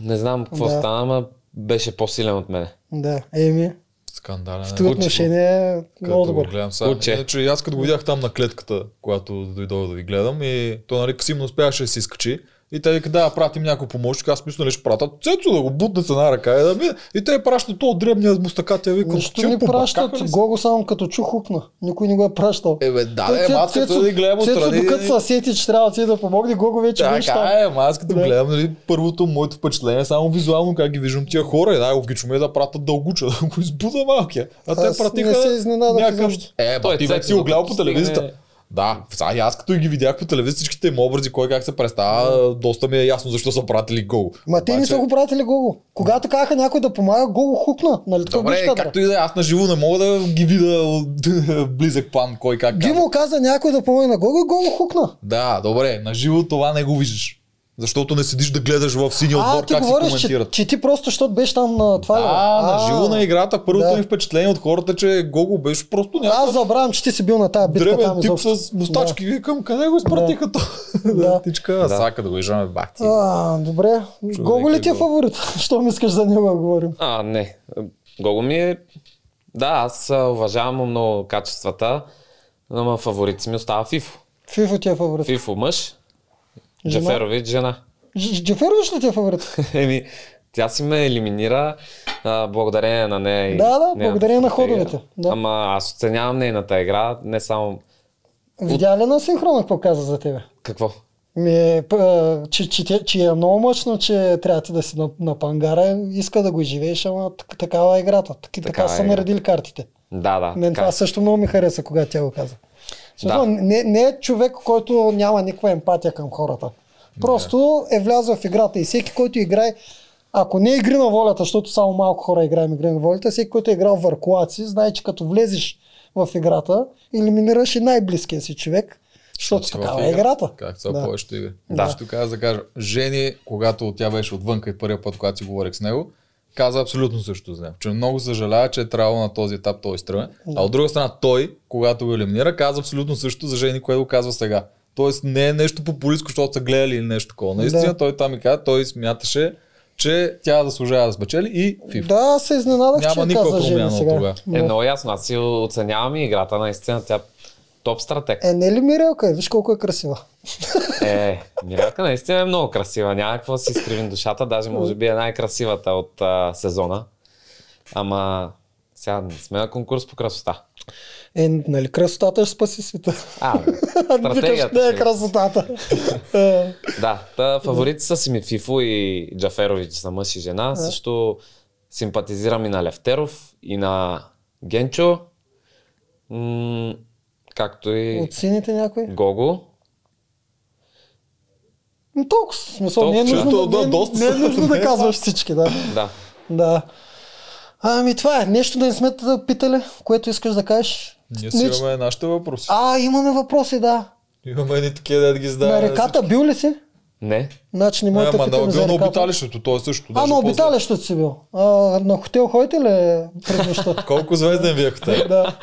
не знам какво Да. стана, ама беше по-силен от мене. Да, Еми, Скандален в е. това Учи го. отношение е много Като го добър. гледам сега. Куче. Иначе и аз като го видях там на клетката, когато дойдох да ви гледам и то нали Касим не успяваше да си изкачи И те вика, да, пратим някой помощник, аз мисля, не ще пратят. Цецо да го бутнат с една ръка. И, да ми... и те пращат то от дребния мустака, тя вика, Нищо не пращат. Гого само като чу хукна. Никой не го е пращал. Ебе, да, е, аз като да гледам Цецо, отстрани. докато се сети, че трябва да ти да помогне, Гого вече беше Така там. е, ама аз като Да. гледам, нали, първото моето впечатление е само визуално как ги виждам тия хора. И най-логично ми е да пратят дългуча, да го избуда малкия. А Аз те не пратиха се изненадах някакъв... изобщо. Е, ба, Той ти Цецо, вече си го гледал по докато телевизията. стигне- Да, сега и аз като ги видях по телевизията, всичките им образи, кой как се представя, доста ми е ясно защо са пратили гол. Ма те не Обаче- са го пратили Гого. Когато казаха някой да помага, Гого хукна. Нали така Добре, беше кадър? както и да е, аз на живо не мога да ги видя от близък план, кой как казва. Димо каза някой да помогне на Гого и Гого хукна. Да, добре, на живо това не го виждаш. Защото не седиш да гледаш в синия А, отбор ти как се говориш, че, коментират. че ти просто, защото беше там на това ли, бе? А, на А, живо на играта, първото да. ми впечатление от хората, е, че Гого беше просто Аз някакъв забравям, че ти си бил на тази битка дребен там тип изобщо. с мустачки. Викам, къде го изпратиха то? Да. Да, тичка, а Да. сака да го ижаме бахти. А, добре. Гого ли ти е е фаворит? Що ми искаш за него да говорим? А, не. Гого ми е... Да, аз а, уважавам му много качествата, но ма фаворит си ми остава Фифо. Фифо ти е фаворит. Фифо мъж, Жена? Джаферович жена. Ж- Джаферович ли ти е фаворит? Еми, тя си ме елиминира а, благодарение на нея. и Да, да, нейната благодарение на стратегия. ходовете, да. Ама аз оценявам нейната игра, не само... Видя ли на синхрона какво каза за тебе? Какво? Ми, е, п- а, че, че, те- че е много мъчно, че трябва ти да си на, на пангара, иска да го живееш, ама так- такава е играта. Так, така, Такава е са игра. наредили картите. Да, да. Мен така е. това също много ми хареса, когато тя го каза. Да. Да. Не, не е човек, който няма никаква емпатия към хората. Просто е влязъл в играта и всеки, който играе, ако не е игри на волята, защото само малко хора играем игри на волята, всеки, който е играл въркулаци, знае, че като влезеш в играта, елиминираш и най-близкия си човек, защото Си в такава е игра. играта. Как са Да. повечето игри. Да. Ще така да кажа. Жени, когато тя беше отвънка и първия път, когато си говорих с него, каза абсолютно също за него. Че много съжалява, че е трябвало на този етап той стръгне. А от друга страна, той, когато го елиминира, каза абсолютно също за Жени, което го казва сега. Тоест не е нещо популистко, защото са гледали или нещо такова. Наистина, Да. той там и каза, той смяташе, че тя заслужава да спечели и FIFA. Да, аз се изненадах, Няма че никаква каза Жени промяна от сега. тогава. Е, много ясно. Аз си оценявам и играта, наистина. Тя топ стратег. Е, не ли Мирелка? е? Виж колко е красива. Е, Миралка наистина е много красива. Няма какво да си изкривим душата. Даже може би е най-красивата от а, сезона. Ама сега не сме на конкурс по красота. Е, нали красотата ще спаси света? А, бе, Викаш, стратегията. не е си. красотата. Е. Да, та, фаворити са си ми Фифо и Джаферович за мъж и жена. Също симпатизирам и на Левтеров, и на Генчо, м- както и От сините някой? Гого. М, Толкова, в смисъл, не е Толкова, нужно, че то- не, е- да, доста не е са. нужно да казваш всички, да. Да. да. Ами това е, нещо да не сме да питали, което искаш да кажеш. Ние си Не, че- имаме нашите въпроси. А, имаме въпроси, да. Имаме едни такива, да ги да знаем. на реката бил ли си? Не. Значи не Не, мога да ама да, питаме бил за на реката. обиталището, той също. А, даже на после. обиталището си бил. А, на хотел ходите ли през нощта? Колко звезден вие хотел? да.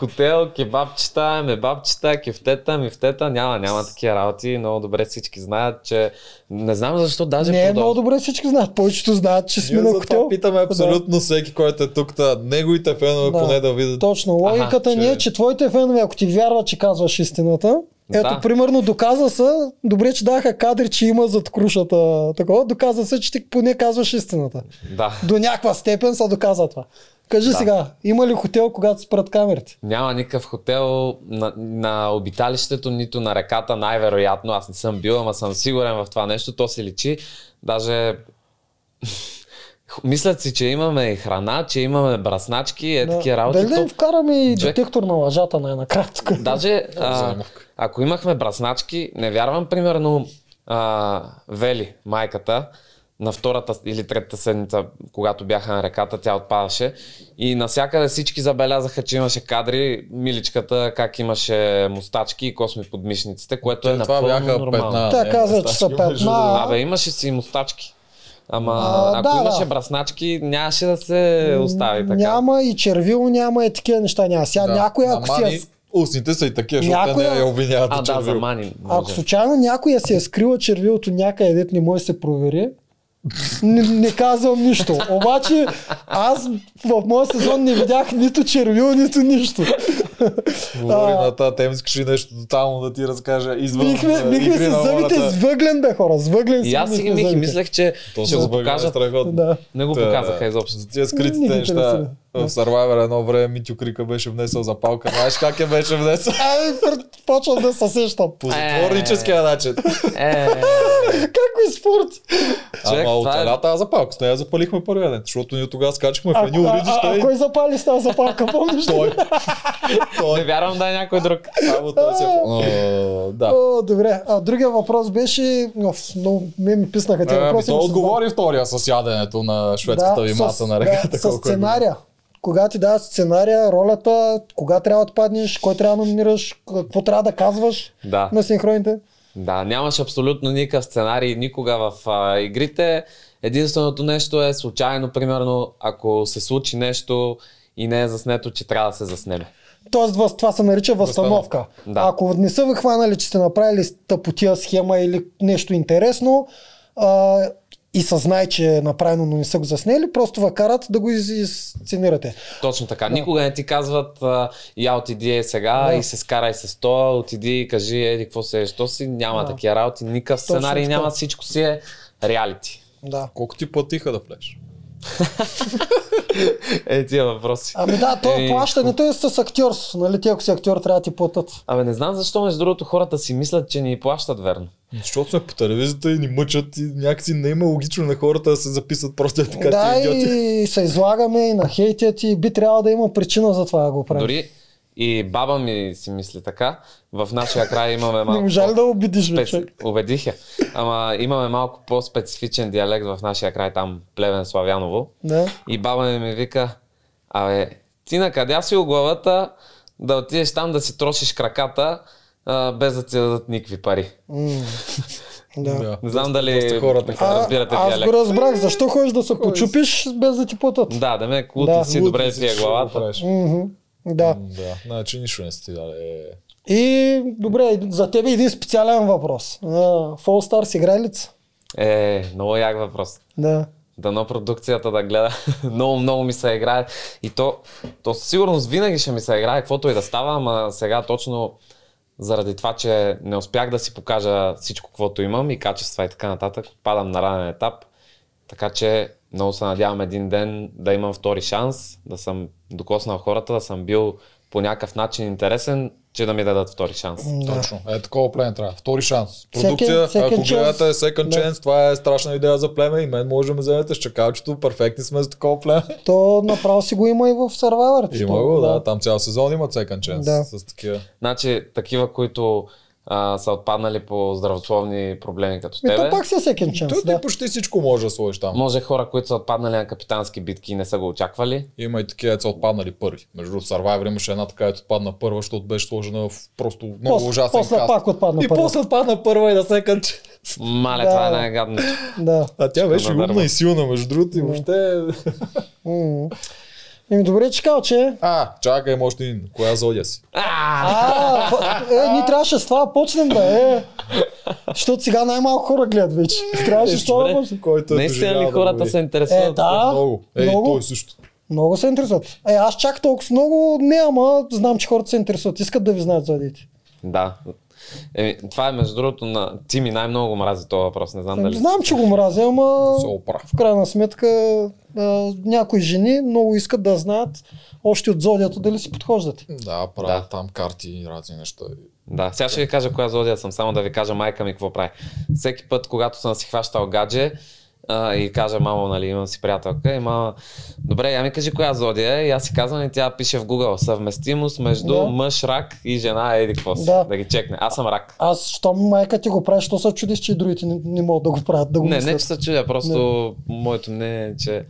Хотел, кебабчета, мебабчета, кефтета, мифтета, няма, няма такива работи. Много добре всички знаят, че не знам защо даже Не е продъл- много добре всички знаят. Повечето знаят, че сме Ние на за хотел. това питаме Да. абсолютно всеки, който е тук, та, неговите фенове Да. поне да видят. Точно. Логиката че- ни е, че твоите фенове, ако ти вярват, че казваш истината, Да. ето, примерно, доказа са, добре, че даха кадри, че има зад крушата такова, доказа се, че ти поне казваш истината. Да. До някаква степен са доказа това. Кажи сега, има ли хотел, когато спрат камерите? Няма никакъв хотел на, на обиталището, нито на реката, най-вероятно. Аз не съм бил, ама съм сигурен в това нещо. То се личи. Даже мислят си, че имаме и храна, че имаме брасначки, е такива работи. Дали да То- им вкараме и Човек- детектор на лъжата най-накрая тук? Е, Даже а, Заемовка. ако имахме брасначки, не вярвам, примерно, а, Вели, майката, на втората или третата седмица, когато бяха на реката, тя отпадаше. И навсякъде всички забелязаха, че имаше кадри, миличката, как имаше мустачки и косми под мишниците, което е това напълно бяха нормално. петна. Тя не, каза, че мустачки, са между петна. другото. Абе, имаше си мустачки. Ама А, ако да, имаше да. брасначки, нямаше да се остави така. Няма и червило, няма и такива неща. Няма. Сега Да. някой, На ако си е Мани Устните са и такива, защото Някоя- те не я обвиняват. А, че е да, за бил. Мани. Ако може. случайно някоя се е скрила червилото някъде, дето не може да се провери, Не, не казвам нищо. Обаче аз в моя сезон не видях нито червил, нито нищо. Говори А. на тази тема, искаш ли нещо тотално да ти разкажа извън Бихме, а, бихме игри си на зъбите волята? с въглен, бе хора. С въглен си И аз си ги бихме мих и зъбите. мислех, че То ще с го въглен е покажат. страхотно. Да. Не го Та, показаха изобщо. За тия Не ги скритите интересува. неща. В Survivor едно време Митю Крика беше внесъл запалка. Знаеш как я беше внесъл? Е. Ай, пр- Е, почвам да се сещам. По затворническия начин. Е, Какой е спорт? Човек, Ама от това е- една тази запалка. С нея запалихме първия ден. Защото ние тогава скачахме в А, едни а, а, а уризища кой запали с тази запалка, помниш ли? Ами, той. не Той. вярвам да е някой друг. Само той се... О, Да. О, добре. А другия въпрос беше... Оф, много ме ми писнаха тези Ами, въпроси. той ми се отговори втория с яденето на шведската ви маса на ръката. Да, с колко е било. сценария. Кога ти дадат сценария, ролята, кога трябва да паднеш, кой трябва да номинираш, какво трябва да казваш Да. на синхроните. Да, нямаш абсолютно никакъв сценарий никога в а, игрите. Единственото нещо е случайно, примерно, ако се случи нещо и не е заснето, че трябва да се заснеме. Тоест, въз- това се нарича възстановка. Да. Ако не са ви хванали, че сте направили тъпотия схема или нещо интересно а, и се знае, че е направено, но не са го заснели, просто ви карат да го из- изсценирате. Точно така. Да. Никога не ти казват, а, я отиди е сега Да. да. и се скарай с то, отиди и кажи, еди, какво се е, що си, няма Да. да. такива работи, никакъв Точно сценарий така. няма, всичко си е реалити. Да. Колко ти платиха да влезеш? Е, тия въпроси. Ами да, то Е, плащането е с актьорство, нали? Ти ако си актьор, трябва да ти платят. Абе, не знам защо, между другото, хората си мислят, че ни плащат верно. Защото сме по телевизията и ни мъчат и някакси не е има логично на хората да се записват просто е така, да, че идиоти. и се излагаме и на хейтят и би трябвало да има причина за това да го правим. Дори и баба ми си мисли така. В нашия край имаме Не малко... можа ли да убедиш Специ- вече? Убедих я. Ама имаме малко по-специфичен диалект в нашия край, там Плевен Славяново. Да. И баба ми ми вика, абе, ти на къде си у главата да отидеш там да си трошиш краката, а, без да ти дадат никакви пари. М, Да. Да. Не знам дали доста хора така А, разбирате аз диалект. го разбрах. Защо ходиш да се почупиш без да ти платят? Да, да ме Да. култът си добре ти е Ще го главата. правиш. Мгм, Да. М, Да, значи нищо не сте дали. Е, И добре, за тебе един специален въпрос. А, В All Stars играе ли си? Е, много як въпрос. Да. Дано продукцията да гледа. много, много ми се играе. И то, то със сигурност винаги ще ми се играе, каквото и да става, ама сега точно заради това, че не успях да си покажа всичко, каквото имам и качества и така нататък, падам на ранен етап. Така че много се надявам един ден да имам втори шанс, да съм докоснал хората, да съм бил по някакъв начин интересен, че да ми дадат втори шанс. Да. Точно. Е, такова племе трябва. Втори шанс. Продукция, second ако гледате chance. Second Да. Chance, това е страшна идея за племе и мен може да ме вземете с чакалчето. Перфектни сме за такова племе. То направо си го има и в Survivor. Има го, да. Там цял сезон имат Second Chance. Да. С такива. Значи, такива, които а, са отпаднали по здравословни проблеми като Ми, тебе. то пак си е second Той chance, ти да. почти всичко може да сложиш там. Може хора, които са отпаднали на капитански битки и не са го очаквали. Има и такива, деца отпаднали първи. Между другото, Survivor имаше една така, ето отпадна първа, защото беше сложена в просто много После- ужасен после каст. пак отпадна и първа. после отпадна първа и на секънд. Мале, Да. да. това е най-гадното. Да. А тя беше Надарва. умна и силна, между другото, и въобще... М. Еми, добре, че казал, че А, чакай, има още един. Коя зодия си? А, А, ф- е, ние трябваше с това да почнем да е. Защото сега най-малко хора гледат вече. Трябваше с това да добре. почнем. Който е Наистина доживял ли да хората говори? се интересуват? Е, да. Много. Ей, много, той също. много се интересуват. Е, аз чак толкова много не, ама знам, че хората се интересуват. Искат да ви знаят зодиите. Да. Еми, това е между другото на Ти ми най-много го мрази този въпрос, не знам дали. Знам, че го мразя, ама Се опра. в крайна сметка а, някои жени много искат да знаят още от зодието дали си подхождате. Да, правят там карти и разни неща. Да, сега ще ви кажа коя зодия съм, само да ви кажа майка ми какво прави. Всеки път, когато съм си хващал гадже а, и кажа, мамо, нали, имам си приятелка, и мама, добре, я ми кажи коя зодия е, и аз си казвам и тя пише в Google, съвместимост между Да. мъж, рак и жена, еди какво си, Да. да. да ги чекне. Аз съм рак. Аз, щом майка ти го прави, що се чудиш, че и другите не, не могат да го правят, да го Не, мислят. не, че се чудя, просто моето мнение е, че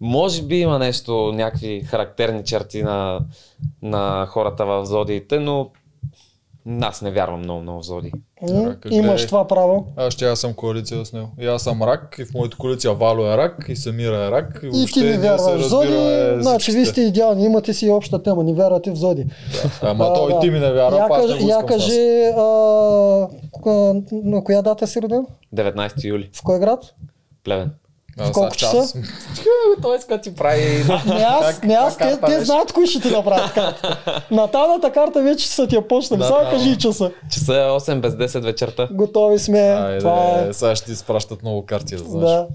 може би има нещо, някакви характерни черти на, на хората в зодиите, но аз не вярвам много, много в зодии. М, Чакай, Имаш гледай. това право. Аз ще аз съм коалиция с него. И аз съм рак, и в моята коалиция Вало е рак, и Самира е рак. И, И въобще ти не ние се вярваш в Зоди, разбираме значи всичките. вие сте идеални, имате си обща тема, не вярвате в Зоди. Ама той да. и ти ми не вярва, я, пак не кажи, го искам я в нас. кажи, а, а, на коя дата си роден? 19 юли, В кой град? Плевен. А, В колко сега часа? Той иска да ти прави... Не аз, Как- не аз, как те, те падаш? знаят кои ще ти направят карта. На таната карта вече са ти я почнали. Да, Само да. кажи и часа. Часа е 8 без 10 вечерта. Готови сме. това е. Айде, сега ще ти спращат много карти, да знаеш. Да.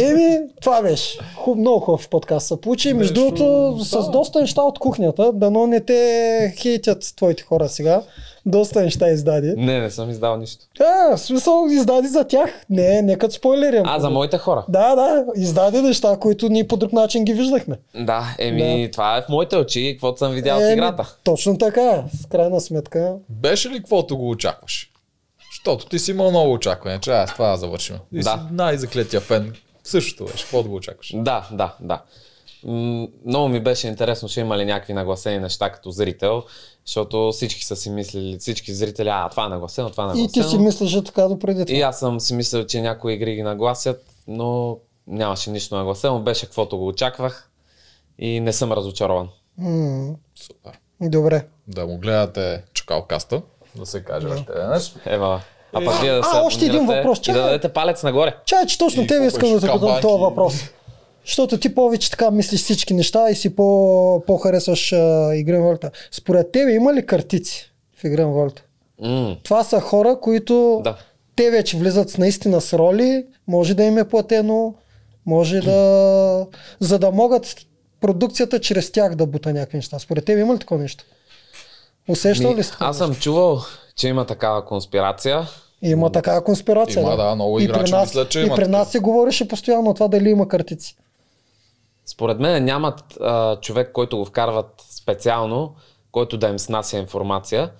Еми, това беше. Хуб, много хубав подкаст се получи. Между Нещо- другото, да. с доста неща от кухнята, дано не те хейтят твоите хора сега. Доста неща издади. Не, не съм издал нищо. А, в смисъл, издади за тях. Не, нека спойлерим. А, за моите хора. Да, да, издаде неща, които ние по друг начин ги виждахме. Да, еми, това е в моите очи, каквото съм видял в Еми, играта. Точно така, в крайна сметка. Беше ли каквото го очакваш? Защото ти си имал много очакване, че аз това завършим. Ти Да. си най-заклетия фен. Същото беше, каквото го очакваш. Да, да, да. М, Много ми беше интересно, ще има ли някакви нагласени неща като зрител, защото всички са си мислили, всички зрители, а това е нагласено, това е И нагласено. ти си мислеше така допреди това. И аз съм си мислил, че някои игри ги нагласят, но нямаше нищо нагласено, беше каквото го очаквах и не съм разочарован. М, Супер. Добре. Да му гледате чакалкаста, да се каже още веднъж. Ева. А пък вие да се а, още един абонирате въпрос, И да чакай. дадете палец нагоре. Чай, че точно И тебе искам да купиш те задам кабаки. този въпрос. Защото ти повече така мислиш всички неща и си по, по-харесваш а, игра на волята. Според тебе има ли картици в игра на волята? М, Това са хора, които Да. те вече влизат с наистина с роли, може да им е платено, може да... за да могат продукцията чрез тях да бута някакви неща. Според тебе има ли такова нещо? Усещал ли Ми, сте? такова аз съм чувал, че има такава конспирация. нещо? Има такава конспирация. Има, да, много И играчи при нас, мислят, че и има при нас такова. се говореше постоянно това дали има картици. Според мен нямат а, човек, който го вкарват специално, който да им снася информация,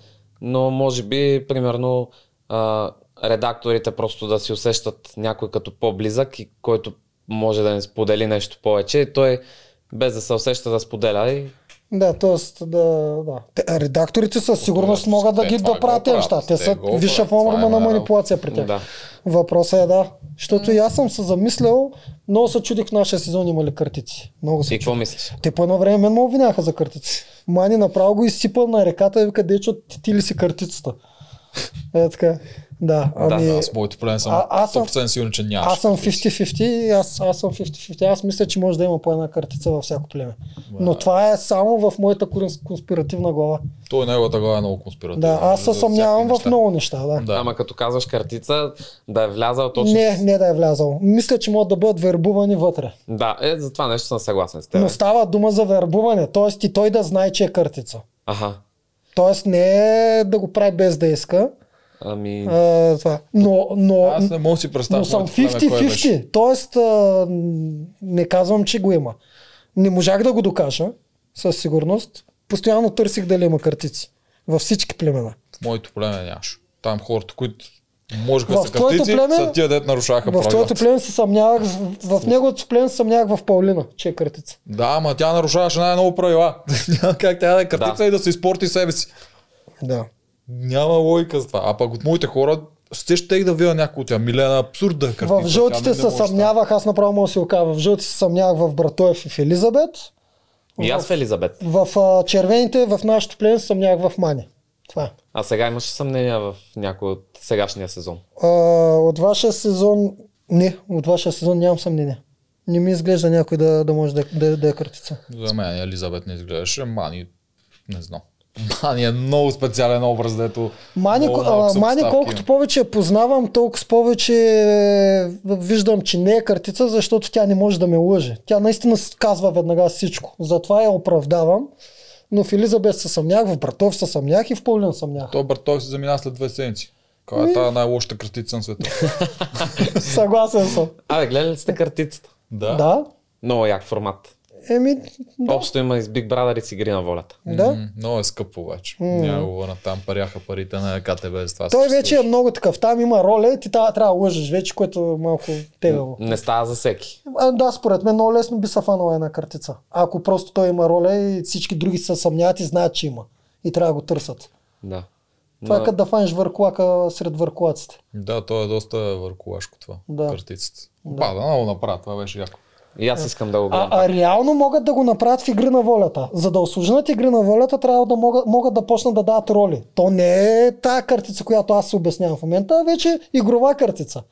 но може би, примерно, а, редакторите просто да си усещат някой като по-близък и който може да им сподели нещо повече. И той без да се усеща да споделя и Да, т.е. да, да. Те- Редакторите със сигурност Те могат да ги това да го правят тези правят, неща. Те те са го висша правят, това форма е на една манипулация при тях. да. Въпросът е да. Защото и аз съм се замислял, много се чудих в нашия сезон има ли картици. Много се И чудих. какво мислиш? Те по едно време мен ме обвиняха за картици. Мани направо го изсипа на реката и вика, дечо, ти, ти ли си картицата? Е така. Да, ами... да, Аз моето плен съм А- аз съм- 100% сигурен, че нямаш. аз съм 50-50, аз, аз съм 50-50. Аз мисля, че може да има по една картица във всяко племе. Но това е само в моята курин- конспиративна глава. Той неговата глава е много конспиративна. Да, аз се за всякакви съмнявам в неща. много неща. Да. Да. Ама като казваш картица, да е влязал точно. Не, не да е влязал. Мисля, че могат да бъдат вербувани вътре. Да, е, за това нещо съм съгласен с теб. Но става дума за вербуване, т.е. и той да знае, че е картица. Аха. Т.е. не е да го прави без да иска. Ами, А, това. Но, но, Аз не мога да си представя. но съм моето племе, кое е беше. 50-50. Тоест, а, м, не казвам, че го има. Не можах да го докажа, със сигурност. Постоянно търсих дали има картици. Във всички племена. В моето племе нямаш. Там хората, които можеха да В са твоето картици, племе- са тия дет нарушаха В твоето правилата. племе се съмнявах, в, в неговото племе се съмнявах в Паулина, че е картица. Да, ама тя нарушаваше най-много правила. Няма как тя да е картица Да. и да се изпорти себе си. Да. Няма логика за това. А пък от моите хора, се ще и да видя някой от тях. Милена, абсурда е картица. В жълтите се съмнявах, аз направо мога да си го кажа, в жълтите се съмнявах в Братоев и в Елизабет, и аз в Елизабет. в а, червените, в нашото племе се съмнявах в Мани. Това е. А сега имаш ли съмнения в някой от сегашния сезон? А, от вашия сезон, не, от вашия сезон нямам съмнение. Не ми изглежда някой да, да може да, да, да е картица. За мен Елизабет не изглеждаше. Мани, не знам. Мани е много специален образ, дето... Мани, много ко- малко а, Мани съпоставки колкото има. повече я познавам, толкова с повече е, виждам, че не е картица, защото тя не може да ме лъже. Тя наистина с- казва веднага всичко. Затова я оправдавам. Но в Елизабет се съмнях, в Братов се съмнях и в Паулин съмнях. Той брат, той се замина след две седмици. Кой е тази най-лошата картица на света? Съгласен съм. Абе, гледали ли сте картицата? да. Да. да. Много як формат. Еми, Да. да. Общо има и с Big Brother и с игри на волята. да. М, Много е скъпо обаче. Няма го на там паряха парите на КТБ за това. Той също. вече е много такъв. Там има роля и ти та- трябва да лъжеш вече, което е малко тегаво. Не става за всеки. А, да, според мен много лесно би се фанала една картица. Ако просто той има роля и всички други се съмняват и знаят, че има. И трябва да го търсят. Да. Това е Но- като да фанеш върклака сред върклаците. Да, то е доста въркулашко това. Да. Картицата. Пада, много направи, това беше яко. И аз искам да го А, гледам. а реално могат да го направят в игри на волята. За да осложнят игри на волята, трябва да могат, могат да почнат да дават роли. То не е тая картица, която аз се обяснявам в момента, а вече игрова картица.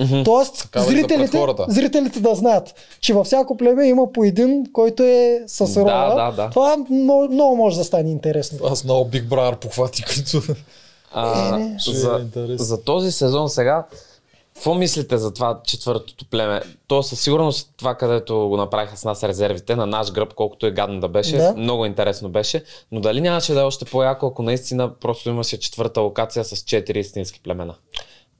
Mm-hmm. Тоест, Такава идва пред зрителите, хората. зрителите да знаят, че във всяко племе има по един, който е с Да, рола. да, да. Това много, много може да стане интересно. Аз много Big Brother похвати, които... А, Ще е за, интересно. за този сезон сега, какво мислите за това четвъртото племе? То със сигурност това, където го направиха с нас резервите, на наш гръб, колкото е гадно да беше, Да. много интересно беше, но дали нямаше да е още по-яко, ако наистина просто имаше четвърта локация с четири истински племена?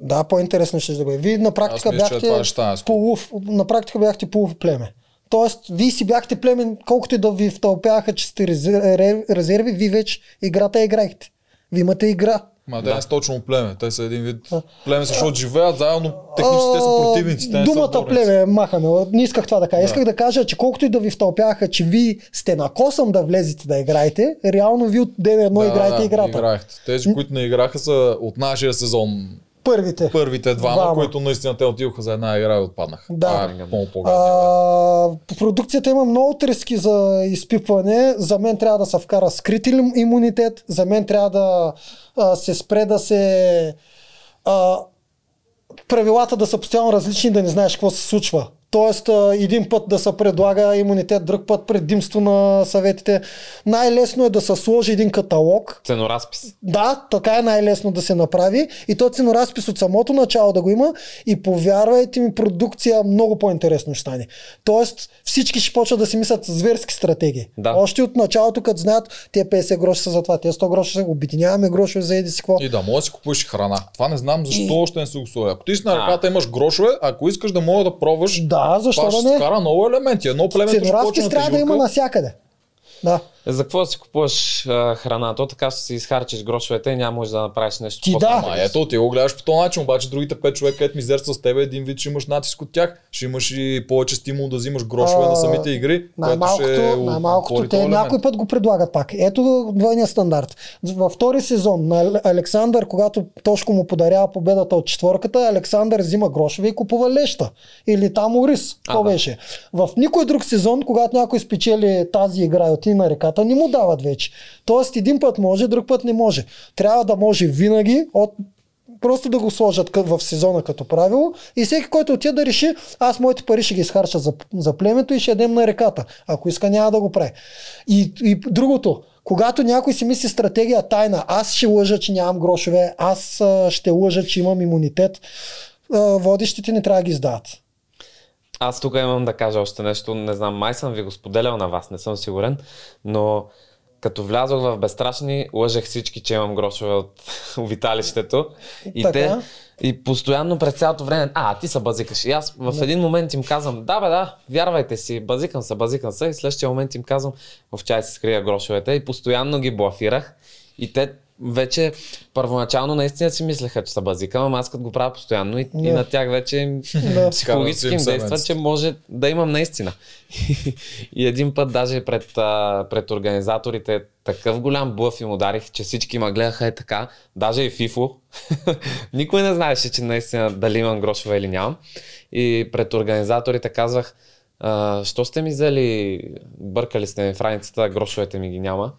Да, по-интересно ще да бъде. Вие на практика Аз мисля, че бяхте това е ще стане скоро. полув, на практика бяхте полув племе. Тоест, вие си бяхте племен, колкото и да ви втълпяха, че сте резер- ре- резерви, вие вече играта я играехте. Вие имате игра. Ма да. не са точно племе. Те са един вид племе, защото живеят заедно. Технически те са А, противници. Те не са Думата отборници. племе махаме. Не исках това да кажа. Исках да кажа, че колкото и да ви втълпяха, че вие сте на косъм да влезете да играете, реално вие от ден едно Да, играете да, играта. Играехте. Тези, които не играха, са от нашия сезон. Първите. Първите двама, Двама. които наистина те отидоха за една игра и отпаднаха. Да. Това е много по-гадно. А, продукцията има много трески за изпипване. За мен трябва да се вкара скрит им- имунитет. За мен трябва да а, се спре да се... А, правилата да са постоянно различни, да не знаеш какво се случва. Тоест, а, един път да се предлага имунитет, друг път предимство на съветите. Най-лесно е да се сложи един каталог, Ценоразпис. да, така е най-лесно да се направи и то ценоразпис от самото начало да го има и повярвайте ми, продукция много по-интересно ще стане. Тоест всички ще почват да си мислят зверски стратегии. Да. Още от началото, като знаят, тия 50 гроша са за това, тия 100 гроша са, обединяваме грошове за еди си какво. И да, може да си купиш храна. Това не знам защо още не се условия. Ако ти си на А. ръката имаш грошове, ако искаш да мога да пробваш, Да, защо това да ще не? скара много елементи. Едно племе ще Ценоразпис почне трябва да има навсякъде. Да. За какво да си купуваш а, храна? То така ще си изхарчиш грошовете и няма можеш да направиш нещо. Ти по-стабилно. Ама ето, ти го гледаш по този начин, обаче другите пет човека, ето мизерства с тебе, един вид ще имаш натиск от тях, ще имаш и повече стимул да взимаш грошове А, на самите игри. което ще е Най-малкото, отвори най-малкото този те е елемент. някой път го предлагат пак. Ето двойния стандарт. Във втори сезон на Ал- Александър, когато Тошко му подарява победата от четворката, Александър взима грошове и купува леща. Или там ориз. А, Това да. беше. В никой друг сезон, когато някой спечели тази игра и отиде на реката, не му дават вече. Тоест един път може, друг път не може. Трябва да може винаги от просто да го сложат къ- в сезона като правило и всеки, който отиде да реши, аз моите пари ще ги изхарча за, за племето и ще ядем на реката. Ако иска, няма да го прави. И, и другото, когато някой си мисли стратегия тайна, аз ще лъжа, че нямам грошове, аз а, ще лъжа, че имам имунитет, а, водещите не трябва да ги издават. Аз тук имам да кажа още нещо. Не знам, май съм ви го споделял на вас, не съм сигурен, но като влязох в Безстрашни, лъжех всички, че имам грошове от обиталището. И Така. те и постоянно през цялото време, а, ти се базикаш. И аз в един момент им казвам, да, бе, да, вярвайте си, базикам се, базикам се. И следващия момент им казвам, в чай си скрия грошовете. И постоянно ги блафирах. И те вече първоначално наистина си мислеха, че се базикам, ама аз като го правя постоянно и, и Да. на тях вече им Да. психологически им Карам си им действа, семенца. че може да имам наистина. и един път даже пред, а, пред организаторите такъв голям блъф им ударих, че всички ме гледаха е така, даже и Фифо. Никой не знаеше, че наистина дали имам грошове или нямам. И пред организаторите казвах, а, що сте ми взели, бъркали сте ми в раницата, грошовете ми ги няма.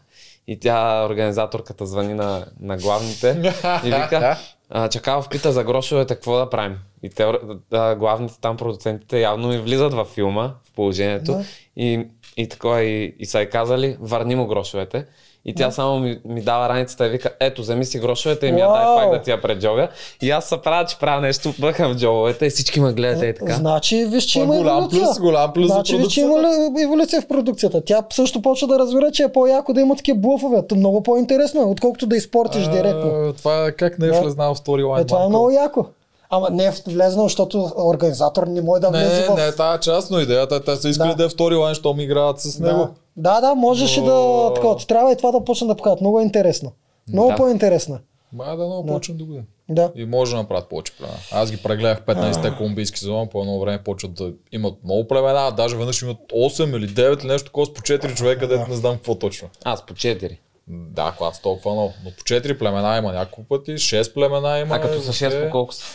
И тя, организаторката, звъни на, на главните и вика, а, Чакалов пита за грошовете, какво да правим? И те, а, главните там продуцентите явно ми влизат във филма, в положението. Да. И, и такова, и, и са й казали, върни му грошовете. И тя само ми, ми дава раницата и вика, ето, вземи си грошовете и ми я Уау! дай пак да ти я преджога. И аз се правя, че правя нещо, бъхам в джобовете и всички ме гледат и така. Значи, виж, че Това е има голям еволюция. плюс, голям плюс за значи, виж, че има ле- еволюция в продукцията. Тя също почва да разбира, че е по-яко да има такива блъфове. То Много по-интересно е, отколкото да изпортиш директно. А, Това е как не е Да. влезнал в сторилайн. Е, това е Марко. много яко. Ама не е влезнал, защото организатор не може да влезе Не, в... не е тази част, но идеята е, те са искали Да. да, е втори лайн, щом играят с него. да. да, да, можеше да... О. Такова, трябва и това да почне да покажат. Много е интересно. Много Да. по-интересно. е. Май да много почвам да бъде. Да. И може да направят повече племена. Аз ги прегледах 15-те колумбийски сезона, по едно време почват да имат много племена, даже веднъж имат 8 или 9 или нещо такова с по 4 човека, дето не знам какво точно. Аз по 4. Да, клас толкова много. Но по 4 племена има няколко пъти, 6 племена има. А като са 6 по въобще- колко са?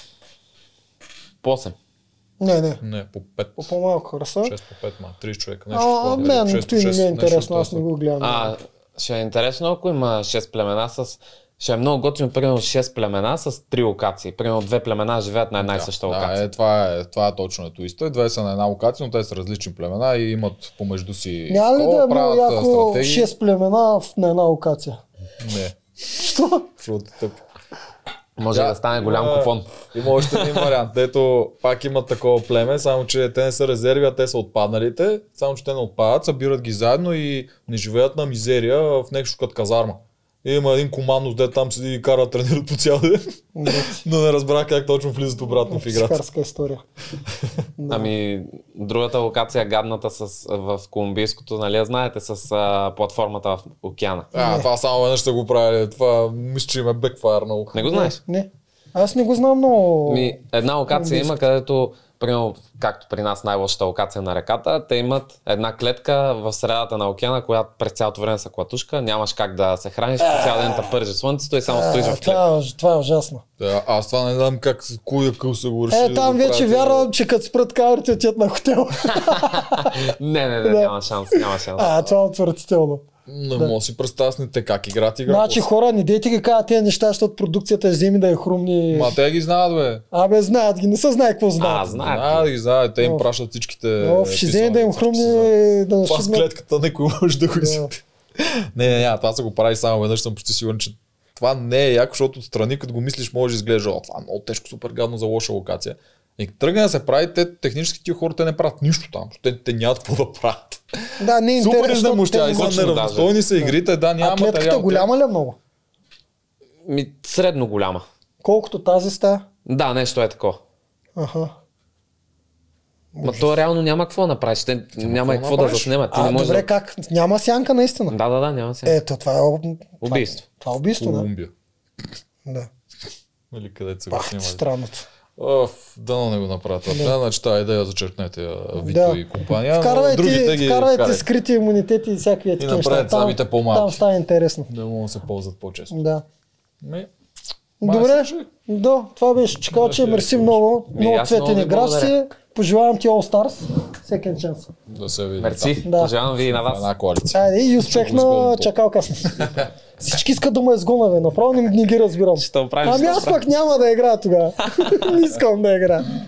По 8. Не, не. Не, по 5. По по-малко раса. 6 по 5, ма, 30 човека. Нещо, А, такова, мен, 6 по ти не 6, ми е нещо интересно, аз такова. не го гледам. А, ще е интересно, ако има 6 племена с ще е много готино, примерно 6 племена с три локации. Примерно две племена живеят на една и съща Да, локация. е, това, е, това е точно е туиста. Две са на една локация, но те са различни племена и имат помежду си Няма ли такова, да е много правят, а, яко 6 племена в- на една локация? Не, Що? защото тъпи. Може да, Да, да стане голям има- купон. Има още един вариант, дето пак имат такова племе, само че те не са резерви, а те са отпадналите, само че те не отпадат, събират ги заедно и не живеят на мизерия в нещо като казарма. И има един командос, де там седи и кара тренират по цял ден, но не разбрах как точно влизат обратно в играта. Шикарска история. Да. Ами, другата локация, гадната с, в колумбийското, нали, я знаете, с а, платформата в океана. А, Не. това само веднъж ще го правили. Това мисля, че им е бекфайр много. Не го знаеш? Не. Аз не го знам много. Ми, една локация има, където, примерно, както при нас най-лошата локация на реката, те имат една клетка в средата на океана, която през цялото време са клатушка, нямаш как да се храниш, по цял ден те пържи слънцето и само стоиш а, в клетка. това, е- това е ужасно. Да, аз това не знам как с кой да къл са го решили. Е, там да го вече правят. вярвам, че като спрат камерите отиват на хотел. Не, не, не, Да. няма шанс, няма шанс. а, това е отвратително. Не мога да си представя с те как играят игра. Значи хора, не дейте ги кажа тези неща, защото продукцията ще вземи да е хрумни. Ма те ги знаят, бе. Абе, знаят ги, не се знае какво А, знаят. знаят. Знаят ги знаят. Те им Оф. пращат всичките. Оф, ще вземе да им епизоди, всички хрумни, сезони. да Това с нашибнат. клетката някой може да го Да. изпи. Не, не, не, това са го прави само веднъж, съм почти сигурен, че това не е яко, защото отстрани, като го мислиш, може да изглежда, о, това е много тежко, супер гадно за лоша локация. И като тръгне да се прави, те технически тия хора, те не правят нищо там, защото те, те нямат какво да правят. Да, не е Супер интересно. изнамощя, те и го- са точно неравностойни са игрите, да, няма А клетката материал. голяма ли е много? Ми, средно голяма. Колкото тази ста? Да, нещо е такова. Аха. Ма то реално няма какво да направиш. Те, няма и какво да направиш? заснемат. Ти А, не можеш добре, да... как? Няма сянка наистина. Да, да, да, няма се. Ето, това е об- това- Убийство. Това е убийство, да. Колумбия. Да. Или където се го Пах, снимали. странното. Оф, дано не го направят. това. Да, значи тази идея зачеркнете а, Вито Ами, Да. и компания. но другите Вкарвайте, ги вкарвайте вкарайте. скрити имунитети и всякакви такива направете Там- самите по-малки. Там става интересно. Да могат да се ползват по-често. Да. Ми, май се Добре, чух. да, това беше Чикалче, Беше мерси хубаво. много, много аз много цветен ви играч си, благодаря. пожелавам ти All Stars, second chance. Да се види. Мерси. Да. Пожелавам ви и на Да, вас. Една коалиция. Айде и успех Чакал на изгонването. чакалка. Всички искат да е ме изгона, бе, направо не, не ги разбирам. Ще оправиш, Ами ще аз оправиш. пък няма да игра тогава, не искам да игра.